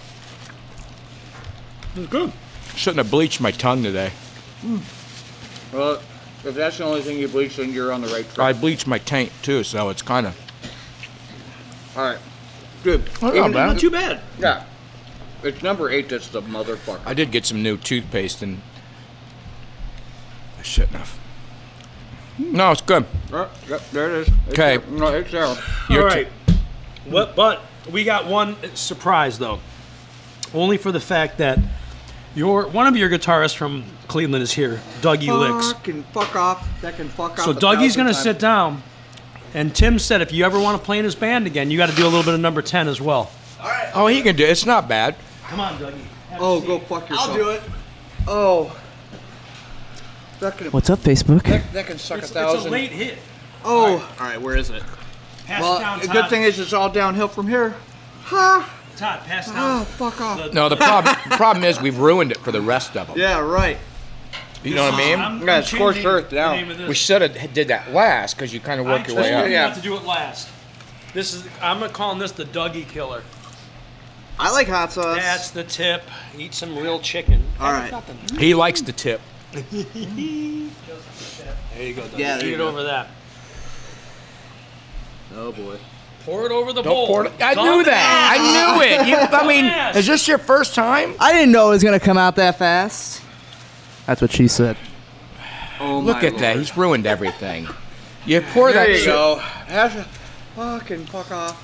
[SPEAKER 2] It's good.
[SPEAKER 4] Shouldn't have bleached my tongue today.
[SPEAKER 1] Well, if that's the only thing you bleach, then you're on the right track.
[SPEAKER 4] I bleached my taint too, so it's kind of.
[SPEAKER 1] All right, good.
[SPEAKER 4] Not bad.
[SPEAKER 2] Not too bad.
[SPEAKER 1] Yeah. It's number eight that's the motherfucker.
[SPEAKER 4] I did get some new toothpaste and shit enough. No, it's good.
[SPEAKER 1] Uh, yep, there it is. It's
[SPEAKER 4] 'Kay.
[SPEAKER 1] there. No, it's there.
[SPEAKER 4] Your
[SPEAKER 2] All
[SPEAKER 4] t-
[SPEAKER 2] right. What? But we got one surprise though, only for the fact that your one of your guitarists from Cleveland is here, Dougie Licks.
[SPEAKER 1] Fucking fuck off. That can fuck off.
[SPEAKER 2] So
[SPEAKER 1] a
[SPEAKER 2] Dougie's
[SPEAKER 1] thousand
[SPEAKER 2] gonna
[SPEAKER 1] times.
[SPEAKER 2] sit down, and Tim said if you ever want to play in his band again, you got to do a little bit of number ten as well.
[SPEAKER 4] Oh, he can do. it. It's not bad.
[SPEAKER 2] Come on, Dougie. Have a
[SPEAKER 1] Oh,
[SPEAKER 2] seat.
[SPEAKER 1] go fuck yourself.
[SPEAKER 5] I'll do it.
[SPEAKER 1] Oh. That can,
[SPEAKER 5] What's up, Facebook?
[SPEAKER 1] that, that can suck
[SPEAKER 2] It's,
[SPEAKER 1] a
[SPEAKER 2] it's
[SPEAKER 1] thousand.
[SPEAKER 2] a late hit.
[SPEAKER 1] oh.
[SPEAKER 5] All right, where is it?
[SPEAKER 2] Pass it
[SPEAKER 1] Well,
[SPEAKER 2] down,
[SPEAKER 1] the
[SPEAKER 2] Todd.
[SPEAKER 1] good thing is it's all downhill from here. Ha!
[SPEAKER 2] Todd, pass it
[SPEAKER 1] Oh,
[SPEAKER 2] down.
[SPEAKER 1] fuck off.
[SPEAKER 4] No, the problem problem is we've ruined it for the rest of them.
[SPEAKER 1] yeah, right.
[SPEAKER 4] You know what I
[SPEAKER 2] I'm-
[SPEAKER 4] mean?
[SPEAKER 2] I'm
[SPEAKER 1] Yeah, it's
[SPEAKER 2] changing
[SPEAKER 1] scorched earth
[SPEAKER 2] the
[SPEAKER 1] now.
[SPEAKER 2] name of this.
[SPEAKER 4] We should have did that last because you kind of
[SPEAKER 2] I
[SPEAKER 4] work your
[SPEAKER 2] told
[SPEAKER 4] way
[SPEAKER 2] you
[SPEAKER 4] up.
[SPEAKER 1] Yeah.
[SPEAKER 2] not to do it last. This is I'm gonna calling this the Dougie killer.
[SPEAKER 5] I like hot sauce.
[SPEAKER 2] That's the tip. Eat some real chicken.
[SPEAKER 5] All right.
[SPEAKER 4] He likes the tip.
[SPEAKER 2] There you go. Dougie.
[SPEAKER 5] Yeah, there
[SPEAKER 2] Eat
[SPEAKER 5] you
[SPEAKER 2] it
[SPEAKER 5] go.
[SPEAKER 2] over that.
[SPEAKER 5] Oh boy.
[SPEAKER 2] Pour it over the
[SPEAKER 4] Don't
[SPEAKER 2] bowl.
[SPEAKER 4] pour it. I
[SPEAKER 2] Dumb
[SPEAKER 4] knew that. I knew it. You, I mean,
[SPEAKER 2] Yes.
[SPEAKER 4] is this your first time?
[SPEAKER 5] I didn't know it was gonna come out that fast. That's what she said.
[SPEAKER 1] Oh,
[SPEAKER 4] Look
[SPEAKER 1] my
[SPEAKER 4] at that.
[SPEAKER 1] Lord.
[SPEAKER 4] He's ruined everything. You pour that
[SPEAKER 1] There you
[SPEAKER 4] shit-
[SPEAKER 1] go. That's a, fucking fuck off.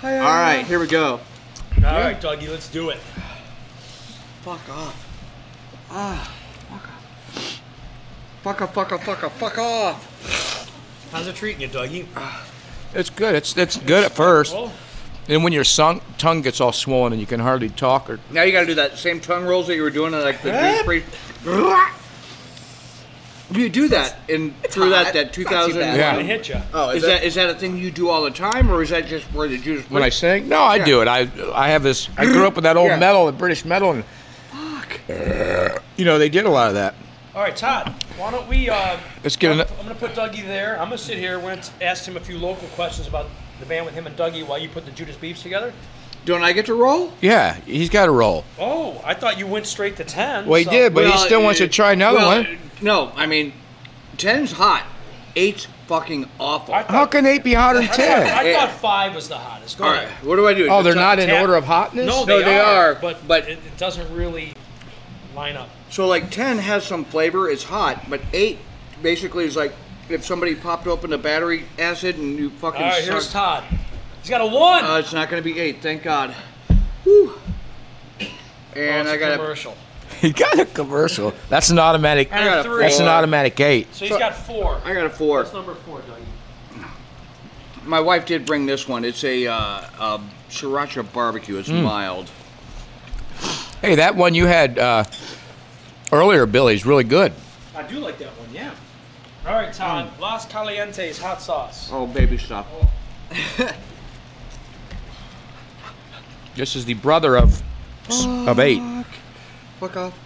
[SPEAKER 1] Hi,
[SPEAKER 5] All right, here we go.
[SPEAKER 2] ass. All right, Dougie, let's do it.
[SPEAKER 1] Fuck off. Ah. Fuck off. Fuck off, fuck off, fuck off.
[SPEAKER 2] How's it treating you, Dougie?
[SPEAKER 4] It's good. It's it's good at first.
[SPEAKER 2] Well,
[SPEAKER 4] And when your sung, tongue gets all swollen and you can hardly talk, or
[SPEAKER 1] Now you gotta do that same tongue rolls that you were doing in like the
[SPEAKER 2] Eh?
[SPEAKER 1] free. You do that in through that
[SPEAKER 5] hot.
[SPEAKER 1] that
[SPEAKER 5] It's not too
[SPEAKER 1] 2000.
[SPEAKER 5] bad.
[SPEAKER 4] Yeah.
[SPEAKER 2] I hit you.
[SPEAKER 5] Oh,
[SPEAKER 1] Is that is that a thing you do all the time, or is that just where the Jews?
[SPEAKER 4] when I sing, no, I do it. I I have this. I grew up with that old
[SPEAKER 1] Yeah.
[SPEAKER 4] metal, the British metal, and you know they did a lot of that.
[SPEAKER 2] All right, Todd. Why don't we? Uh,
[SPEAKER 4] Let's get
[SPEAKER 2] I'm,
[SPEAKER 4] an-
[SPEAKER 2] I'm gonna put Dougie there. I'm gonna sit here. We're gonna ask him a few local questions about the band with him and Dougie while you put the Judas Beefs together.
[SPEAKER 1] Don't I get to roll?
[SPEAKER 4] Yeah, he's got to roll.
[SPEAKER 2] Oh, I thought you went straight to ten.
[SPEAKER 4] Well, he
[SPEAKER 2] so-
[SPEAKER 4] did, but he still wants to
[SPEAKER 1] uh,
[SPEAKER 4] try another
[SPEAKER 1] well,
[SPEAKER 4] one.
[SPEAKER 1] uh, No, I mean, ten's hot. Eight's fucking awful.
[SPEAKER 2] I-
[SPEAKER 4] How can eight be hotter than
[SPEAKER 2] I thought,
[SPEAKER 4] ten?
[SPEAKER 2] I
[SPEAKER 1] Yeah.
[SPEAKER 2] thought five was the hottest. Go
[SPEAKER 1] All right,
[SPEAKER 2] ahead.
[SPEAKER 1] what do I do?
[SPEAKER 4] Oh, they're not in
[SPEAKER 2] Tap-
[SPEAKER 4] order of hotness.
[SPEAKER 2] No,
[SPEAKER 1] No,
[SPEAKER 2] they,
[SPEAKER 1] they
[SPEAKER 2] are,
[SPEAKER 1] are,
[SPEAKER 2] but
[SPEAKER 1] but-
[SPEAKER 2] it, it doesn't really line up.
[SPEAKER 1] So like ten has some flavor, it's hot, but eight basically is like if somebody popped open a battery acid and you fucking.
[SPEAKER 2] All right, here's
[SPEAKER 1] sucked-
[SPEAKER 2] Todd. He's got a one.
[SPEAKER 1] Uh, it's not gonna be eight, thank God. Whew.
[SPEAKER 2] Oh,
[SPEAKER 1] And
[SPEAKER 2] it's
[SPEAKER 1] I
[SPEAKER 2] a
[SPEAKER 1] got a
[SPEAKER 2] commercial.
[SPEAKER 4] he got a commercial. That's an automatic.
[SPEAKER 2] And a
[SPEAKER 1] gotta-
[SPEAKER 2] three.
[SPEAKER 4] That's an automatic eight.
[SPEAKER 2] so he's got four.
[SPEAKER 1] I got a four.
[SPEAKER 2] That's number four, Dougie.
[SPEAKER 1] My wife did bring this one. It's a uh, uh, sriracha barbecue. It's
[SPEAKER 4] Hmm.
[SPEAKER 1] mild.
[SPEAKER 4] Hey, that one you had uh, earlier, Billy's really good.
[SPEAKER 2] I do like that one. Yeah. All right, Todd. Las Calientes hot sauce.
[SPEAKER 1] Oh baby, stop.
[SPEAKER 4] This is the brother of of eight.
[SPEAKER 1] Fuck off.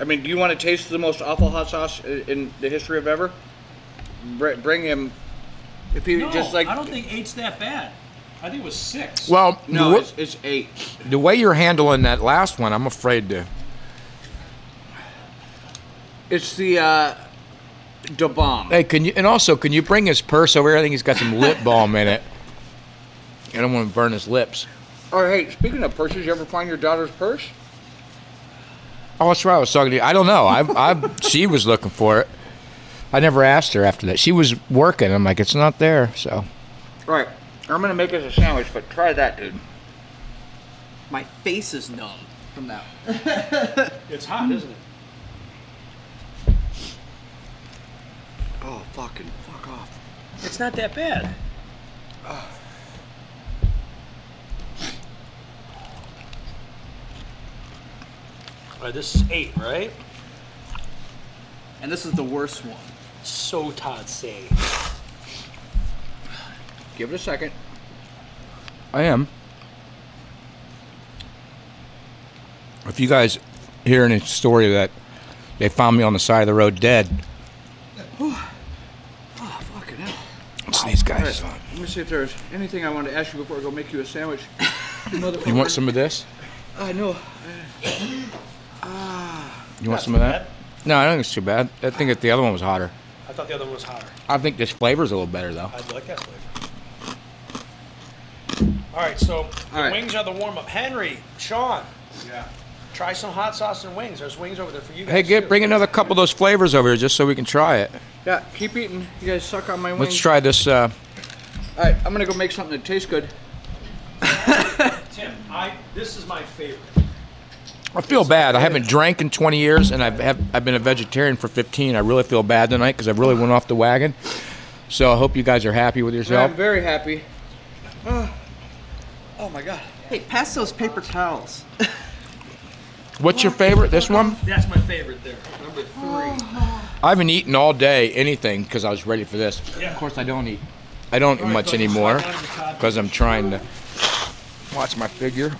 [SPEAKER 1] I mean, do you want to taste the most awful hot sauce i- in the history of ever? Br- bring him. If he
[SPEAKER 2] No,
[SPEAKER 1] just like
[SPEAKER 2] I don't think eight's that bad. I think it was six.
[SPEAKER 4] Well,
[SPEAKER 1] no,
[SPEAKER 4] the,
[SPEAKER 1] it's, it's eight.
[SPEAKER 4] wa- the way you're handling that last one, I'm afraid to.
[SPEAKER 1] It's the uh, da bomb.
[SPEAKER 4] Hey, can you? And also, can you bring his purse over here? I think he's got some lip balm in it. I don't want to burn his lips.
[SPEAKER 1] Or hey, speaking of purses, you ever find your daughter's purse?
[SPEAKER 4] Oh, that's right. I was talking to you. I don't know. I, I, she was looking for it. I never asked her after that. She was working. I'm like, it's not there. So
[SPEAKER 1] All right, I'm gonna make us a sandwich, but try that, dude.
[SPEAKER 5] My face is numb from that.
[SPEAKER 2] it's hot, isn't it?
[SPEAKER 1] Oh fucking fuck off.
[SPEAKER 2] It's not that bad. All right, this is eight, right?
[SPEAKER 5] And this is the worst one.
[SPEAKER 2] So Todd say.
[SPEAKER 1] Give it a second.
[SPEAKER 4] I am. If you guys hear any story that they found me on the side of the road dead,
[SPEAKER 1] Oh fucking hell.
[SPEAKER 4] it's these guys.
[SPEAKER 1] All right, let me see if there's anything I want to ask you before I go make you a sandwich. You
[SPEAKER 4] You
[SPEAKER 1] motherfucker.
[SPEAKER 4] want some of this?
[SPEAKER 1] I know.
[SPEAKER 4] You want some of that? No, I don't think it's too bad. I think that the other one was hotter.
[SPEAKER 2] I thought the other one was hotter.
[SPEAKER 4] I think this flavor's a little better though.
[SPEAKER 2] I like that flavor. All right, so the
[SPEAKER 1] All right.
[SPEAKER 2] wings are the warm up. Henry, Sean, Try some hot sauce and wings. There's wings over there for you guys.
[SPEAKER 4] Hey,
[SPEAKER 2] too.
[SPEAKER 4] get bring another couple of those flavors over here just so we can try it.
[SPEAKER 1] Yeah, keep eating. You guys suck on my wings.
[SPEAKER 4] Let's try this. Uh,
[SPEAKER 1] All right, I'm gonna go make something that tastes good.
[SPEAKER 2] Tim, I, this is my favorite.
[SPEAKER 4] I feel bad. I haven't drank in 20 years, and I've have, I've been a vegetarian for 15. I really feel bad tonight because I really went off the wagon. So I hope you guys are happy with yourself.
[SPEAKER 1] I'm very happy. Oh, oh my god.
[SPEAKER 5] Hey, pass those paper towels.
[SPEAKER 4] What's your favorite? This one?
[SPEAKER 2] That's my favorite there. Number three.
[SPEAKER 4] I haven't eaten all day anything because I was ready for this. Of course, I don't eat. I don't eat much
[SPEAKER 2] go ahead.
[SPEAKER 4] anymore
[SPEAKER 2] Slide down to the top.
[SPEAKER 4] because I'm trying to watch my figure.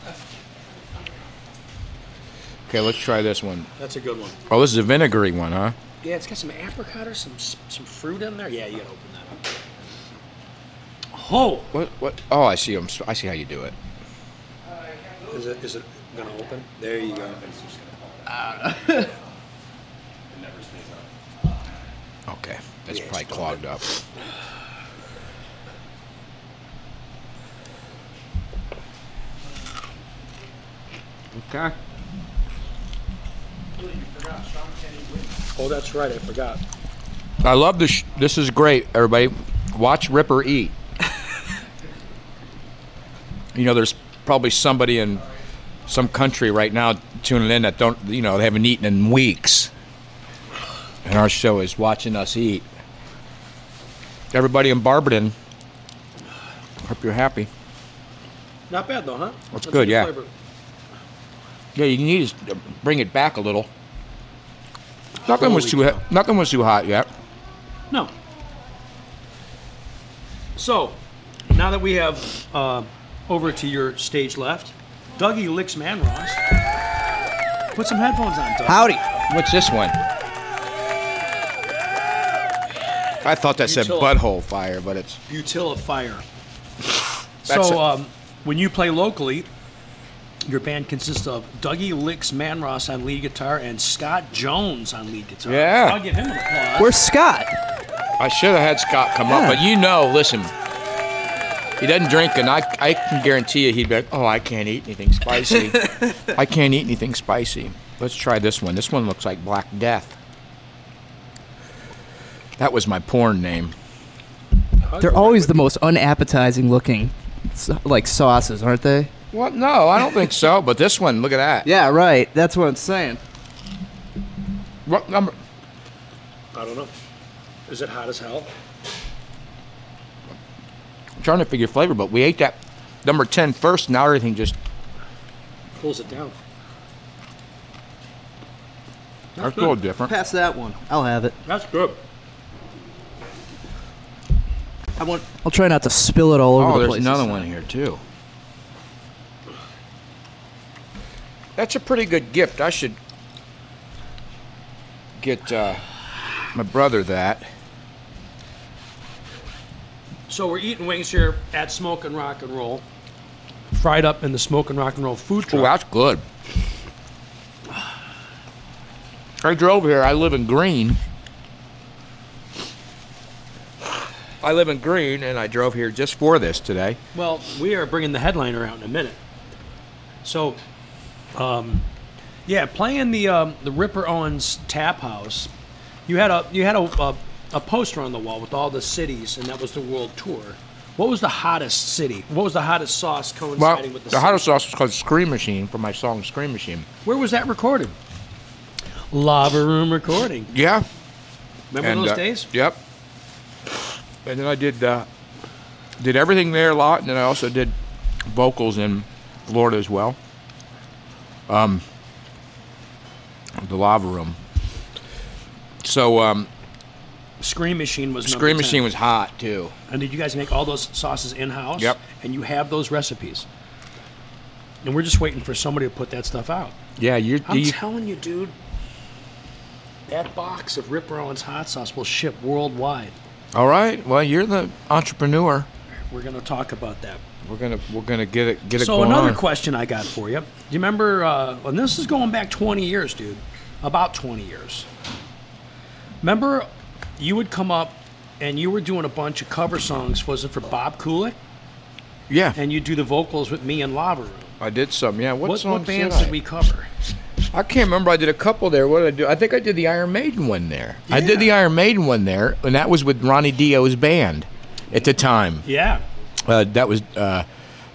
[SPEAKER 4] Okay, let's try this one.
[SPEAKER 2] That's a good one.
[SPEAKER 4] Oh, this is a vinegary one, huh?
[SPEAKER 2] Yeah, it's got some apricot or some some fruit in there. Yeah, you gotta open that up. Oh,
[SPEAKER 4] What? What? Oh, I see. I'm, I see how you do it.
[SPEAKER 2] is it is it gonna open? There you go.
[SPEAKER 4] Okay, that's probably clogged up.
[SPEAKER 1] Okay.
[SPEAKER 2] Oh, that's right. I forgot.
[SPEAKER 4] I love this. Sh- this is great, everybody. Watch Ripper eat. you know, there's probably somebody in some country right now tuning in that don't, you know, they haven't eaten in weeks, and our show is watching us eat. Everybody in Barberton, hope you're happy.
[SPEAKER 2] Not bad though, huh?
[SPEAKER 4] That's
[SPEAKER 2] a
[SPEAKER 4] good, yeah.
[SPEAKER 2] flavor.
[SPEAKER 4] Yeah, you need is to bring it back a little. Nothing was too he- nothing was too hot yet.
[SPEAKER 2] No. So, now that we have uh, over to your stage left, Dougie licks Manros. Put some headphones on, Doug.
[SPEAKER 5] Howdy.
[SPEAKER 4] What's this one? I thought that said
[SPEAKER 2] Util-
[SPEAKER 4] butthole fire, but it's
[SPEAKER 2] Butilla Fire.
[SPEAKER 4] That's
[SPEAKER 2] so,
[SPEAKER 4] it.
[SPEAKER 2] um, when you play locally, your band consists of Dougie Licks Manros on lead guitar and Scott Jones on lead guitar.
[SPEAKER 4] Yeah.
[SPEAKER 2] I'll give him an applause.
[SPEAKER 5] Where's Scott?
[SPEAKER 4] I should have had Scott come up,
[SPEAKER 5] Yeah.
[SPEAKER 4] but you know, listen, he doesn't drink, and I, I can guarantee you he'd be like, oh, I can't eat anything spicy. I can't eat anything spicy. Let's try this one. This one looks like Black Death. That was my porn name.
[SPEAKER 5] They're always the most unappetizing looking, so- like sauces, aren't they?
[SPEAKER 4] What? No, I don't think so. But this one, look at that.
[SPEAKER 5] Yeah, right. That's what I'm saying.
[SPEAKER 4] What number?
[SPEAKER 2] I don't know. Is it hot as hell?
[SPEAKER 4] I'm trying to figure flavor, but we ate that number 10 first. Now everything just
[SPEAKER 2] Cools it down.
[SPEAKER 4] that's a little different.
[SPEAKER 5] Pass that one. I'll have it.
[SPEAKER 2] That's good.
[SPEAKER 5] I won't. I'll try not to spill it all over
[SPEAKER 4] Oh,
[SPEAKER 5] the
[SPEAKER 4] there's
[SPEAKER 5] place.
[SPEAKER 4] another one here too. That's a pretty good gift. I should get uh, my brother that.
[SPEAKER 2] So we're eating wings here at Smoke and Rock and Roll, fried up in the Smoke and Rock and Roll food
[SPEAKER 4] Oh,
[SPEAKER 2] truck.
[SPEAKER 4] that's good. I drove here. I live in Green. I live in Green, and I drove here just for this today.
[SPEAKER 2] Well, we are bringing the headliner out in a minute. So, um, yeah, playing the um, the Ripper Owens Tap House, you had a you had a, a a poster on the wall with all the cities, and that was the world tour. What was the hottest city? What was the hottest sauce
[SPEAKER 4] Well,
[SPEAKER 2] coinciding with the,
[SPEAKER 4] the hottest sauce is called Scream Machine for my song Scream Machine.
[SPEAKER 2] city? Where was that recorded? Lava Room Recording.
[SPEAKER 4] Yeah,
[SPEAKER 2] Remember
[SPEAKER 4] And,
[SPEAKER 2] those
[SPEAKER 4] uh,
[SPEAKER 2] days?
[SPEAKER 4] Yep. And then I did uh, did everything there a lot, and then I also did vocals in Florida as well. Um, the Lava Room. So um,
[SPEAKER 2] Scream Machine was number 10.
[SPEAKER 4] Scream Machine was hot too.
[SPEAKER 2] And did you guys make all those sauces in house?
[SPEAKER 4] Yep.
[SPEAKER 2] And you have those recipes. And we're just waiting for somebody to put that stuff out.
[SPEAKER 4] Yeah, you're.
[SPEAKER 2] I'm telling you, dude, that box of Rip Rowan's hot sauce will ship worldwide.
[SPEAKER 4] all right. Well, you're the entrepreneur.
[SPEAKER 2] We're going to talk about that.
[SPEAKER 4] We're gonna we're gonna get it get it
[SPEAKER 2] So,
[SPEAKER 4] going.
[SPEAKER 2] another
[SPEAKER 4] on.
[SPEAKER 2] question I got for you. Do you remember, uh, and this is going back 20 years, dude, about 20 years. Remember, you would come up and you were doing a bunch of cover songs. Was it for Bob Kulick?
[SPEAKER 4] Yeah.
[SPEAKER 2] and you do the vocals with me and Lava Room.
[SPEAKER 4] I did some. Yeah. What,
[SPEAKER 2] What,
[SPEAKER 4] songs
[SPEAKER 2] what bands
[SPEAKER 4] did,
[SPEAKER 2] did
[SPEAKER 4] I?
[SPEAKER 2] we cover?
[SPEAKER 4] I can't remember. I did a couple there. What did I do? I think I did the Iron Maiden one there. I did the Iron Maiden one there, and that was with Ronnie Dio's band at the time.
[SPEAKER 2] Yeah,
[SPEAKER 4] Uh, that was uh,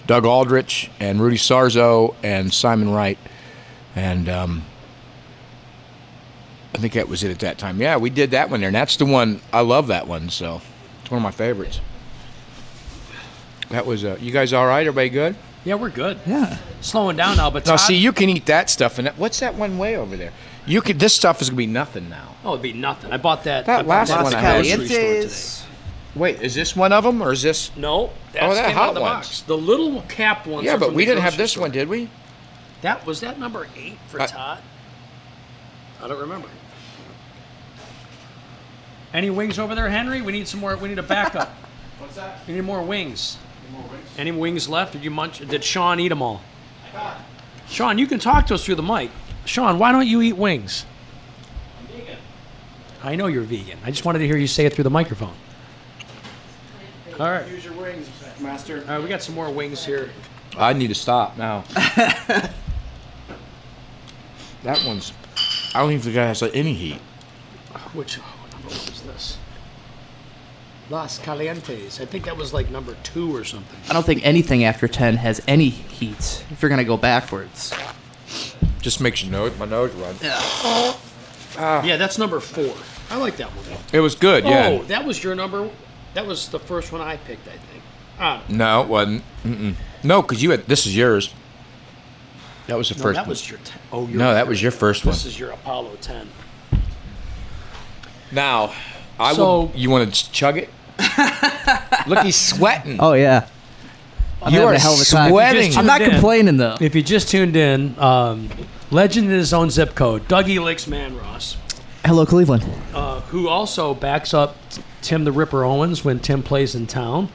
[SPEAKER 4] Doug Aldrich and Rudy Sarzo and Simon Wright, and um, I think that was it at that time. Yeah, we did that one there, and that's the one I love. That one, so it's one of my favorites. That was uh, you guys all right? Everybody good?
[SPEAKER 2] yeah, we're good.
[SPEAKER 5] Yeah.
[SPEAKER 2] Slowing down now, but
[SPEAKER 4] Now,
[SPEAKER 2] Todd,
[SPEAKER 4] see, you can eat that stuff, and that, what's that one way over there? You could. This stuff is gonna be nothing now.
[SPEAKER 2] oh, it'd be nothing. I bought that.
[SPEAKER 4] That
[SPEAKER 2] I bought
[SPEAKER 4] last
[SPEAKER 2] at
[SPEAKER 4] one
[SPEAKER 2] the
[SPEAKER 4] I had.
[SPEAKER 2] grocery store
[SPEAKER 5] Calientes.
[SPEAKER 2] today.
[SPEAKER 4] Wait, is this one of them, or is this?
[SPEAKER 2] No, that's
[SPEAKER 4] Oh, that
[SPEAKER 2] came out
[SPEAKER 4] hot
[SPEAKER 2] of the
[SPEAKER 4] ones.
[SPEAKER 2] box. The little cap ones.
[SPEAKER 4] Yeah,
[SPEAKER 2] are
[SPEAKER 4] but
[SPEAKER 2] from
[SPEAKER 4] we
[SPEAKER 2] the
[SPEAKER 4] didn't have
[SPEAKER 2] grocery
[SPEAKER 4] this
[SPEAKER 2] store.
[SPEAKER 4] one, did we?
[SPEAKER 2] That was that number eight for
[SPEAKER 4] I-
[SPEAKER 2] Todd. I don't remember. Any wings over there, Henry? We need some more. We need a backup. What's that? We need more wings. Any more wings? left? Did you munch? Did Sean eat them all? Sean, you can talk to us through the mic. Sean, why don't you eat wings? I'm vegan. I know you're vegan. I just wanted to hear you say it through the microphone. All right. Use your wings, Master. All right, we got some more wings here.
[SPEAKER 4] I need to stop now. that one's. I don't even think it has any heat.
[SPEAKER 2] Which oh, what number was this? Las Calientes. I think that was like number two or something.
[SPEAKER 5] I don't think anything after 10 has any heat if you're going to go backwards.
[SPEAKER 4] Just makes your nose, my nose run.
[SPEAKER 2] yeah, that's number four. I like that one.
[SPEAKER 4] It was good, Ah. yeah.
[SPEAKER 2] Oh, that was your number. That was the first one I picked, I think. Ah,
[SPEAKER 4] No, it wasn't. Mm-mm. No, because you had. This is yours. That was the
[SPEAKER 2] no,
[SPEAKER 4] first.
[SPEAKER 2] that
[SPEAKER 4] one.
[SPEAKER 2] was your. Ten. Oh, your
[SPEAKER 4] no, that was your first one.
[SPEAKER 2] This is your Apollo ten.
[SPEAKER 4] Now, I
[SPEAKER 2] So-
[SPEAKER 4] will. You want to chug it? Look, he's sweating.
[SPEAKER 5] Oh, yeah. I'm
[SPEAKER 4] You
[SPEAKER 5] having
[SPEAKER 4] are
[SPEAKER 5] a hell of a time.
[SPEAKER 4] sweating.
[SPEAKER 5] I'm not
[SPEAKER 2] tuned in.
[SPEAKER 5] complaining, though.
[SPEAKER 2] If you just tuned in, um, legend in his own zip code, Dougie Licks Manross,
[SPEAKER 5] Hello, Cleveland.
[SPEAKER 2] uh, who also backs up Tim the Ripper Owens when Tim plays in town,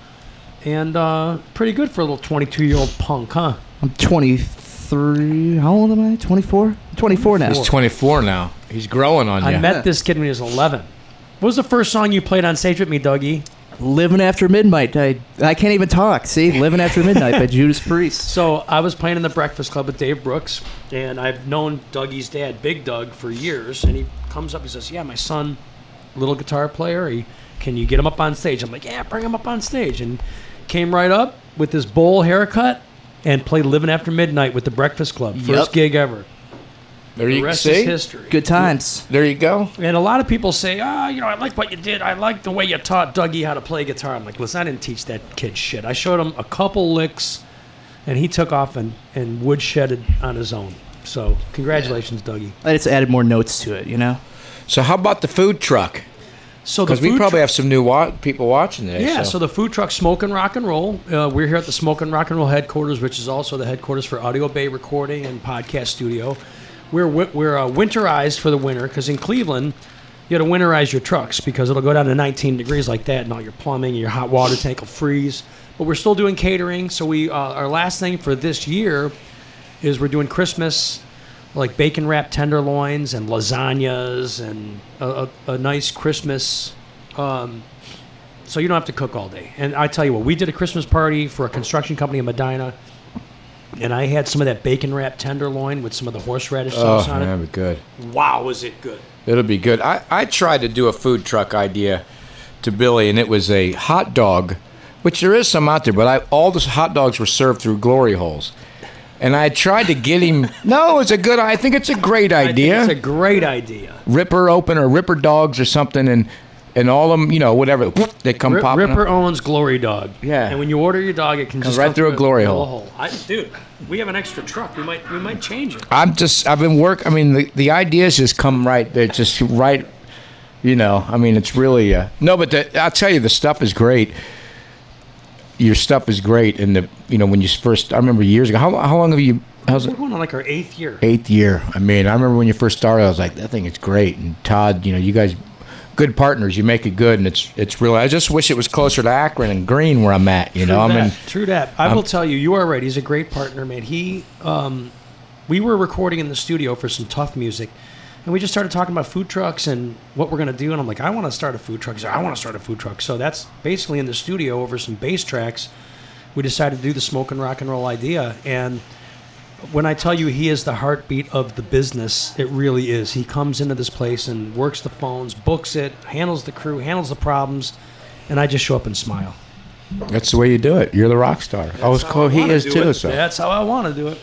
[SPEAKER 2] and uh, pretty good for a little twenty-two-year-old punk, huh?
[SPEAKER 5] I'm 23. How old am I? 24? 24 now.
[SPEAKER 4] he's 24 now. He's growing on
[SPEAKER 2] I
[SPEAKER 4] you.
[SPEAKER 2] met this kid when he was 11. What was the first song you played on stage with me, Dougie?
[SPEAKER 5] Living After Midnight. I, I can't even talk. See? Living After Midnight by Judas Priest.
[SPEAKER 2] So I was playing in the Breakfast Club with Dave Brooks, and I've known Dougie's dad, Big Doug, for years. And he comes up, he says, "Yeah, my son, little guitar player. He, can you get him up on stage?" I'm like, "Yeah, bring him up on stage." And came right up with his bowl haircut and played "Living After Midnight" with the Breakfast Club, first
[SPEAKER 5] Yep.
[SPEAKER 2] gig ever.
[SPEAKER 4] there
[SPEAKER 2] The
[SPEAKER 4] you
[SPEAKER 2] rest
[SPEAKER 4] see.
[SPEAKER 2] is history.
[SPEAKER 5] Good times.
[SPEAKER 4] There you go.
[SPEAKER 2] And a lot of people say, ah, you know, I like what you did. I like the way you taught Dougie how to play guitar. I'm like, listen, I didn't teach that kid shit. I showed him a couple licks, and he took off and, and woodshedded on his own. So, congratulations, Dougie.
[SPEAKER 5] I just added more notes to it, you know?
[SPEAKER 4] So how about the food truck?
[SPEAKER 2] So the
[SPEAKER 4] Because we
[SPEAKER 2] food
[SPEAKER 4] probably
[SPEAKER 2] tru-
[SPEAKER 4] have some new wa- people watching today.
[SPEAKER 2] yeah.
[SPEAKER 4] so.
[SPEAKER 2] So. the food truck, Smoke and Rock and Roll. Uh, we're here at the Smoke and Rock and Roll headquarters, which is also the headquarters for Audio Bay Recording and Podcast Studio. We're wi- we're uh, winterized for the winter because in Cleveland, you got to winterize your trucks because it'll go down to 19 degrees like that, and all your plumbing, your hot water tank will freeze. But we're still doing catering. So we uh, our last thing for this year is we're doing Christmas like bacon wrapped tenderloins and lasagnas and a, a, a nice Christmas. Um, so you don't have to cook all day. And I tell you what, we did a Christmas party for a construction company in Medina, and I had some of that bacon wrapped tenderloin with some of the horseradish
[SPEAKER 4] oh,
[SPEAKER 2] sauce on
[SPEAKER 4] that'd be good.
[SPEAKER 2] it. Wow, was it good!
[SPEAKER 4] It'll be good. I, I tried to do a food truck idea to Billy, and it was a hot dog, which there is some out there, but I, all the hot dogs were served through glory holes. And I tried to get him. No, it's a good. I think it's a great
[SPEAKER 2] I think
[SPEAKER 4] idea.
[SPEAKER 2] it's a great idea.
[SPEAKER 4] Ripper open or Ripper dogs or something, and and all of them, you know, whatever. whoop, They come
[SPEAKER 2] Ri-
[SPEAKER 4] popping.
[SPEAKER 2] Ripper
[SPEAKER 4] up.
[SPEAKER 2] owns Glory Dog.
[SPEAKER 4] Yeah.
[SPEAKER 2] And when you order your dog, it can just
[SPEAKER 4] right
[SPEAKER 2] come
[SPEAKER 4] through a glory
[SPEAKER 2] the
[SPEAKER 4] hole.
[SPEAKER 2] I, dude, we have an extra truck. We might we might change it.
[SPEAKER 4] I'm just. I've been work. I mean, the the ideas just come right. They're just right. You know. I mean, it's really uh, no. But the, I'll tell you, the stuff is great. Your stuff is great, and the you know when you first. I remember years ago. How, how long have you? How's
[SPEAKER 2] We're
[SPEAKER 4] it?
[SPEAKER 2] going on like our eighth year.
[SPEAKER 4] Eighth year. I mean, I remember when you first started. I was like, that thing is great. And Todd, you know, you guys, good partners. You make it good, and it's it's really. I just wish it was closer to Akron and Green where I'm at. You know,
[SPEAKER 2] True
[SPEAKER 4] I'm in.
[SPEAKER 2] that. True that. I will tell you, you are right. He's a great partner, man. He, um, we were recording in the studio for some tough music, and we just started talking about food trucks and what we're gonna do. And I'm like, I want to start a food truck. He's like, I want to start a food truck. So that's basically in the studio over some bass tracks. we decided to do the smoke and rock and roll idea. And when I tell you he is the heartbeat of the business, it really is. He comes into this place and works the phones, books it, handles the crew, handles the problems, and I just show up and smile.
[SPEAKER 4] That's the way you do it. You're the rock star. I was
[SPEAKER 2] That's how
[SPEAKER 4] cool.
[SPEAKER 2] I
[SPEAKER 4] He
[SPEAKER 2] wanna
[SPEAKER 4] is
[SPEAKER 2] do
[SPEAKER 4] too.
[SPEAKER 2] it.
[SPEAKER 4] So
[SPEAKER 2] That's how I want to do it.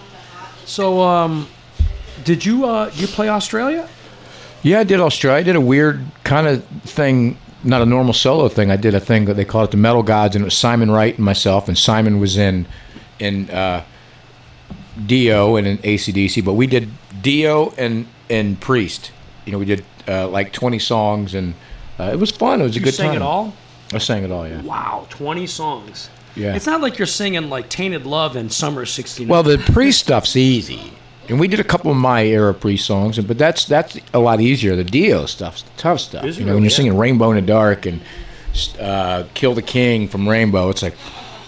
[SPEAKER 2] So, um, did you uh, you play Australia?
[SPEAKER 4] Yeah, I did Australia. I did a weird kind of thing, not a normal solo thing. I did a thing that they called it the Metal Gods, and it was Simon Wright and myself. And Simon was in in uh, Dio and in ACDC, but we did Dio and and Priest. You know, we did uh, like twenty songs, and uh, it was fun. It was a
[SPEAKER 2] You
[SPEAKER 4] good
[SPEAKER 2] sang
[SPEAKER 4] time.
[SPEAKER 2] it all?
[SPEAKER 4] I sang it all. Yeah.
[SPEAKER 2] Wow, twenty songs.
[SPEAKER 4] Yeah.
[SPEAKER 2] It's not like you're singing like "Tainted Love" and "Summer '69."
[SPEAKER 4] Well, the Priest stuff's easy, and we did a couple of my era Priest songs, and but that's that's a lot easier. The Dio stuff's the tough stuff.
[SPEAKER 2] Is it
[SPEAKER 4] you know, when
[SPEAKER 2] really?
[SPEAKER 4] you're singing Rainbow in the Dark and uh, Kill the King from Rainbow, it's like,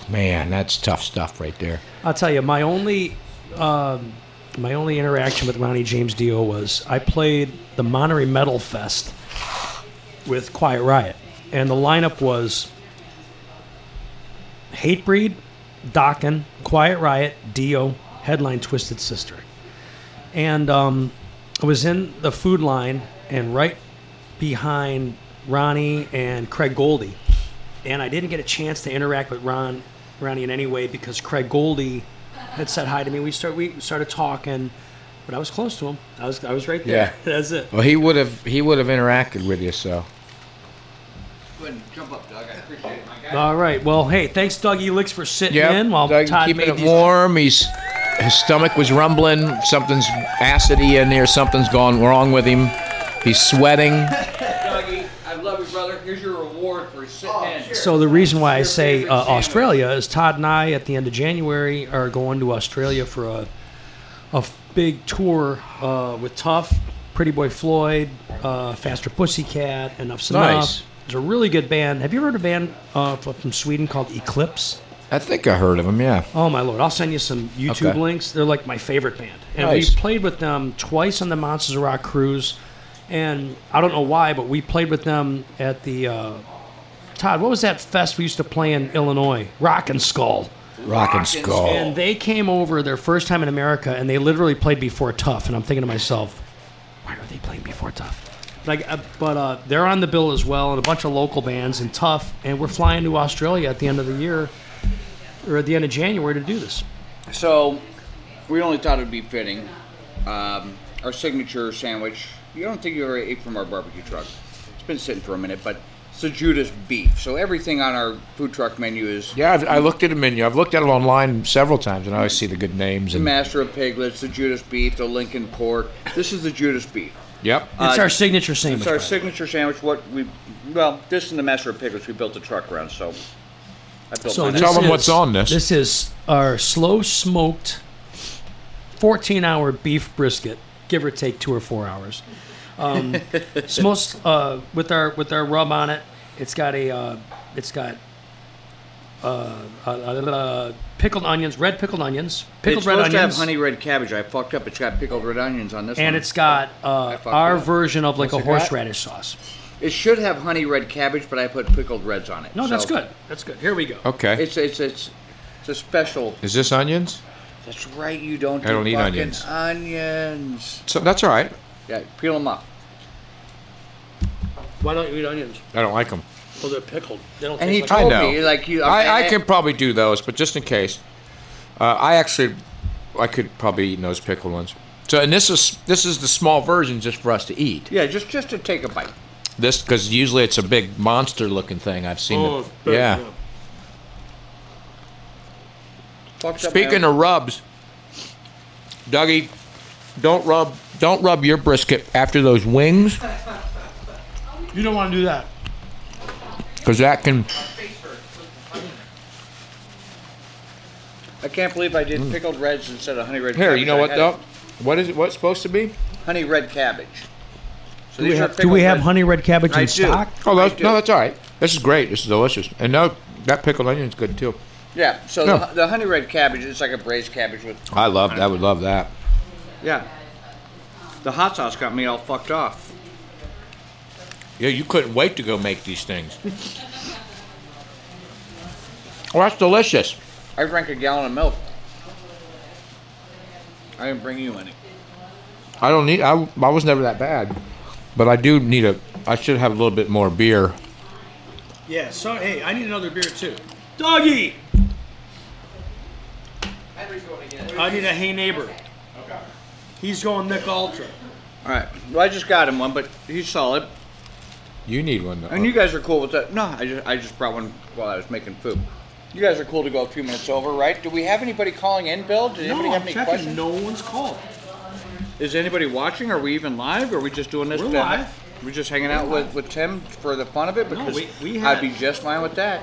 [SPEAKER 4] man, that's tough stuff right there.
[SPEAKER 2] I'll tell you, my only um, my only interaction with Ronnie James Dio was I played the Monterey Metal Fest with Quiet Riot, and the lineup was Hatebreed, Dokken, Quiet Riot, Dio, headline Twisted Sister, and um, I was in the food line and right behind Ronnie and Craig Goldie and I didn't get a chance to interact with Ron, Ronnie in any way because Craig Goldie had said hi to me. We start we started talking, but I was close to him. I was I was right there.
[SPEAKER 4] Yeah.
[SPEAKER 2] That's it.
[SPEAKER 4] Well, he would have he would have interacted with you, so
[SPEAKER 1] Go ahead and jump up, Doug. I appreciate it, my guy.
[SPEAKER 2] All right. Well, hey, thanks Dougie Licks for sitting in while
[SPEAKER 4] Doug,
[SPEAKER 2] Todd
[SPEAKER 4] keeping
[SPEAKER 2] made
[SPEAKER 4] it
[SPEAKER 2] these.
[SPEAKER 4] warm. He's his stomach was rumbling. Something's acidy in there. Something's gone wrong with him. He's sweating.
[SPEAKER 1] Dougie, I love you, brother. Here's your reward for sitting in.
[SPEAKER 2] So the reason why I say uh, Australia is Todd and I at the end of January are going to Australia for a a f- big tour uh, with Tough, Pretty Boy Floyd, uh, Faster Pussycat, and Enough's Enough.
[SPEAKER 4] Nice.
[SPEAKER 2] It's a really good band. Have you ever heard a band uh, f- from Sweden called Eclipse?
[SPEAKER 4] I think I heard of him. Yeah.
[SPEAKER 2] Oh my lord! I'll send you some YouTube
[SPEAKER 4] Okay.
[SPEAKER 2] links. They're like my favorite band, and
[SPEAKER 4] Nice.
[SPEAKER 2] we played with them twice on the Monsters of Rock cruise. And I don't know why, but we played with them at the uh, Todd. What was that fest we used to play in Illinois? Rock and Skull.
[SPEAKER 4] Rock and skull.
[SPEAKER 2] And they came over their first time in America, and they literally played before Tough. And I'm thinking to myself, why are they playing before Tough? Like, uh, but uh, they're on the bill as well, and a bunch of local bands and Tough. And we're flying to Australia at the end of the year, or at the end of January, to do this.
[SPEAKER 1] So, we only thought it'd be fitting. Um, our signature sandwich. You don't think you ever ate from our barbecue truck? It's been sitting for a minute, but it's the Judas beef. So everything on our food truck menu is
[SPEAKER 4] Yeah, I've, I looked at the menu. I've looked at it online several times, and I always see the good names.
[SPEAKER 1] the
[SPEAKER 4] And
[SPEAKER 1] master of piglets, the Judas beef, the Lincoln pork. This is the Judas beef.
[SPEAKER 4] yep,
[SPEAKER 2] It's
[SPEAKER 1] Uh,
[SPEAKER 2] our signature sandwich.
[SPEAKER 1] It's our
[SPEAKER 2] by the way.
[SPEAKER 1] signature sandwich. What we well, this and the master of piglets. We built the truck around, so I built.
[SPEAKER 2] So
[SPEAKER 1] mine.
[SPEAKER 2] this
[SPEAKER 4] Tell 'em
[SPEAKER 2] is-
[SPEAKER 4] what's on this.
[SPEAKER 2] This is our slow smoked, fourteen-hour beef brisket, give or take two or four hours. Um, it's most uh, with our with our rub on it. It's got a uh, it's got uh, uh, uh, pickled onions, red pickled onions, pickled
[SPEAKER 1] it's
[SPEAKER 2] red
[SPEAKER 1] supposed
[SPEAKER 2] onions,
[SPEAKER 1] to have honey red cabbage. I fucked up. It's got pickled red onions on this one.
[SPEAKER 2] and it's got uh,
[SPEAKER 1] fucked
[SPEAKER 2] our
[SPEAKER 1] it up.
[SPEAKER 2] version of like
[SPEAKER 4] What's
[SPEAKER 2] a
[SPEAKER 4] it got?
[SPEAKER 2] horseradish sauce.
[SPEAKER 1] It should have honey red cabbage, but I put pickled reds on it.
[SPEAKER 2] No,
[SPEAKER 1] So
[SPEAKER 2] that's good. That's good. Here we go.
[SPEAKER 4] okay.
[SPEAKER 1] It's it's it's it's a special.
[SPEAKER 4] Is this onions?
[SPEAKER 1] That's right. You don't.
[SPEAKER 4] I don't
[SPEAKER 1] do
[SPEAKER 4] eat
[SPEAKER 1] fucking
[SPEAKER 4] onions.
[SPEAKER 1] Onions.
[SPEAKER 4] So that's all right.
[SPEAKER 1] Yeah, peel them up.
[SPEAKER 2] Why don't you eat onions?
[SPEAKER 4] I don't like them.
[SPEAKER 2] Well, they're pickled. They don't.
[SPEAKER 1] And
[SPEAKER 2] taste
[SPEAKER 1] he
[SPEAKER 2] much.
[SPEAKER 1] told
[SPEAKER 4] I know.
[SPEAKER 1] me like you.
[SPEAKER 4] I, I can probably do those, but just in case, uh, I actually, I could probably eat those pickled ones. So, and this is this is the small version just for us to eat.
[SPEAKER 1] Yeah, just just to take a bite.
[SPEAKER 4] This because usually it's a big monster-looking thing. I've seen
[SPEAKER 2] Oh,
[SPEAKER 4] it.
[SPEAKER 2] it's big,
[SPEAKER 4] yeah.
[SPEAKER 2] yeah.
[SPEAKER 1] Fucked up my
[SPEAKER 4] Speaking
[SPEAKER 1] own-
[SPEAKER 4] of rubs, Dougie, don't rub don't rub your brisket after those wings
[SPEAKER 2] You don't want to do that.
[SPEAKER 4] because that can.
[SPEAKER 1] I can't believe I did pickled reds instead of honey red.
[SPEAKER 4] Mm. Here,
[SPEAKER 1] cabbage.
[SPEAKER 4] you know
[SPEAKER 1] I
[SPEAKER 4] what
[SPEAKER 1] had
[SPEAKER 4] though? What is it? What's supposed to be?
[SPEAKER 1] Honey red cabbage. So
[SPEAKER 2] Do we
[SPEAKER 1] these are
[SPEAKER 2] have, do
[SPEAKER 1] pickled
[SPEAKER 2] we have
[SPEAKER 1] reds.
[SPEAKER 2] honey red cabbage in
[SPEAKER 1] I do.
[SPEAKER 2] stock?
[SPEAKER 4] Oh,
[SPEAKER 1] I
[SPEAKER 4] that's,
[SPEAKER 1] do.
[SPEAKER 4] no, that's all right. This is great. This is delicious. And no, that pickled onion's good too.
[SPEAKER 1] Yeah. So
[SPEAKER 4] No.
[SPEAKER 1] the, the honey red cabbage is like a braised cabbage with.
[SPEAKER 4] I love. I would love that.
[SPEAKER 1] Yeah. The hot sauce got me all fucked off.
[SPEAKER 4] Yeah, you couldn't wait to go make these things. well, that's delicious.
[SPEAKER 1] I drank a gallon of milk. I didn't bring you any.
[SPEAKER 4] I don't need. I, I was never that bad, but I do need a. I should have a little bit more beer.
[SPEAKER 2] Yeah, so hey, I need another beer too. Doggy! I need a hey neighbor. He's going Nick Ultra.
[SPEAKER 1] All right. Well, I just got him one, but he's solid.
[SPEAKER 4] You need one. Though.
[SPEAKER 1] And you guys are cool with that. No, I just I just brought one while I was making food. You guys are cool to go a few minutes over, right? Do we have anybody calling in, Bill? Did anybody
[SPEAKER 2] no,
[SPEAKER 1] have
[SPEAKER 2] I'm
[SPEAKER 1] any
[SPEAKER 2] checking.
[SPEAKER 1] questions?
[SPEAKER 2] No one's called.
[SPEAKER 1] Is anybody watching? Are we even live? Or are we just doing this?
[SPEAKER 2] We're
[SPEAKER 1] to-
[SPEAKER 2] live.
[SPEAKER 1] We're just hanging out with, with Tim for the fun of it because
[SPEAKER 2] we- we
[SPEAKER 1] I'd
[SPEAKER 2] had-
[SPEAKER 1] be just fine with that.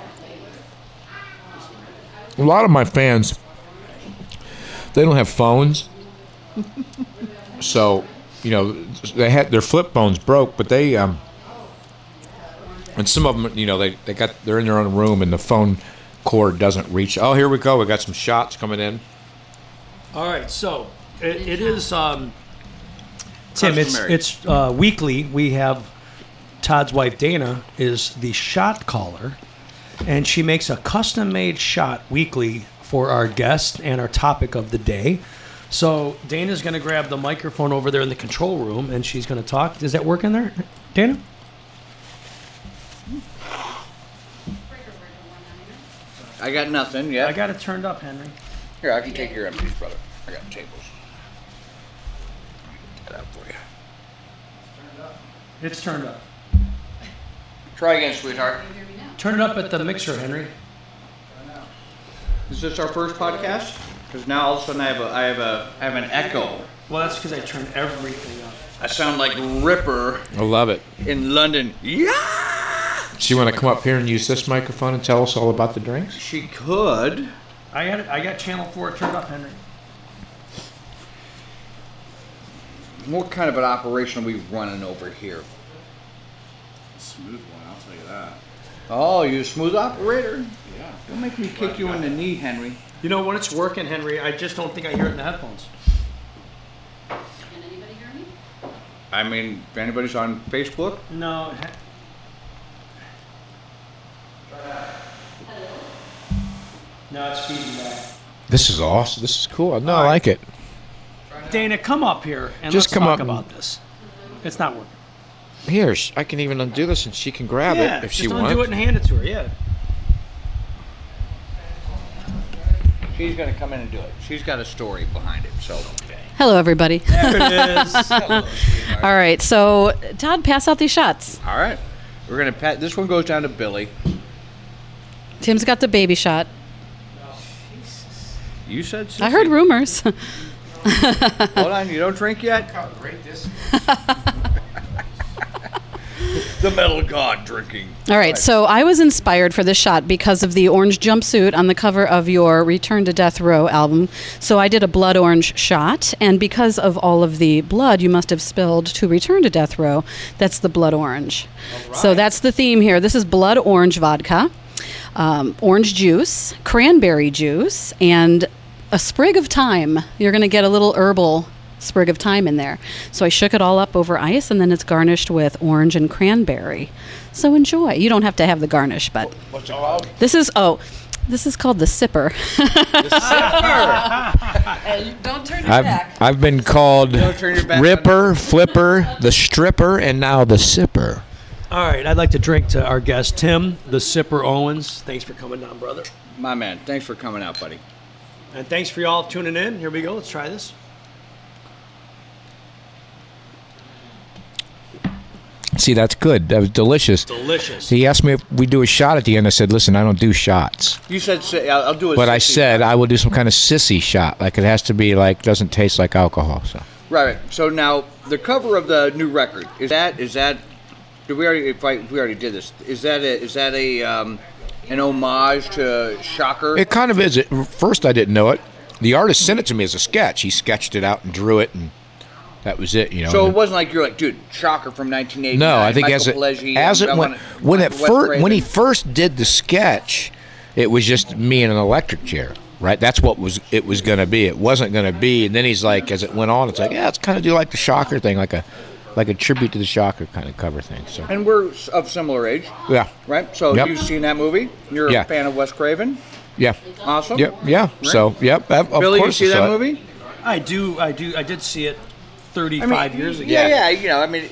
[SPEAKER 4] a lot of my fans, they don't have phones, so you know they had their flip phones broke, but they um, and some of them, you know, they they got they're in their own room and the phone cord doesn't reach. Oh, here we go. We got some shots coming in.
[SPEAKER 2] All right, so it, it is um, Tim. It's
[SPEAKER 1] Customary.
[SPEAKER 2] it's uh, weekly. We have Todd's wife Dana is the shot caller, and she makes a custom made shot weekly for our guest and our topic of the day. So Dana's going to grab the microphone over there in the control room, and she's going to talk. Is that working there, Dana?
[SPEAKER 1] I got nothing yet.
[SPEAKER 2] I got it turned up, Henry.
[SPEAKER 1] Here, I can take your empties, brother. I got tables. Get that out for you.
[SPEAKER 2] It's turned up.
[SPEAKER 1] Try again, sweetheart.
[SPEAKER 2] Turn it up at the mixer, Henry.
[SPEAKER 1] Is this our first podcast? Because now all of a sudden I have a I have a I have an echo.
[SPEAKER 2] Well, that's because I turned everything up.
[SPEAKER 1] I sound like Ripper
[SPEAKER 4] I love it.
[SPEAKER 1] in London. Yeah.
[SPEAKER 4] So you want to come up here and use this microphone and tell us all about the drinks?
[SPEAKER 1] She could.
[SPEAKER 2] I got it, I got channel four turned up, Henry.
[SPEAKER 1] What kind of an operation are we running over here?
[SPEAKER 6] Smooth one, I'll tell you that.
[SPEAKER 1] Oh, you a smooth operator.
[SPEAKER 6] Yeah.
[SPEAKER 1] Don't make me kick you in the knee, Henry.
[SPEAKER 2] You know, when it's working, Henry, I just don't think I hear it in the headphones.
[SPEAKER 7] Can anybody hear me?
[SPEAKER 1] I mean, if anybody's on Facebook,
[SPEAKER 2] No. No, it's feeding back.
[SPEAKER 4] This is awesome. This is cool. No, I like it.
[SPEAKER 2] Dana, come up here and
[SPEAKER 4] Just
[SPEAKER 2] let's
[SPEAKER 4] come
[SPEAKER 2] talk
[SPEAKER 4] up and-
[SPEAKER 2] about this. It's not working.
[SPEAKER 4] Here, sh- I can even undo this and she can grab
[SPEAKER 2] yeah,
[SPEAKER 4] it if
[SPEAKER 2] just
[SPEAKER 4] she
[SPEAKER 2] undo it
[SPEAKER 4] wants.
[SPEAKER 2] and hand it to her. Yeah.
[SPEAKER 1] she's gonna come in and do it. She's got a story behind it, so.
[SPEAKER 7] Hello, everybody.
[SPEAKER 1] Hello, sweetheart.
[SPEAKER 7] All right, so Todd, pass out these shots.
[SPEAKER 1] All right. We're going to pat. This one goes down to Billy.
[SPEAKER 7] Tim's got the baby shot.
[SPEAKER 1] You said
[SPEAKER 7] I heard rumors.
[SPEAKER 1] Hold on. You don't drink yet? how great this The metal god drinking.
[SPEAKER 7] All right, so I was inspired for this shot because of the orange jumpsuit on the cover of your Return to Death Row album. So I did a blood orange shot, and because of all of the blood you must have spilled to Return to Death Row, that's the blood orange. So that's the theme here. This is blood orange vodka, um, orange juice, cranberry juice, and a sprig of thyme. You're going to get a little herbal sprig of thyme in there. So I shook it all up over ice and then it's garnished with orange and cranberry. So enjoy. You don't have to have the garnish, but
[SPEAKER 1] What's it called?
[SPEAKER 7] this is oh, this is called the sipper. don't turn your
[SPEAKER 4] I've, I've been called
[SPEAKER 1] turn your back on
[SPEAKER 4] Ripper, Flipper, the Stripper, and now the Sipper.
[SPEAKER 2] All right, I'd like to drink to our guest Tim, the Sipper Owens. Thanks for coming down, brother,
[SPEAKER 1] My man. Thanks for coming out, buddy.
[SPEAKER 2] and thanks for y'all tuning in. Here we go. Let's try this.
[SPEAKER 4] See, that's good. That was delicious.
[SPEAKER 2] Delicious.
[SPEAKER 4] He asked me if we do a shot at the end. I said, listen, I don't do shots.
[SPEAKER 1] You said, si- I'll, I'll do it.
[SPEAKER 4] But I said I will do some kind of sissy shot. Like it has to be like doesn't taste like alcohol. So
[SPEAKER 1] Right. So now, the cover of the new record, is that, is that, do we already, if I, we already did this, is that a, is that a, um, an homage to Shocker?
[SPEAKER 4] it kind of is. At first, I didn't know it. The artist sent it to me as a sketch. He sketched it out and drew it, and that was it. You know.
[SPEAKER 1] so it
[SPEAKER 4] And-
[SPEAKER 1] wasn't like you're like, dude, Shocker from 1989.
[SPEAKER 4] No, I think
[SPEAKER 1] Michael
[SPEAKER 4] as it
[SPEAKER 1] Pileggi,
[SPEAKER 4] as it
[SPEAKER 1] I
[SPEAKER 4] went
[SPEAKER 1] wanna-
[SPEAKER 4] when it
[SPEAKER 1] Michael
[SPEAKER 4] first
[SPEAKER 1] Westray,
[SPEAKER 4] when he
[SPEAKER 1] and-
[SPEAKER 4] first did the sketch, it was just me in an electric chair, right? That's what was it was going to be. It wasn't going to be, and then he's like, as it went on, it's like, yeah, it's kind of do like the Shocker thing, like a like a tribute to the Shocker kind of cover thing. So
[SPEAKER 1] And we're s- of similar age,
[SPEAKER 4] yeah,
[SPEAKER 1] right? So
[SPEAKER 4] Yep.
[SPEAKER 1] you've seen that movie. You're
[SPEAKER 4] Yeah.
[SPEAKER 1] a fan of Wes Craven.
[SPEAKER 4] Yeah.
[SPEAKER 1] Awesome.
[SPEAKER 4] Yep. Yeah. So, yep. Of of
[SPEAKER 1] Billy, you
[SPEAKER 4] course
[SPEAKER 1] see
[SPEAKER 4] I saw
[SPEAKER 1] that
[SPEAKER 4] it.
[SPEAKER 1] movie?
[SPEAKER 2] I do. I do. I did see it 35 years ago.
[SPEAKER 1] Yeah, yeah. You know, I mean,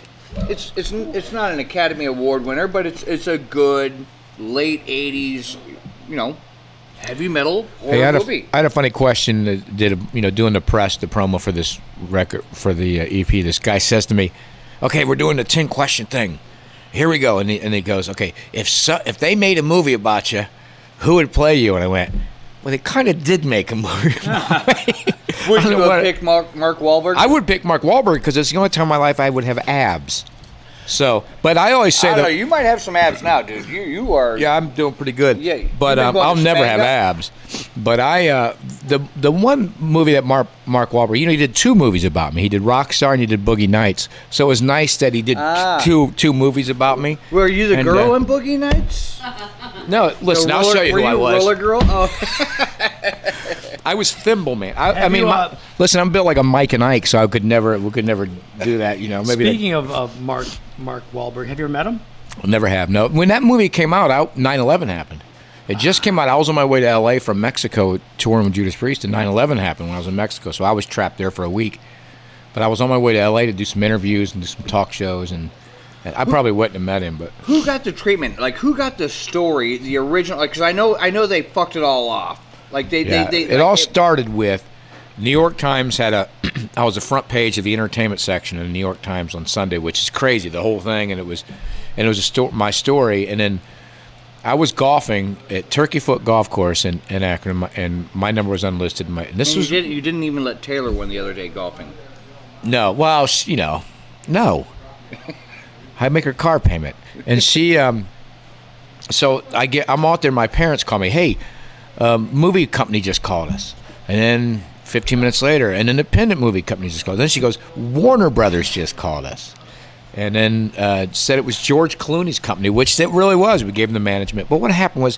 [SPEAKER 1] it's it's n- it's not an Academy Award winner, but it's it's a good late '80s, you know, heavy metal horror
[SPEAKER 4] Hey, I had,
[SPEAKER 1] movie.
[SPEAKER 4] a, I had a funny question. That did you know doing the press, the promo for this record for the uh, EP? This guy says to me, "Okay, we're doing the ten question thing. Here we go." And he, and he goes, "Okay, if so, if they made a movie about you, who would play you?" And I went, "Well, they kind of did make a movie." about me." I
[SPEAKER 1] Would you
[SPEAKER 4] don't know
[SPEAKER 1] have
[SPEAKER 4] what-
[SPEAKER 1] picked Mark Mark Wahlberg?
[SPEAKER 4] I would pick Mark Wahlberg because it's the only time in my life I would have abs. So, but I always
[SPEAKER 1] I
[SPEAKER 4] say
[SPEAKER 1] don't know.
[SPEAKER 4] that.
[SPEAKER 1] You might have some abs now, dude. You you are.
[SPEAKER 4] Yeah, I'm doing pretty good.
[SPEAKER 1] Yeah, you
[SPEAKER 4] but
[SPEAKER 1] been
[SPEAKER 4] um,
[SPEAKER 1] going
[SPEAKER 4] I'll
[SPEAKER 1] to
[SPEAKER 4] never
[SPEAKER 1] Spain,
[SPEAKER 4] have
[SPEAKER 1] yeah?
[SPEAKER 4] abs. But I, uh, the the one movie that Mark Mark Wahlberg, you know, he did two movies about me. He did Rockstar and he did Boogie Nights. So it was nice that he did t-
[SPEAKER 1] Ah.
[SPEAKER 4] two two movies about me.
[SPEAKER 1] Were you the
[SPEAKER 4] And,
[SPEAKER 1] girl
[SPEAKER 4] uh,
[SPEAKER 1] in Boogie Nights?
[SPEAKER 4] No, listen,
[SPEAKER 1] The
[SPEAKER 4] I'll
[SPEAKER 1] roller-
[SPEAKER 4] show you
[SPEAKER 1] were
[SPEAKER 4] who I was.
[SPEAKER 1] Roller girl. Oh,
[SPEAKER 4] I was Thimble Man. I, I
[SPEAKER 2] Have
[SPEAKER 4] mean,
[SPEAKER 2] you,
[SPEAKER 4] my-
[SPEAKER 2] uh,
[SPEAKER 4] listen, I'm built like a Mike and Ike, so I could never we could never do that. You know, maybe
[SPEAKER 2] Speaking of, of Mark Mark Wahlberg, have you ever met him?
[SPEAKER 4] I'll never have. No, when that movie came out, out 9/11 happened. It just came out. I was on my way to L.A. from Mexico touring with Judas Priest, and 9/11 happened when I was in Mexico. So I was trapped there for a week. But I was on my way to L.A. to do some interviews and do some talk shows, and, and I probably wouldn't have met him. But
[SPEAKER 1] who got the treatment? Like who got the story? The original? Like, cause I know I know they fucked it all off. Like they
[SPEAKER 4] yeah,
[SPEAKER 1] they, they
[SPEAKER 4] it all
[SPEAKER 1] like,
[SPEAKER 4] started with New York Times had a. I was the front page of the entertainment section of the New York Times on Sunday, which is crazy. The whole thing, and it was, and it was a sto- my story, and then. I was golfing at Turkey Foot Golf Course in, in Akron, and my- and my number was unlisted. My and this
[SPEAKER 1] And you
[SPEAKER 4] was
[SPEAKER 1] didn't you didn't even let Taylor win the other day golfing.
[SPEAKER 4] no, well, sh you know, no. I make her car payment, and she, um, so I get, I'm out there. My parents call me, hey, um, movie company just called us, and then 15 minutes later, an independent movie company just called. Then she goes, Warner Brothers just called us. And then uh, said it was George Clooney's company, which it really was. We gave them the management. But what happened was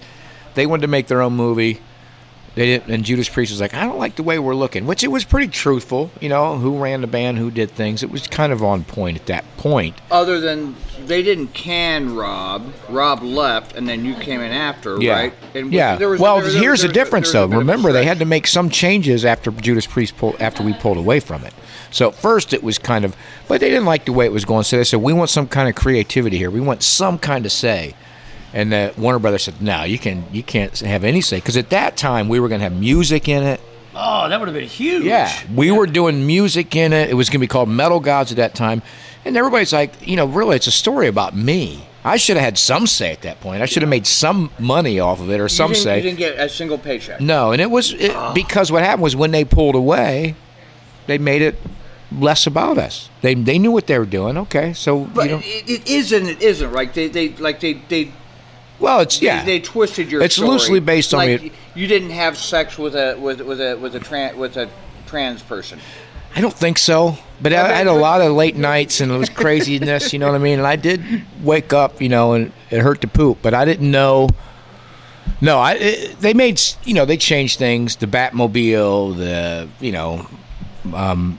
[SPEAKER 4] they wanted to make their own movie they didn't, and Judas Priest was like, I don't like the way we're looking, which it was pretty truthful. You know, who ran the band, who did things. It was kind of on point at that point.
[SPEAKER 1] Other than they didn't can Rob, Rob left, and then you came in after, right? And was-
[SPEAKER 4] yeah.
[SPEAKER 1] there was-
[SPEAKER 4] well,
[SPEAKER 1] there- there-
[SPEAKER 4] here's
[SPEAKER 1] there-
[SPEAKER 4] the difference,
[SPEAKER 1] there was a bit
[SPEAKER 4] though.
[SPEAKER 1] of a
[SPEAKER 4] Remember, they
[SPEAKER 1] stretch.
[SPEAKER 4] had to make some changes after Judas Priest pulled, after we pulled away from it. So at first it was kind of, but they didn't like the way it was going. So they said, we want some kind of creativity here. We want some kind of say. And the Warner Brothers said, no, you can you can't have any say because at that time we were going to have music in it.
[SPEAKER 2] Oh, that would have been huge.
[SPEAKER 4] Yeah, we were doing music in it. It was going to be called Metal Gods at that time, and everybody's like, you know, really, it's a story about me. I should have had some say at that point. I should have made some money off of it, or
[SPEAKER 1] You
[SPEAKER 4] some
[SPEAKER 1] didn't-
[SPEAKER 4] say.
[SPEAKER 1] you didn't get a single paycheck.
[SPEAKER 4] No, and it was it, because what happened was when they pulled away, they made it less about us. They they knew what they were doing. Okay, so
[SPEAKER 1] but
[SPEAKER 4] you know,
[SPEAKER 1] it, it is and it isn't. Like they, they like they, they,
[SPEAKER 4] well, it's yeah,
[SPEAKER 1] they, they twisted your.
[SPEAKER 4] It's
[SPEAKER 1] story.
[SPEAKER 4] loosely based on
[SPEAKER 1] like,
[SPEAKER 4] it.
[SPEAKER 1] You didn't have sex with a with with a with a trans with a trans person.
[SPEAKER 4] I don't think so. But I, I had a lot of late nights and it was craziness, you know what I mean? And I did wake up, you know, and it hurt to poop, but I didn't know. No, I it, they made, s- you know, they changed things, the Batmobile, the, you know, um,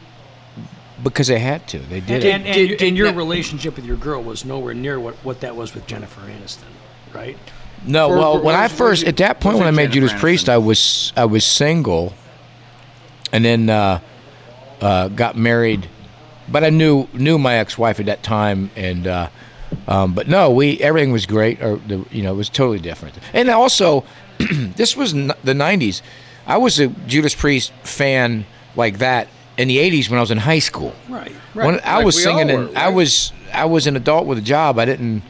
[SPEAKER 4] because they had to. They
[SPEAKER 2] And,
[SPEAKER 4] did it.
[SPEAKER 2] and,
[SPEAKER 1] Did-
[SPEAKER 2] you-
[SPEAKER 1] did
[SPEAKER 2] and your
[SPEAKER 1] not-
[SPEAKER 2] relationship with your girl was nowhere near what, what that was with Jennifer Aniston, right?
[SPEAKER 4] No,
[SPEAKER 1] Or-
[SPEAKER 4] well,
[SPEAKER 1] or
[SPEAKER 4] when I
[SPEAKER 1] was-
[SPEAKER 4] first
[SPEAKER 1] was it-
[SPEAKER 4] at that point
[SPEAKER 1] was
[SPEAKER 4] when
[SPEAKER 1] it
[SPEAKER 4] I made
[SPEAKER 1] Jennifer
[SPEAKER 4] Judas Priest,
[SPEAKER 1] Aniston?
[SPEAKER 4] I was I was single, and then uh, uh, got married. But I knew knew my ex wife at that time, and uh, um, but no, we everything was great, or the, you know, it was totally different. And also, this was n- the '90s. I was a Judas Priest fan like that in the '80s when I was in high school.
[SPEAKER 2] Right.
[SPEAKER 4] When I
[SPEAKER 1] Like
[SPEAKER 4] was
[SPEAKER 1] we all
[SPEAKER 4] singing,
[SPEAKER 1] were,
[SPEAKER 4] and I
[SPEAKER 1] right?
[SPEAKER 4] was I was an adult with a job. I didn't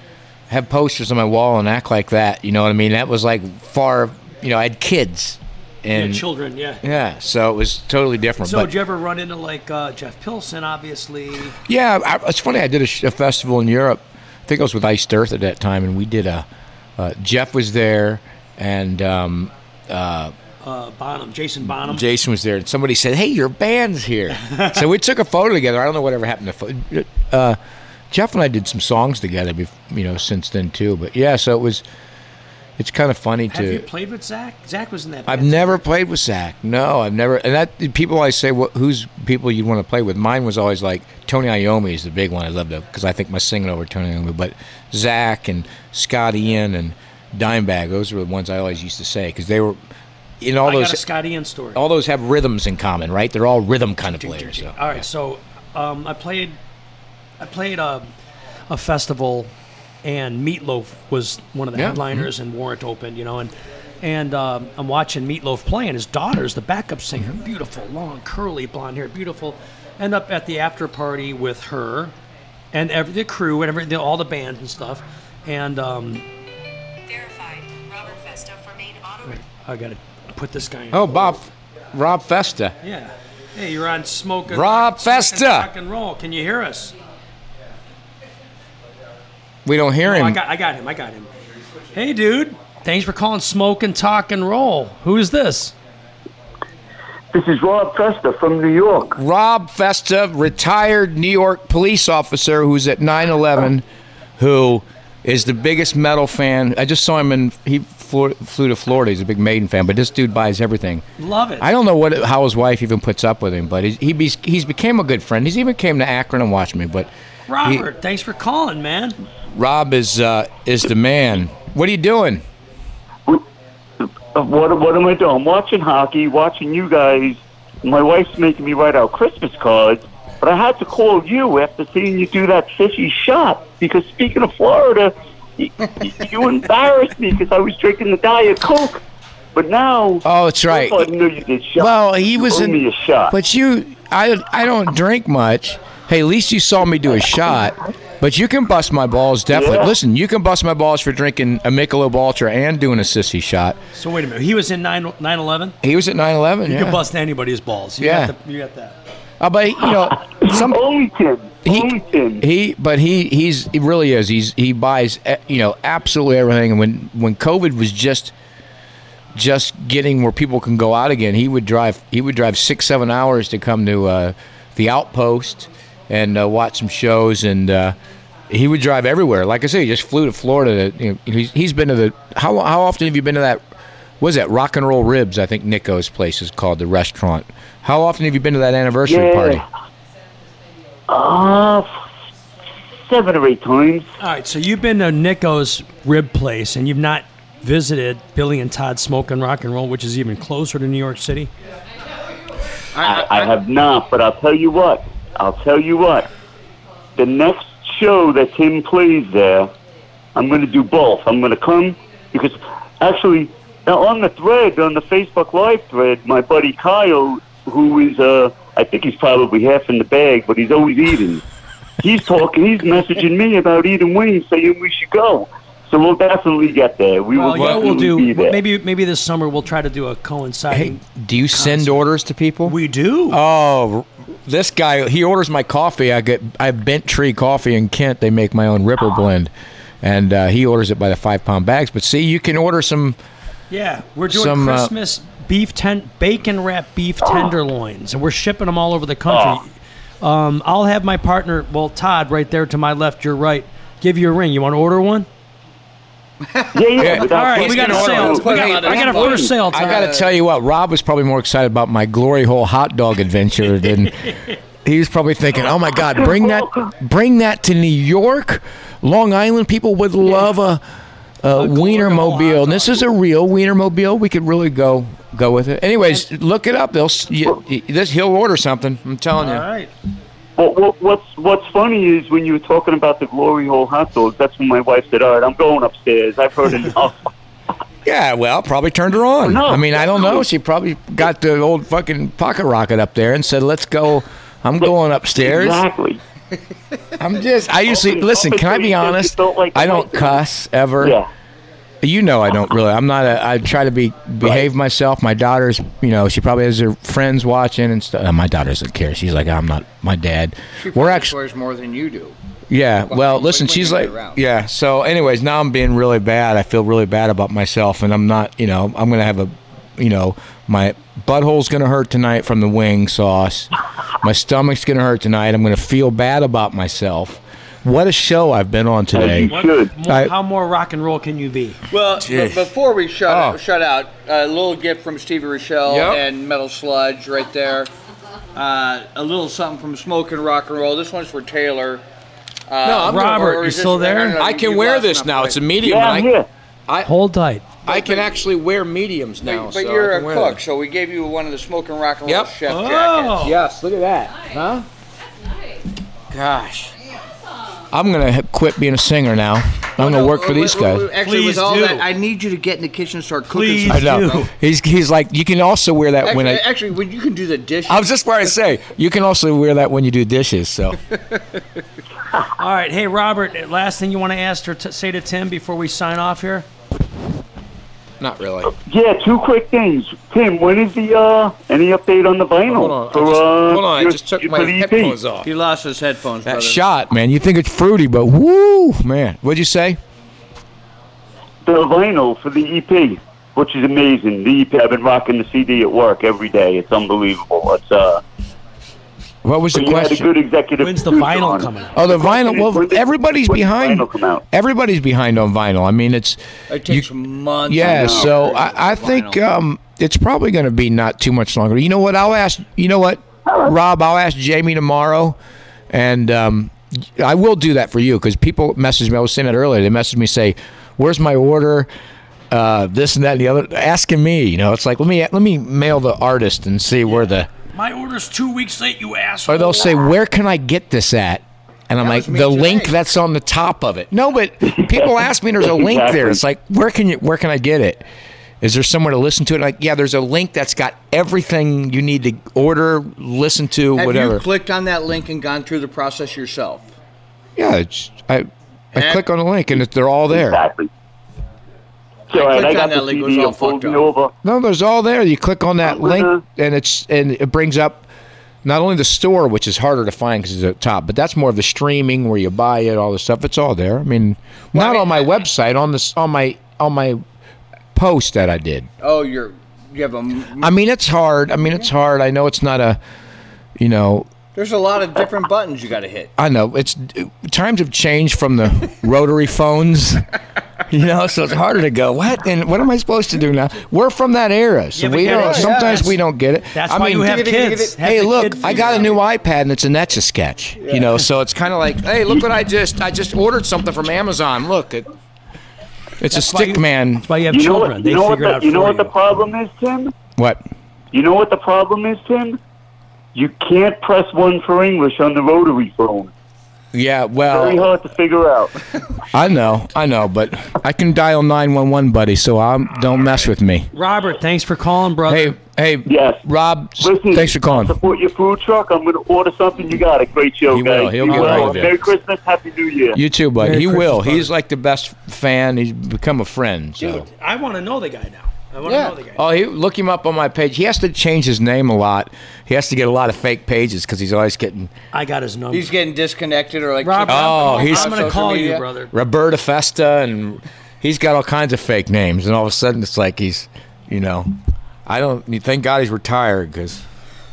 [SPEAKER 4] have posters on my wall and act like that. You know what I mean? That was like far. You know, I had kids,
[SPEAKER 2] Yeah,
[SPEAKER 4] and
[SPEAKER 2] children, yeah.
[SPEAKER 4] yeah, so it was totally different.
[SPEAKER 2] So
[SPEAKER 4] but,
[SPEAKER 2] did you ever run into like uh, Jeff Pilson, obviously?
[SPEAKER 4] yeah, I, it's funny. I did a, sh- a festival in Europe. I think I was with Iced Earth at that time, and we did a. Uh, Jeff was there, and um,
[SPEAKER 2] Uh, Bonham, Jason Bonham.
[SPEAKER 4] Jason was there, and somebody said, "Hey, your band's here." so we took a photo together. I don't know whatever happened to photo. Uh, Jeff and I did some songs together, bef- you know, since then too. But yeah, so it was. It's kind of funny
[SPEAKER 2] have you
[SPEAKER 4] to.
[SPEAKER 2] played with Zach? Zach was in that.
[SPEAKER 4] I've
[SPEAKER 2] band.
[SPEAKER 4] never played with Zach. No, I've never. And that people always say, "What? Who's people you want to play with?" Mine was always like Tony Iommi is the big one. I love that because I think my singing over Tony Iommi. But Zach and Scott Ian and Dimebag, those were the ones I always used to say because they were in all
[SPEAKER 2] I
[SPEAKER 4] those
[SPEAKER 2] got a Scott Ian story.
[SPEAKER 4] all those have rhythms in common, right? They're all rhythm kind of players. So.
[SPEAKER 2] All right, so um, I played, I played a, a festival, and Meatloaf was one of the
[SPEAKER 4] Yeah. mm-hmm.
[SPEAKER 2] headliners, and Warrant opened, you know, and and um, I'm watching Meatloaf play, and his daughter's the backup singer,
[SPEAKER 4] Mm-hmm.
[SPEAKER 2] beautiful, long, curly, blonde hair, beautiful. End up at the after party with her, and every the crew and every the, all the bands and stuff, and um,
[SPEAKER 8] Verified. Robert Festa for main auto.
[SPEAKER 2] I gotta put this guy. in.
[SPEAKER 4] Oh, Bob, Rob Festa.
[SPEAKER 2] yeah. Hey, you're on Smoke. Smoke
[SPEAKER 4] Rob
[SPEAKER 2] and
[SPEAKER 4] Festa.
[SPEAKER 2] Rock and roll. Can you hear us?
[SPEAKER 4] We don't hear
[SPEAKER 2] Oh, I
[SPEAKER 4] him.
[SPEAKER 2] got, I got him. I got him. Hey, dude. Thanks for calling Smoke and Talk and Roll. Who is this?
[SPEAKER 9] This is Rob Festa from New York.
[SPEAKER 4] Rob Festa, retired New York police officer who's at 9/11, who is the biggest metal fan. I just saw him and he flew, flew to Florida. He's a big Maiden fan, but this dude buys everything.
[SPEAKER 2] Love it.
[SPEAKER 4] I don't know what how his wife even puts up with him, but he, he be, he's became a good friend. He's even came to Akron and watched me. But he-
[SPEAKER 2] Robert, thanks for calling, man.
[SPEAKER 4] Rob is uh, is the man. What are you doing?
[SPEAKER 9] Uh, What, what am I doing? I'm watching hockey, watching you guys. My wife's making me write out Christmas cards, but I had to call you after seeing you do that fishy shot because speaking of Florida, you, you embarrassed me because I was drinking the Diet Coke. But now,
[SPEAKER 4] Oh, that's right.
[SPEAKER 9] I knew you did shot.
[SPEAKER 4] Well, he was
[SPEAKER 9] you owe
[SPEAKER 4] in.
[SPEAKER 9] me a shot.
[SPEAKER 4] But you, I, I don't drink much. Hey, at least you saw me do a shot. But you can bust my balls, definitely.
[SPEAKER 9] Yeah.
[SPEAKER 4] Listen, you can bust my balls for drinking a Michelob Ultra and doing a sissy shot.
[SPEAKER 2] So, wait a minute. He was in 9 9 11?
[SPEAKER 4] He was at 9/11.
[SPEAKER 2] You
[SPEAKER 4] yeah.
[SPEAKER 2] can bust anybody's balls. You
[SPEAKER 4] Yeah.
[SPEAKER 2] Got the, you got that.
[SPEAKER 4] Uh, but you know, some
[SPEAKER 9] only kid,
[SPEAKER 4] he
[SPEAKER 9] only kid.
[SPEAKER 4] he, but he he's he really is. He's he buys eh, you know absolutely everything. And when when COVID was just just getting where people can go out again, he would drive he would drive six seven hours to come to uh, the outpost and uh, watch some shows and. Uh, he would drive everywhere. Like I said, he just flew to Florida. To, you know, he's, he's been to the how how often have you been to that? What is that Rock and Roll Ribs? I think Nico's place is called the restaurant. How often have you been to that anniversary
[SPEAKER 9] Yeah.
[SPEAKER 4] party?
[SPEAKER 9] Ah, seven or eight times.
[SPEAKER 2] All right. So, you've been to Nico's Rib Place and you've not visited Billy and Todd Smoke and Rock and Roll, which is even closer to New York City.
[SPEAKER 9] I, I have not, but I'll tell you what. I'll tell you what. The next show that Tim plays there, I'm going to do both. I'm going to come because actually, now on the thread, on the Facebook Live thread, my buddy Kyle, who is, uh, I think he's probably half in the bag, but he's always eating. He's talking, he's messaging me about eating wings, saying we should go. So we'll definitely get there. We
[SPEAKER 2] Well,
[SPEAKER 9] will
[SPEAKER 2] you know what we'll
[SPEAKER 9] definitely be
[SPEAKER 2] do?
[SPEAKER 9] there.
[SPEAKER 2] Maybe, maybe this summer we'll try to do a
[SPEAKER 4] Hey,
[SPEAKER 2] coinciding.
[SPEAKER 4] do you send orders to people?
[SPEAKER 2] We do.
[SPEAKER 4] oh, this guy he orders my coffee. I get I have Bent Tree Coffee in Kent. They make my own Ripper blend, and uh, he orders it by the five pound bags. But see, you can order some.
[SPEAKER 2] Yeah, we're doing
[SPEAKER 4] Some, uh,
[SPEAKER 2] Christmas beef ten bacon wrap beef tenderloins, and we're shipping them all over the country. Um, I'll have my partner, well, Todd, right there to my left, your right, give you a ring. You want to order one?
[SPEAKER 9] yeah, yeah.
[SPEAKER 4] Yeah.
[SPEAKER 9] without
[SPEAKER 2] All right, we
[SPEAKER 9] question.
[SPEAKER 2] got a
[SPEAKER 4] gonna
[SPEAKER 2] sale.
[SPEAKER 4] order
[SPEAKER 2] We
[SPEAKER 4] one.
[SPEAKER 2] got,
[SPEAKER 4] Hey,
[SPEAKER 2] I got a
[SPEAKER 4] I-
[SPEAKER 2] for sale. Todd.
[SPEAKER 4] I got to
[SPEAKER 9] Uh,
[SPEAKER 4] tell you what, Rob was probably more excited about my glory hole hot dog adventure than he was probably thinking. Oh my God, bring that, bring that to New York, Long Island. People would love a, a wiener mobile. And this is a real wiener mobile. We could really go go with it. Anyways, look it up. They'll s- you, you- this he'll order something. I'm telling
[SPEAKER 2] All
[SPEAKER 4] you.
[SPEAKER 2] right.
[SPEAKER 9] Well, what, what's what's funny is when you were talking about the glory hole hot dogs. That's when my wife said, "All right, I'm going upstairs. I've heard enough."
[SPEAKER 4] Yeah, well, probably turned her on.
[SPEAKER 9] Oh, No.
[SPEAKER 4] I mean, I don't know. She probably got the old fucking pocket rocket up there and said, "Let's go." I'm going upstairs.
[SPEAKER 9] exactly.
[SPEAKER 4] I'm just. I usually
[SPEAKER 9] Open-
[SPEAKER 4] listen.
[SPEAKER 9] open
[SPEAKER 4] Can I
[SPEAKER 9] till you
[SPEAKER 4] be
[SPEAKER 9] think you
[SPEAKER 4] honest?
[SPEAKER 9] don't like
[SPEAKER 4] I
[SPEAKER 9] the
[SPEAKER 4] don't
[SPEAKER 9] light.
[SPEAKER 4] cuss ever.
[SPEAKER 9] Yeah.
[SPEAKER 4] You know I don't really. I'm not. A, I try to be behave myself. My daughter's. You know she probably has her friends watching and stuff. Uh, my daughter doesn't care. She's like I'm not my dad. We're actually.
[SPEAKER 1] swears more than you do.
[SPEAKER 4] Yeah. Well,
[SPEAKER 1] when-
[SPEAKER 4] listen.
[SPEAKER 1] when
[SPEAKER 4] She's
[SPEAKER 1] you're
[SPEAKER 4] like.
[SPEAKER 1] around.
[SPEAKER 4] Yeah. So, anyways, now I'm being really bad. I feel really bad about myself, and I'm not. You know, I'm gonna have a. You know, my butthole's gonna hurt tonight from the wing sauce. My stomach's gonna hurt tonight. I'm gonna feel bad about myself. What a show I've been on today.
[SPEAKER 9] You should.
[SPEAKER 2] More,
[SPEAKER 4] I-
[SPEAKER 2] how more rock and roll can you be?
[SPEAKER 1] Well, b- before we shut
[SPEAKER 4] Oh.
[SPEAKER 1] shut out, a little gift from Stevie Rochelle
[SPEAKER 4] Yep.
[SPEAKER 1] and Metal Sludge right there. Uh, a little something from Smoke and Rock and Roll. This one's for Taylor. Uh,
[SPEAKER 4] No, I'm
[SPEAKER 2] Robert, you still there?
[SPEAKER 4] I can wear this now. It's a medium. and
[SPEAKER 9] Yeah,
[SPEAKER 4] I-
[SPEAKER 9] I'm here.
[SPEAKER 2] Hold tight.
[SPEAKER 4] I can actually wear mediums now.
[SPEAKER 1] but
[SPEAKER 4] so I
[SPEAKER 1] you're
[SPEAKER 4] can
[SPEAKER 1] a
[SPEAKER 4] wear
[SPEAKER 1] cook,
[SPEAKER 4] them.
[SPEAKER 1] so we gave you one of the smoking rock and roll
[SPEAKER 4] Yep.
[SPEAKER 1] chef
[SPEAKER 2] Oh.
[SPEAKER 1] jackets.
[SPEAKER 4] Yes, look at that. Huh? Gosh. I'm gonna h- quit being a singer now. I'm gonna work for these guys.
[SPEAKER 1] Actually,
[SPEAKER 2] Please
[SPEAKER 1] with all
[SPEAKER 2] do.
[SPEAKER 1] that, I need you to get in the kitchen and start cooking.
[SPEAKER 2] Please
[SPEAKER 1] some
[SPEAKER 4] I know.
[SPEAKER 2] do.
[SPEAKER 4] He's he's like you can also wear that
[SPEAKER 1] Actually,
[SPEAKER 4] when I.
[SPEAKER 1] actually, when you can do the dishes.
[SPEAKER 4] I was just about to say you can also wear that when you do dishes. So
[SPEAKER 2] All right, hey Robert. Last thing you want to ask or t- say to Tim before we sign off here?
[SPEAKER 4] not really.
[SPEAKER 9] Yeah, two quick things. Tim, when is the uh any update on the vinyl?
[SPEAKER 4] Hold on. I
[SPEAKER 9] for,
[SPEAKER 4] just,
[SPEAKER 9] uh,
[SPEAKER 4] hold on. I
[SPEAKER 9] your-
[SPEAKER 4] just took
[SPEAKER 9] your-
[SPEAKER 4] my
[SPEAKER 9] for the E EP?
[SPEAKER 4] headphones off.
[SPEAKER 1] he lost his headphones,
[SPEAKER 4] That
[SPEAKER 1] brother.
[SPEAKER 4] shot, man. You think it's fruity, but woo, man. What'd you say?
[SPEAKER 9] The vinyl for the EP, which is amazing. The EP, I've been rocking the CD at work every day. It's unbelievable. It's uh,
[SPEAKER 4] What was the
[SPEAKER 9] you had a
[SPEAKER 4] question?
[SPEAKER 9] good executive.
[SPEAKER 2] When's the
[SPEAKER 9] producer
[SPEAKER 2] vinyl
[SPEAKER 9] on it.
[SPEAKER 2] coming out?
[SPEAKER 4] Oh, the
[SPEAKER 9] question
[SPEAKER 4] vinyl.
[SPEAKER 9] is, when
[SPEAKER 4] Well,
[SPEAKER 9] did-
[SPEAKER 4] everybody's
[SPEAKER 9] when did
[SPEAKER 4] behind.
[SPEAKER 9] vinyl come out?
[SPEAKER 4] Everybody's behind on vinyl. I mean, it's
[SPEAKER 1] It takes months.
[SPEAKER 4] yeah.
[SPEAKER 1] and months
[SPEAKER 4] So
[SPEAKER 1] for
[SPEAKER 4] I, I
[SPEAKER 1] vinyl.
[SPEAKER 4] think um, it's probably going to be not too much longer. You know what? I'll ask. You know what, Rob? I'll ask Jamie tomorrow, and um, I will do that for you because people message me. I was saying that earlier. They message me say, "Where's my order?" Uh, this and that and the other, asking me. You know, it's like let me let me mail the artist and see where the
[SPEAKER 2] My order's two weeks late, you asshole.
[SPEAKER 4] or they'll say, "Where can I get this at?" And I'm like,
[SPEAKER 1] was me
[SPEAKER 4] "The link
[SPEAKER 1] today."
[SPEAKER 4] that's on the top of it." No, but people ask me, and "There's a link there."
[SPEAKER 9] Exactly.
[SPEAKER 4] It's like, "Where can you? Where can I get it? Is there somewhere to listen to it?" Like, yeah, there's a link that's got everything you need to order, listen to,
[SPEAKER 1] Have
[SPEAKER 4] whatever.
[SPEAKER 1] you clicked on that link and gone through the process yourself?
[SPEAKER 4] yeah, it's, I I
[SPEAKER 1] Eh?
[SPEAKER 4] click on the link and it, they're all there.
[SPEAKER 9] Exactly. So
[SPEAKER 1] I
[SPEAKER 9] I,
[SPEAKER 1] clicked on
[SPEAKER 9] got
[SPEAKER 1] that
[SPEAKER 9] the
[SPEAKER 1] link, it was
[SPEAKER 9] CD
[SPEAKER 1] all
[SPEAKER 9] of Hold
[SPEAKER 1] fucked
[SPEAKER 9] Me
[SPEAKER 1] up.
[SPEAKER 9] Over.
[SPEAKER 4] No, there's all there. You click on that
[SPEAKER 9] Uh-huh.
[SPEAKER 4] link and it's and it brings up. Not only the store, which is harder to find because it's at the top, but that's more of the streaming where you buy it, all this stuff. It's all there. I mean, not
[SPEAKER 1] mean,
[SPEAKER 4] on my
[SPEAKER 1] I-
[SPEAKER 4] website, on this, on my, on my post that I did.
[SPEAKER 1] Oh, you're you have a. m-
[SPEAKER 4] I mean, it's hard. I mean, it's hard. I know it's not a, you know,
[SPEAKER 1] There's a lot of different buttons you got to hit.
[SPEAKER 4] I know it's times have changed from the rotary phones. You know, so it's harder to go. What and what am I supposed to do now? We're from that era, so
[SPEAKER 2] Yeah, but
[SPEAKER 4] we
[SPEAKER 2] that
[SPEAKER 4] don't.
[SPEAKER 2] is-
[SPEAKER 4] sometimes
[SPEAKER 2] yeah,
[SPEAKER 4] we don't get it.
[SPEAKER 2] That's
[SPEAKER 4] I
[SPEAKER 2] why
[SPEAKER 4] mean,
[SPEAKER 2] you have
[SPEAKER 1] it, give it, give
[SPEAKER 2] kids.
[SPEAKER 1] it.
[SPEAKER 2] Have
[SPEAKER 4] hey,
[SPEAKER 2] the
[SPEAKER 4] look,
[SPEAKER 2] kid
[SPEAKER 4] I got a new iPad and it's an etch a sketch. You know, so it's kind of like, hey, look what I just I just ordered something from Amazon. Look, it, it's a
[SPEAKER 2] why
[SPEAKER 4] stick
[SPEAKER 2] you-
[SPEAKER 4] man.
[SPEAKER 2] That's why you have
[SPEAKER 9] You know
[SPEAKER 2] children.
[SPEAKER 9] what?
[SPEAKER 2] they
[SPEAKER 9] You know what?
[SPEAKER 2] figure it
[SPEAKER 9] The,
[SPEAKER 2] out
[SPEAKER 9] you know
[SPEAKER 2] for
[SPEAKER 9] what the problem is, Tim?
[SPEAKER 4] What?
[SPEAKER 9] You know what the problem is, Tim? You can't press one for English on the rotary phone.
[SPEAKER 4] Yeah,
[SPEAKER 9] Very
[SPEAKER 4] well,
[SPEAKER 9] hard to figure out.
[SPEAKER 4] I know, I know, but I can dial nine one one, buddy. So I'm don't mess with me.
[SPEAKER 2] Robert, thanks for calling, brother.
[SPEAKER 4] Hey, hey,
[SPEAKER 9] Yes.
[SPEAKER 4] Rob. s-
[SPEAKER 9] Listen,
[SPEAKER 4] thanks for calling.
[SPEAKER 9] Support your food truck. I'm going to order something. You got a great show,
[SPEAKER 4] He
[SPEAKER 9] guys.
[SPEAKER 4] will. He'll
[SPEAKER 9] You
[SPEAKER 4] get
[SPEAKER 9] will.
[SPEAKER 4] right with you.
[SPEAKER 9] Merry Christmas. Happy New Year.
[SPEAKER 4] You too, buddy.
[SPEAKER 3] Merry
[SPEAKER 4] he
[SPEAKER 3] Christmas,
[SPEAKER 4] will.
[SPEAKER 3] brother.
[SPEAKER 4] He's like the best fan. He's become a friend. So.
[SPEAKER 2] Dude, I want to know the guy now. I want to know the guy.
[SPEAKER 4] Oh, he, look him up on my page. He has to change his name a lot. He has to get a lot of fake pages because he's always getting
[SPEAKER 2] I got his number.
[SPEAKER 1] He's getting disconnected or like.
[SPEAKER 2] Robert,
[SPEAKER 4] Oh,
[SPEAKER 2] I'm,
[SPEAKER 4] he's-
[SPEAKER 2] I'm going to
[SPEAKER 1] social
[SPEAKER 2] call you,
[SPEAKER 1] media.
[SPEAKER 2] brother.
[SPEAKER 4] Roberta Festa, and he's got all kinds of fake names. And all of a sudden, it's like he's, you know, I don't. you Thank God he's retired because.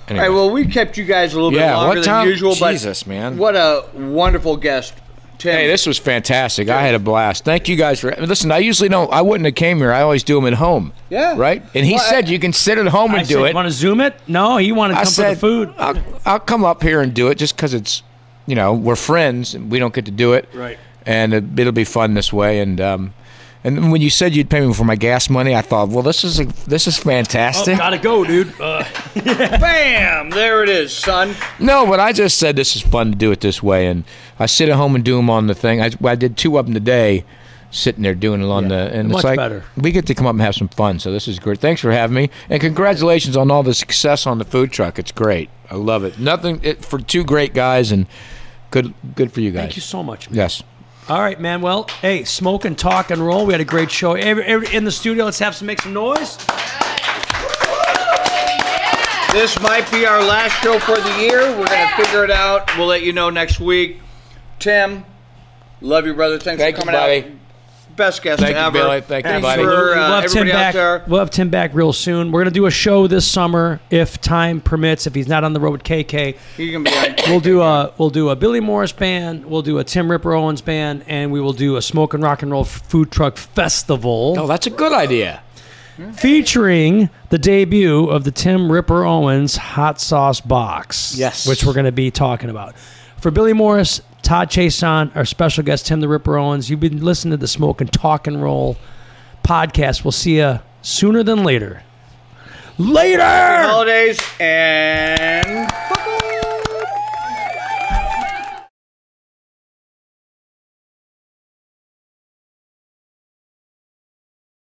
[SPEAKER 1] All right. Well, we kept you guys a little
[SPEAKER 4] Yeah,
[SPEAKER 1] bit
[SPEAKER 4] what
[SPEAKER 1] longer than
[SPEAKER 4] time-
[SPEAKER 1] usual, but
[SPEAKER 4] Jesus, man.
[SPEAKER 1] what a wonderful guest, Tim.
[SPEAKER 4] Hey, this was fantastic. I had a blast. Thank you guys for listen. I usually don't. I wouldn't have came here. I always do them at home.
[SPEAKER 1] Yeah.
[SPEAKER 4] Right. And he
[SPEAKER 1] Well, I-
[SPEAKER 4] said you can sit at home and
[SPEAKER 2] I
[SPEAKER 4] do it.
[SPEAKER 2] Want to zoom it? No, he wanted to
[SPEAKER 4] I
[SPEAKER 2] come
[SPEAKER 4] said
[SPEAKER 2] for the food.
[SPEAKER 4] I'll, I'll come up here and do it just because it's, you know, we're friends and we don't get to do it.
[SPEAKER 2] Right.
[SPEAKER 4] And it, it'll be fun this way. And um, and then when you said you'd pay me for my gas money, I thought, well, this is a, this is
[SPEAKER 2] Oh,
[SPEAKER 4] fantastic.
[SPEAKER 2] gotta go, dude. Uh,
[SPEAKER 1] Bam! There it is, son.
[SPEAKER 4] No, but I just said this is fun to do it this way, and I sit at home and do them on the thing. I, I did two of them today, sitting there doing it on the. And
[SPEAKER 2] much
[SPEAKER 4] it's like
[SPEAKER 2] better.
[SPEAKER 4] we get to come up and have some fun, so this is great. Thanks for having me, and congratulations on all the success on the food truck. It's great. I love it. Nothing it, for two great guys, and good good for you guys.
[SPEAKER 2] thank you so much, man.
[SPEAKER 4] Yes.
[SPEAKER 2] All right, man. Well, hey, smoke and talk and roll. We had a great show. Every, every, in the studio, let's have some make some noise.
[SPEAKER 1] This might be our last show for the year. We're gonna figure it out. We'll let you know next week. Tim, love you, brother. Thanks
[SPEAKER 4] Thank
[SPEAKER 1] for
[SPEAKER 4] you,
[SPEAKER 1] coming
[SPEAKER 4] buddy.
[SPEAKER 1] out. Best guest
[SPEAKER 4] Thank you,
[SPEAKER 1] ever.
[SPEAKER 4] Billy. Thank you,
[SPEAKER 1] Thanks
[SPEAKER 4] buddy.
[SPEAKER 1] for
[SPEAKER 2] we'll
[SPEAKER 1] uh,
[SPEAKER 2] have Tim
[SPEAKER 1] everybody out
[SPEAKER 2] back.
[SPEAKER 1] there.
[SPEAKER 2] We'll have Tim back real soon. We're gonna do a show this summer if time permits. If he's not on the road with KK,
[SPEAKER 1] You can be on.
[SPEAKER 2] we'll do a we'll do a Billy Morris band. We'll do a Tim Ripper Owens band, and we will do a smoke and rock and roll food truck festival.
[SPEAKER 4] Oh, that's a good idea.
[SPEAKER 2] featuring the debut of the Tim Ripper Owens hot sauce box.
[SPEAKER 4] Yes.
[SPEAKER 2] Which we're going to be talking about. For Billy Morris, Todd Chason, our special guest, Tim the Ripper Owens, you've been listening to the Smoke and Talk and Roll podcast. We'll see you sooner than later. Later.
[SPEAKER 1] Holidays and.